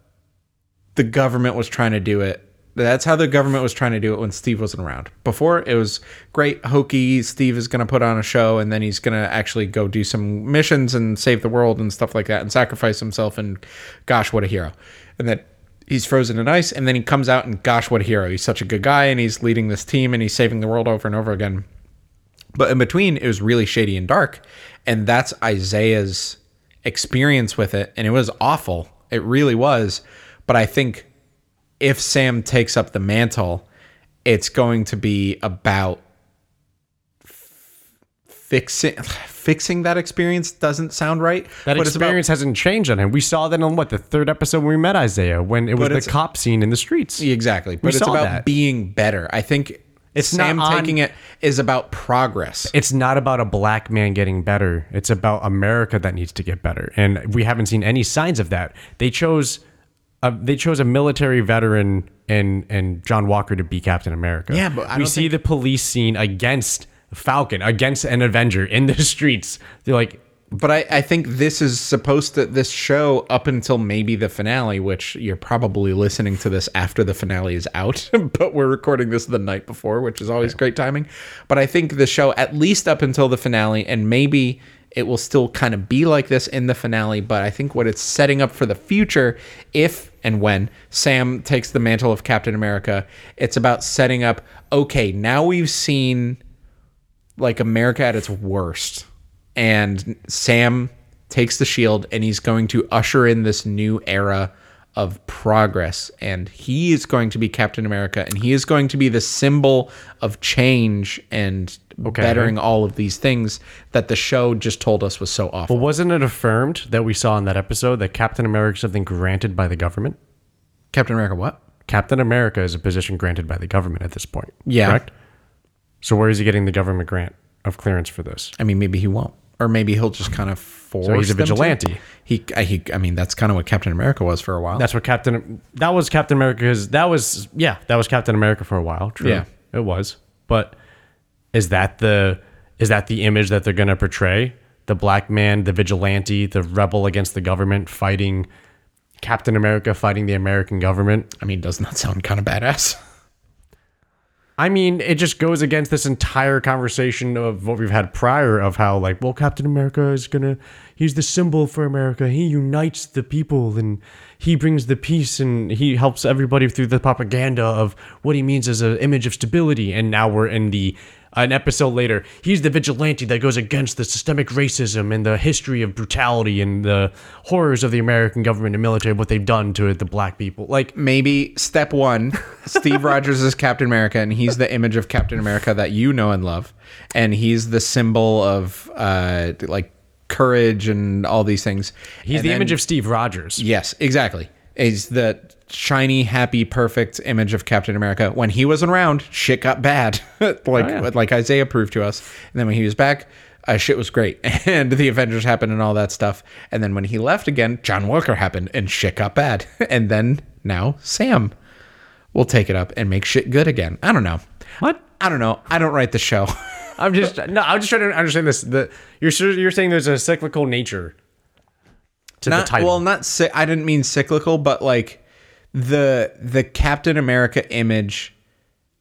Speaker 1: the government was trying to do it. That's how the government was trying to do it when Steve wasn't around. Before it was great hokey. Steve is going to put on a show and then he's going to actually go do some missions and save the world and stuff like that and sacrifice himself and gosh, what a hero. And that he's frozen in ice and then he comes out and gosh, what a hero. He's such a good guy and he's leading this team and he's saving the world over and over again. But in between, it was really shady and dark. And that's Isaiah's experience with it. And it was awful. It really was. But I think if Sam takes up the mantle, it's going to be about f- fixing fixing that experience doesn't sound right
Speaker 2: That
Speaker 1: but it's about
Speaker 2: experience hasn't changed on him. We saw that in what the third episode when we met Isaiah when it was
Speaker 1: But
Speaker 2: the
Speaker 1: it's-
Speaker 2: cop scene in the streets.
Speaker 1: exactly but it's
Speaker 2: saw
Speaker 1: about
Speaker 2: that.
Speaker 1: being better i think
Speaker 2: It's
Speaker 1: sam
Speaker 2: not on-
Speaker 1: taking it is about progress
Speaker 2: It's not about a black man getting better. It's about America that needs to get better, and we haven't seen any signs of that. They chose, a, they chose a military veteran and and John Walker to be Captain America.
Speaker 1: Yeah, but I
Speaker 2: we
Speaker 1: don't
Speaker 2: see the police scene against Falcon, against an Avenger in the streets. They're like,
Speaker 1: But I, I think this is supposed to this show up until maybe the finale, which you're probably listening to this after the finale is out, but we're recording this the night before, which is always great timing. But I think the show at least up until the finale, and maybe it will still kind of be like this in the finale, but I think what it's setting up for the future, if and when Sam takes the mantle of Captain America, it's about setting up, okay, now we've seen like America at its worst. And Sam takes the shield and he's going to usher in this new era of progress. And he is going to be Captain America and he is going to be the symbol of change and bettering all of these things that the show just told us was so awful.
Speaker 2: but wasn't it affirmed that we saw in that episode that Captain America is something granted by the government?
Speaker 1: Captain America, what?
Speaker 2: Captain America is a position granted by the government at this point.
Speaker 1: Yeah.
Speaker 2: Correct? So where is he getting the government grant of clearance for this?
Speaker 1: I mean, maybe he won't. Or maybe he'll just kind of force.
Speaker 2: he's a
Speaker 1: them to.
Speaker 2: vigilante.
Speaker 1: He, I- he, I mean, that's kind of what Captain America was for a while.
Speaker 2: That's what Captain that was Captain America's that was yeah, that was Captain America for a while. True.
Speaker 1: Yeah.
Speaker 2: It was. But is that the is that the image that they're gonna portray? The black man, the vigilante, the rebel against the government fighting Captain America fighting the American government.
Speaker 1: I mean, doesn't that sound kind of badass?
Speaker 2: I mean, it just goes against this entire conversation of what we've had prior of how, like, well, Captain America is gonna, he's the symbol for America. He unites the people and he brings the peace and he helps everybody through the propaganda of what he means as an image of stability. And now we're in the an episode later, he's the vigilante that goes against the systemic racism and the history of brutality and the horrors of the American government and military, what they've done to the black people. Like,
Speaker 1: Maybe step one, Steve Rogers is Captain America, and he's the image of Captain America that you know and love, and he's the symbol of uh, like courage and all these things.
Speaker 2: he's
Speaker 1: And
Speaker 2: the
Speaker 1: then-
Speaker 2: image of Steve Rogers.
Speaker 1: Yes, exactly. Is the shiny, happy, perfect image of Captain America. When he wasn't around, shit got bad, like
Speaker 2: yeah.
Speaker 1: like Isaiah proved to us. And then when he was back, uh, shit was great, and the Avengers happened and all that stuff. And then when he left again, John Walker happened, and shit got bad. and then now Sam will take it up and make shit good again. I don't know.
Speaker 2: What?
Speaker 1: I don't know. I don't write the show.
Speaker 2: I'm just no. I'm just trying to understand this. The you're sure- you're saying there's a cyclical nature to
Speaker 1: not
Speaker 2: the title.
Speaker 1: well not si- i didn't mean cyclical but like the the captain america image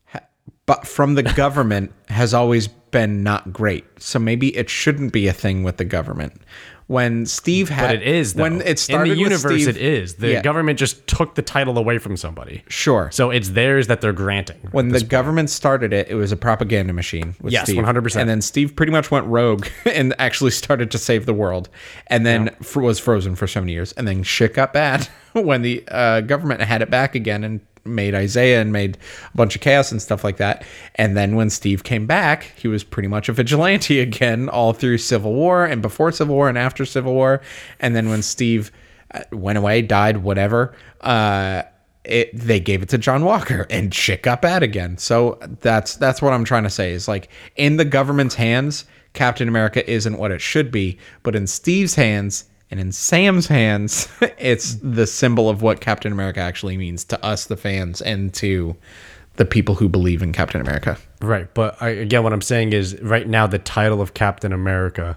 Speaker 1: ha- but from the government has always been not great so maybe it shouldn't be a thing with the government when steve had
Speaker 2: but it is though.
Speaker 1: when it started
Speaker 2: in the universe.
Speaker 1: with steve,
Speaker 2: it is the
Speaker 1: Yeah.
Speaker 2: government just took the title away from somebody.
Speaker 1: sure
Speaker 2: So it's theirs that they're granting.
Speaker 1: when the government started it, it was a propaganda machine. With
Speaker 2: Yes,
Speaker 1: Steve.
Speaker 2: 100%.
Speaker 1: And then Steve pretty much went rogue and actually started to save the world, and then fr- was frozen for so many years, and then shit got bad when the uh, government had it back again and made Isaiah and made a bunch of chaos and stuff like that. And then when Steve came back, he was pretty much a vigilante again, all through Civil War and before Civil War and after Civil War. And then when Steve uh, went away, died, whatever. Uh, it they gave it to John Walker and shit got bad again. So that's that's what I'm trying to say is like in the government's hands, Captain America isn't what it should be, but in Steve's hands and in Sam's hands, it's the symbol of what Captain America actually means to us the fans and to the people who believe in Captain America.
Speaker 2: Right, but I, again, what I'm saying is, right now the title of Captain America,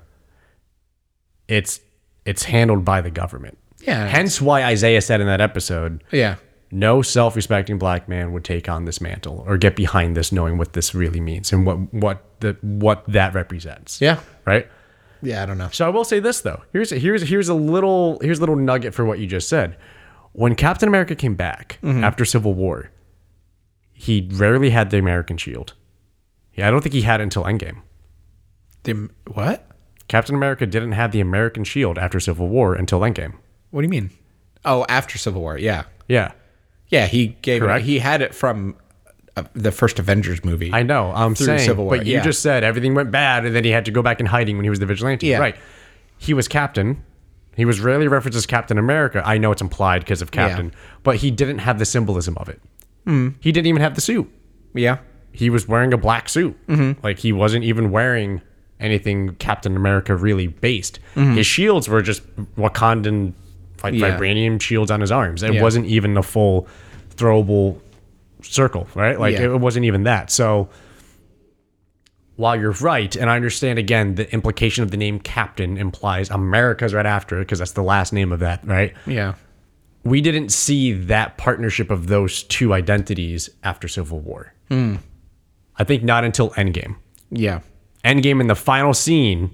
Speaker 2: it's it's handled by the government.
Speaker 1: Yeah.
Speaker 2: Hence why Isaiah said in that episode,
Speaker 1: Yeah.
Speaker 2: no self-respecting black man would take on this mantle or get behind this, knowing what this really means and what what the what that represents.
Speaker 1: Yeah.
Speaker 2: Right.
Speaker 1: Yeah, I don't know.
Speaker 2: So I will say this though. Here's here's here's a little here's a little nugget for what you just said. When Captain America came back after Civil War, he rarely had the American Shield. Yeah, I don't think he had it until Endgame.
Speaker 1: The, what?
Speaker 2: Captain America didn't have the American Shield after Civil War until Endgame.
Speaker 1: What do you mean? Oh, after Civil War. Yeah.
Speaker 2: Yeah,
Speaker 1: Yeah, he gave it,
Speaker 2: Correct.
Speaker 1: he had it from uh, the first Avengers movie.
Speaker 2: I know. I'm saying,
Speaker 1: Civil War,
Speaker 2: but
Speaker 1: yeah.
Speaker 2: you just said everything went bad, and then he had to go back in hiding when he was the vigilante.
Speaker 1: Yeah.
Speaker 2: Right. He was captain. He was rarely referenced as Captain America. I know it's implied because of Captain, but he didn't have the symbolism of it.
Speaker 1: Hmm.
Speaker 2: He didn't even have the suit.
Speaker 1: yeah.
Speaker 2: He was wearing a black suit.
Speaker 1: Mm-hmm.
Speaker 2: Like he wasn't even wearing anything Captain America really based. His shields were just Wakandan like
Speaker 1: Mm-hmm. Yeah.
Speaker 2: vibranium shields on his arms. It
Speaker 1: Yeah.
Speaker 2: wasn't even a full throwable circle, right? Like
Speaker 1: Yeah.
Speaker 2: it wasn't even that. So while you're right, and I understand again the implication of the name Captain implies America's right after it because that's the last name of that, right?
Speaker 1: Yeah.
Speaker 2: we didn't see that partnership of those two identities after Civil War.
Speaker 1: Hmm.
Speaker 2: I think not until Endgame.
Speaker 1: Yeah.
Speaker 2: Endgame in the final scene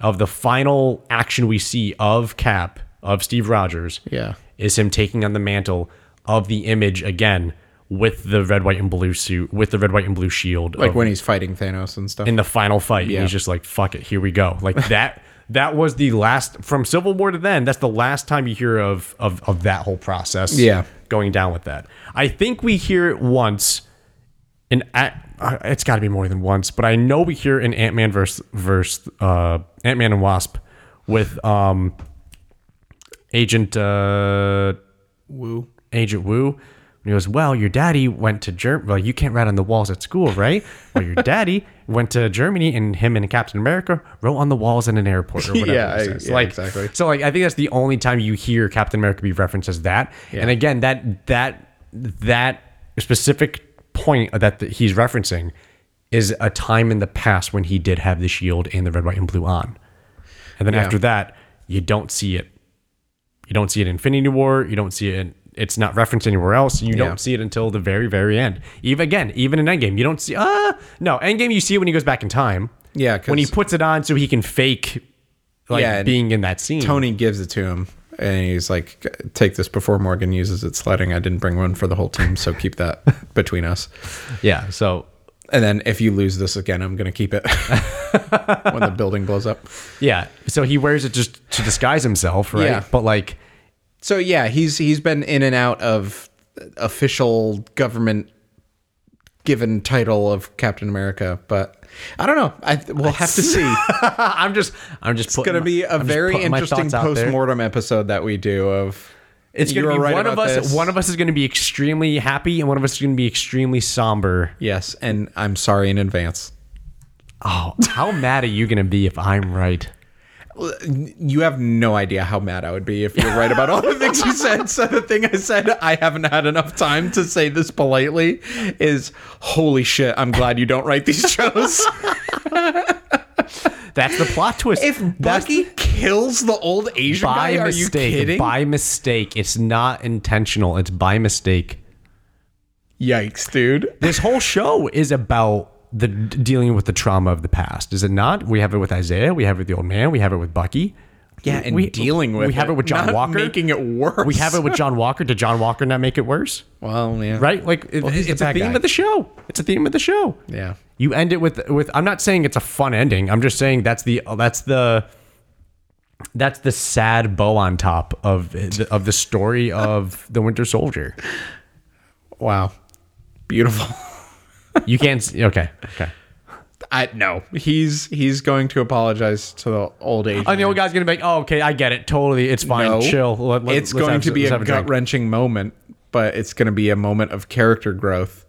Speaker 2: of the final action we see of Cap, of Steve Rogers,
Speaker 1: Yeah.
Speaker 2: is him taking on the mantle of the image again with the red, white, and blue suit, with the red, white, and blue shield.
Speaker 1: Like
Speaker 2: of-
Speaker 1: when he's fighting Thanos and stuff.
Speaker 2: in the final fight.
Speaker 1: Yeah.
Speaker 2: He's just like, fuck it, here we go. Like that that was the last from Civil War to then, that's the last time you hear of of, of that whole process.
Speaker 1: Yeah.
Speaker 2: Going down with that. I think we hear it once in A- uh, it's got to be more than once, but I know we hear it in Ant Man verse verse uh, Ant Man and Wasp with um, Agent uh,
Speaker 1: Woo.
Speaker 2: Agent Wu. And he goes, Well, your daddy went to Germany. Well, you can't write on the walls at school, right? Well, your daddy went to Germany and him and Captain America wrote on the walls in an airport or whatever.
Speaker 1: Yeah,
Speaker 2: it
Speaker 1: I-
Speaker 2: says.
Speaker 1: yeah,
Speaker 2: like,
Speaker 1: exactly.
Speaker 2: So, like, I think that's the only time you hear Captain America be referenced as that. And again, that, that, that specific point that th- he's referencing is a time in the past when he did have the shield and the red, white, and blue on. And then after that, you don't see it you don't see it in Infinity War. You don't see it. In, it's not referenced anywhere else. You
Speaker 1: Yeah.
Speaker 2: don't see it until the very, very end. Even again, even in Endgame, you don't see. Ah, no, Endgame, you see it when he goes back in time.
Speaker 1: Yeah, 'cause-
Speaker 2: when he puts it on so he can fake, like
Speaker 1: Yeah, and
Speaker 2: being in that scene.
Speaker 1: Tony gives it to him and he's like, take this before Morgan uses it sledding. I didn't bring one for the whole team, so keep that between us.
Speaker 2: Yeah. So
Speaker 1: And then if you lose this again, I'm gonna keep it when the building blows up.
Speaker 2: Yeah. So he wears it just to disguise himself, right?
Speaker 1: Yeah.
Speaker 2: But like,
Speaker 1: So yeah, he's he's been in and out of official government given title of Captain America, but I don't know. I we'll have to see. It's
Speaker 2: I'm just, I'm just. It's
Speaker 1: going to be a very interesting post-mortem episode that we do of
Speaker 2: It's going
Speaker 1: "You
Speaker 2: to be
Speaker 1: were right
Speaker 2: one of
Speaker 1: about
Speaker 2: us.
Speaker 1: this."
Speaker 2: One of us is going to be extremely happy, and one of us is going to be extremely somber.
Speaker 1: Yes, and I'm sorry in advance.
Speaker 2: Oh, how mad are you going to be if I'm right?
Speaker 1: You have no idea how mad I would be if you're right about all the things you said. So the thing I said, I haven't had enough time to say this politely, is holy shit, I'm glad you don't write these shows.
Speaker 2: That's the plot twist.
Speaker 1: if
Speaker 2: That's
Speaker 1: Bucky kills the old Asian
Speaker 2: by
Speaker 1: guy, are you
Speaker 2: mistake,
Speaker 1: kidding?
Speaker 2: by mistake, it's not intentional. It's by mistake.
Speaker 1: Yikes, dude.
Speaker 2: This whole show is about the dealing with the trauma of the past, is it not? We have it with Isaiah. We have it with the old man. We have it with Bucky.
Speaker 1: Yeah, and dealing with
Speaker 2: we have it with John
Speaker 1: not
Speaker 2: Walker.
Speaker 1: making it worse.
Speaker 2: We have it with John Walker. Did John Walker not make it worse?
Speaker 1: well, yeah,
Speaker 2: Right? Like it-
Speaker 1: he's the
Speaker 2: it's a
Speaker 1: bad
Speaker 2: theme
Speaker 1: guy.
Speaker 2: of the show. It's a theme of the show.
Speaker 1: yeah.
Speaker 2: You end it with with I'm not saying it's a fun ending. I'm just saying that's the that's the that's the sad bow on top of of the story of the Winter Soldier.
Speaker 1: Wow, beautiful.
Speaker 2: You can't s- okay. Okay.
Speaker 1: I no, he's he's going to apologize to the old Asian.
Speaker 2: And the old guy's going to be like, "Oh, okay, I get it. Totally. It's fine.
Speaker 1: No.
Speaker 2: Chill. Let- let-
Speaker 1: it's
Speaker 2: let's
Speaker 1: going
Speaker 2: have-
Speaker 1: to be
Speaker 2: let's
Speaker 1: a
Speaker 2: have drink."
Speaker 1: gut wrenching moment, but it's going to be a moment of character growth.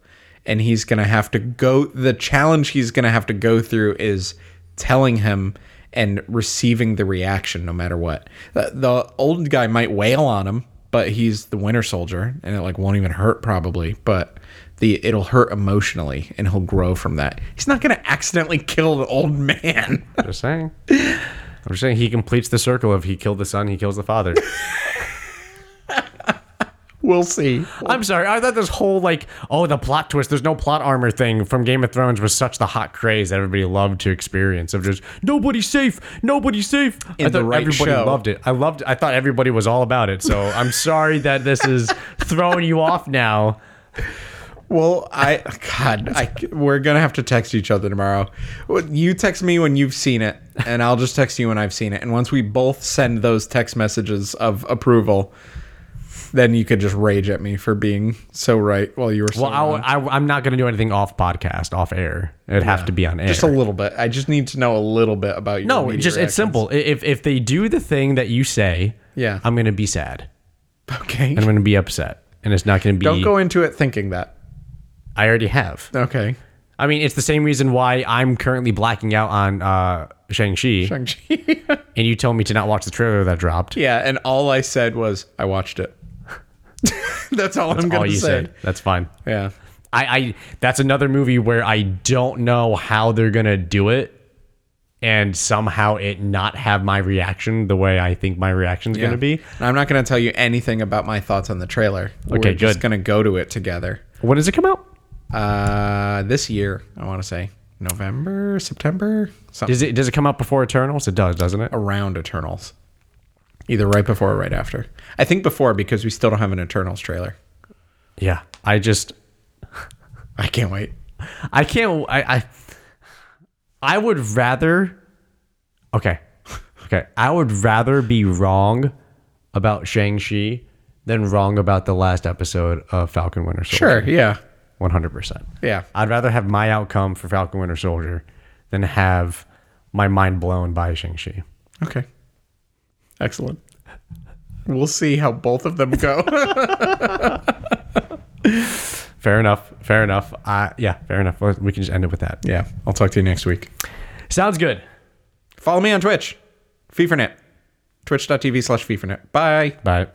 Speaker 1: And he's going to have to go. The challenge he's going to have to go through is telling him and receiving the reaction no matter what. The, the old guy might wail on him, but he's the winter soldier and it like won't even hurt probably, but the it'll hurt emotionally and he'll grow from that. He's not going to accidentally kill the old man.
Speaker 2: Just saying. I'm just saying he completes the circle of he killed the son, he kills the father.
Speaker 1: we'll see.
Speaker 2: I'm sorry. I thought this whole like, oh, the plot twist. There's no plot armor thing from Game of Thrones was such the hot craze that everybody loved to experience of just nobody's safe, nobody's safe. I
Speaker 1: In the
Speaker 2: thought
Speaker 1: right
Speaker 2: everybody
Speaker 1: show.
Speaker 2: loved it. I loved. I thought everybody was all about it. So I'm sorry that this is throwing you off now.
Speaker 1: Well, I God, I, we're gonna have to text each other tomorrow. Well, You text me when you've seen it, and I'll just text you when I've seen it. And once we both send those text messages of approval, then you could just rage at me for being so right while you were so
Speaker 2: Well,
Speaker 1: wrong.
Speaker 2: I'll, I, I'm not going to do anything off podcast, off air. It'd have to be on air.
Speaker 1: just a little bit. I just need to know a little bit about your
Speaker 2: no,
Speaker 1: immediate
Speaker 2: just
Speaker 1: reactions.
Speaker 2: it's simple. I- If if they do the thing that you say,
Speaker 1: Yeah.
Speaker 2: I'm going to be sad.
Speaker 1: Okay,
Speaker 2: I'm going to be upset, and it's not going to be.
Speaker 1: don't go into it thinking that.
Speaker 2: I already have.
Speaker 1: Okay,
Speaker 2: I mean, it's the same reason why I'm currently blacking out on uh, Shang-Chi,
Speaker 1: Shang-Chi.
Speaker 2: and you told me to not watch the trailer that dropped.
Speaker 1: yeah, and all I said was I watched it. That's all I'm gonna
Speaker 2: All you
Speaker 1: say.
Speaker 2: said. That's fine.
Speaker 1: Yeah.
Speaker 2: I, I that's another movie where I don't know how they're gonna do it, and somehow it not have my reaction the way I think my reaction's
Speaker 1: Yeah.
Speaker 2: gonna be.
Speaker 1: And I'm not going to tell you anything about my thoughts on the trailer.
Speaker 2: Okay,
Speaker 1: We're just
Speaker 2: good.
Speaker 1: going to go to it together.
Speaker 2: When does it come out?
Speaker 1: Uh, this year, I want to say November, September, something
Speaker 2: Does it does it come out before Eternals? It does, doesn't it?
Speaker 1: around Eternals, either right before or right after. I think before because we still don't have an Eternals trailer.
Speaker 2: Yeah. I just
Speaker 1: I can't wait.
Speaker 2: I can't. I, I I would rather. Okay, okay. I would rather be wrong about Shang Chi than wrong about the last episode of Falcon Winter
Speaker 1: Sure.
Speaker 2: Soldier.
Speaker 1: Yeah.
Speaker 2: one hundred percent.
Speaker 1: Yeah.
Speaker 2: I'd rather have my outcome for Falcon Winter Soldier than have my mind blown by Shang Chi.
Speaker 1: Okay. Excellent. We'll see how both of them go.
Speaker 2: Fair enough. Fair enough. Uh, yeah, fair enough. We we can just end it with that.
Speaker 1: yeah. I'll talk to you next week.
Speaker 2: Sounds good.
Speaker 1: Follow me on Twitch, FIFANet, twitch.tv slash FIFANet. Bye.
Speaker 2: Bye.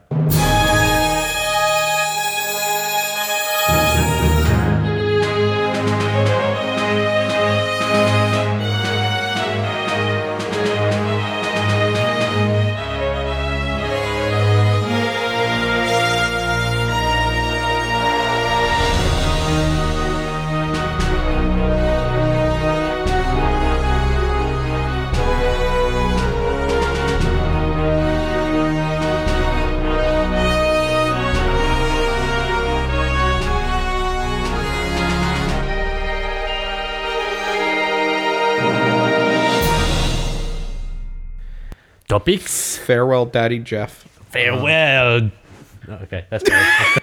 Speaker 2: Peaks.
Speaker 1: Farewell, Daddy Jeff.
Speaker 2: Farewell. okay, that's better.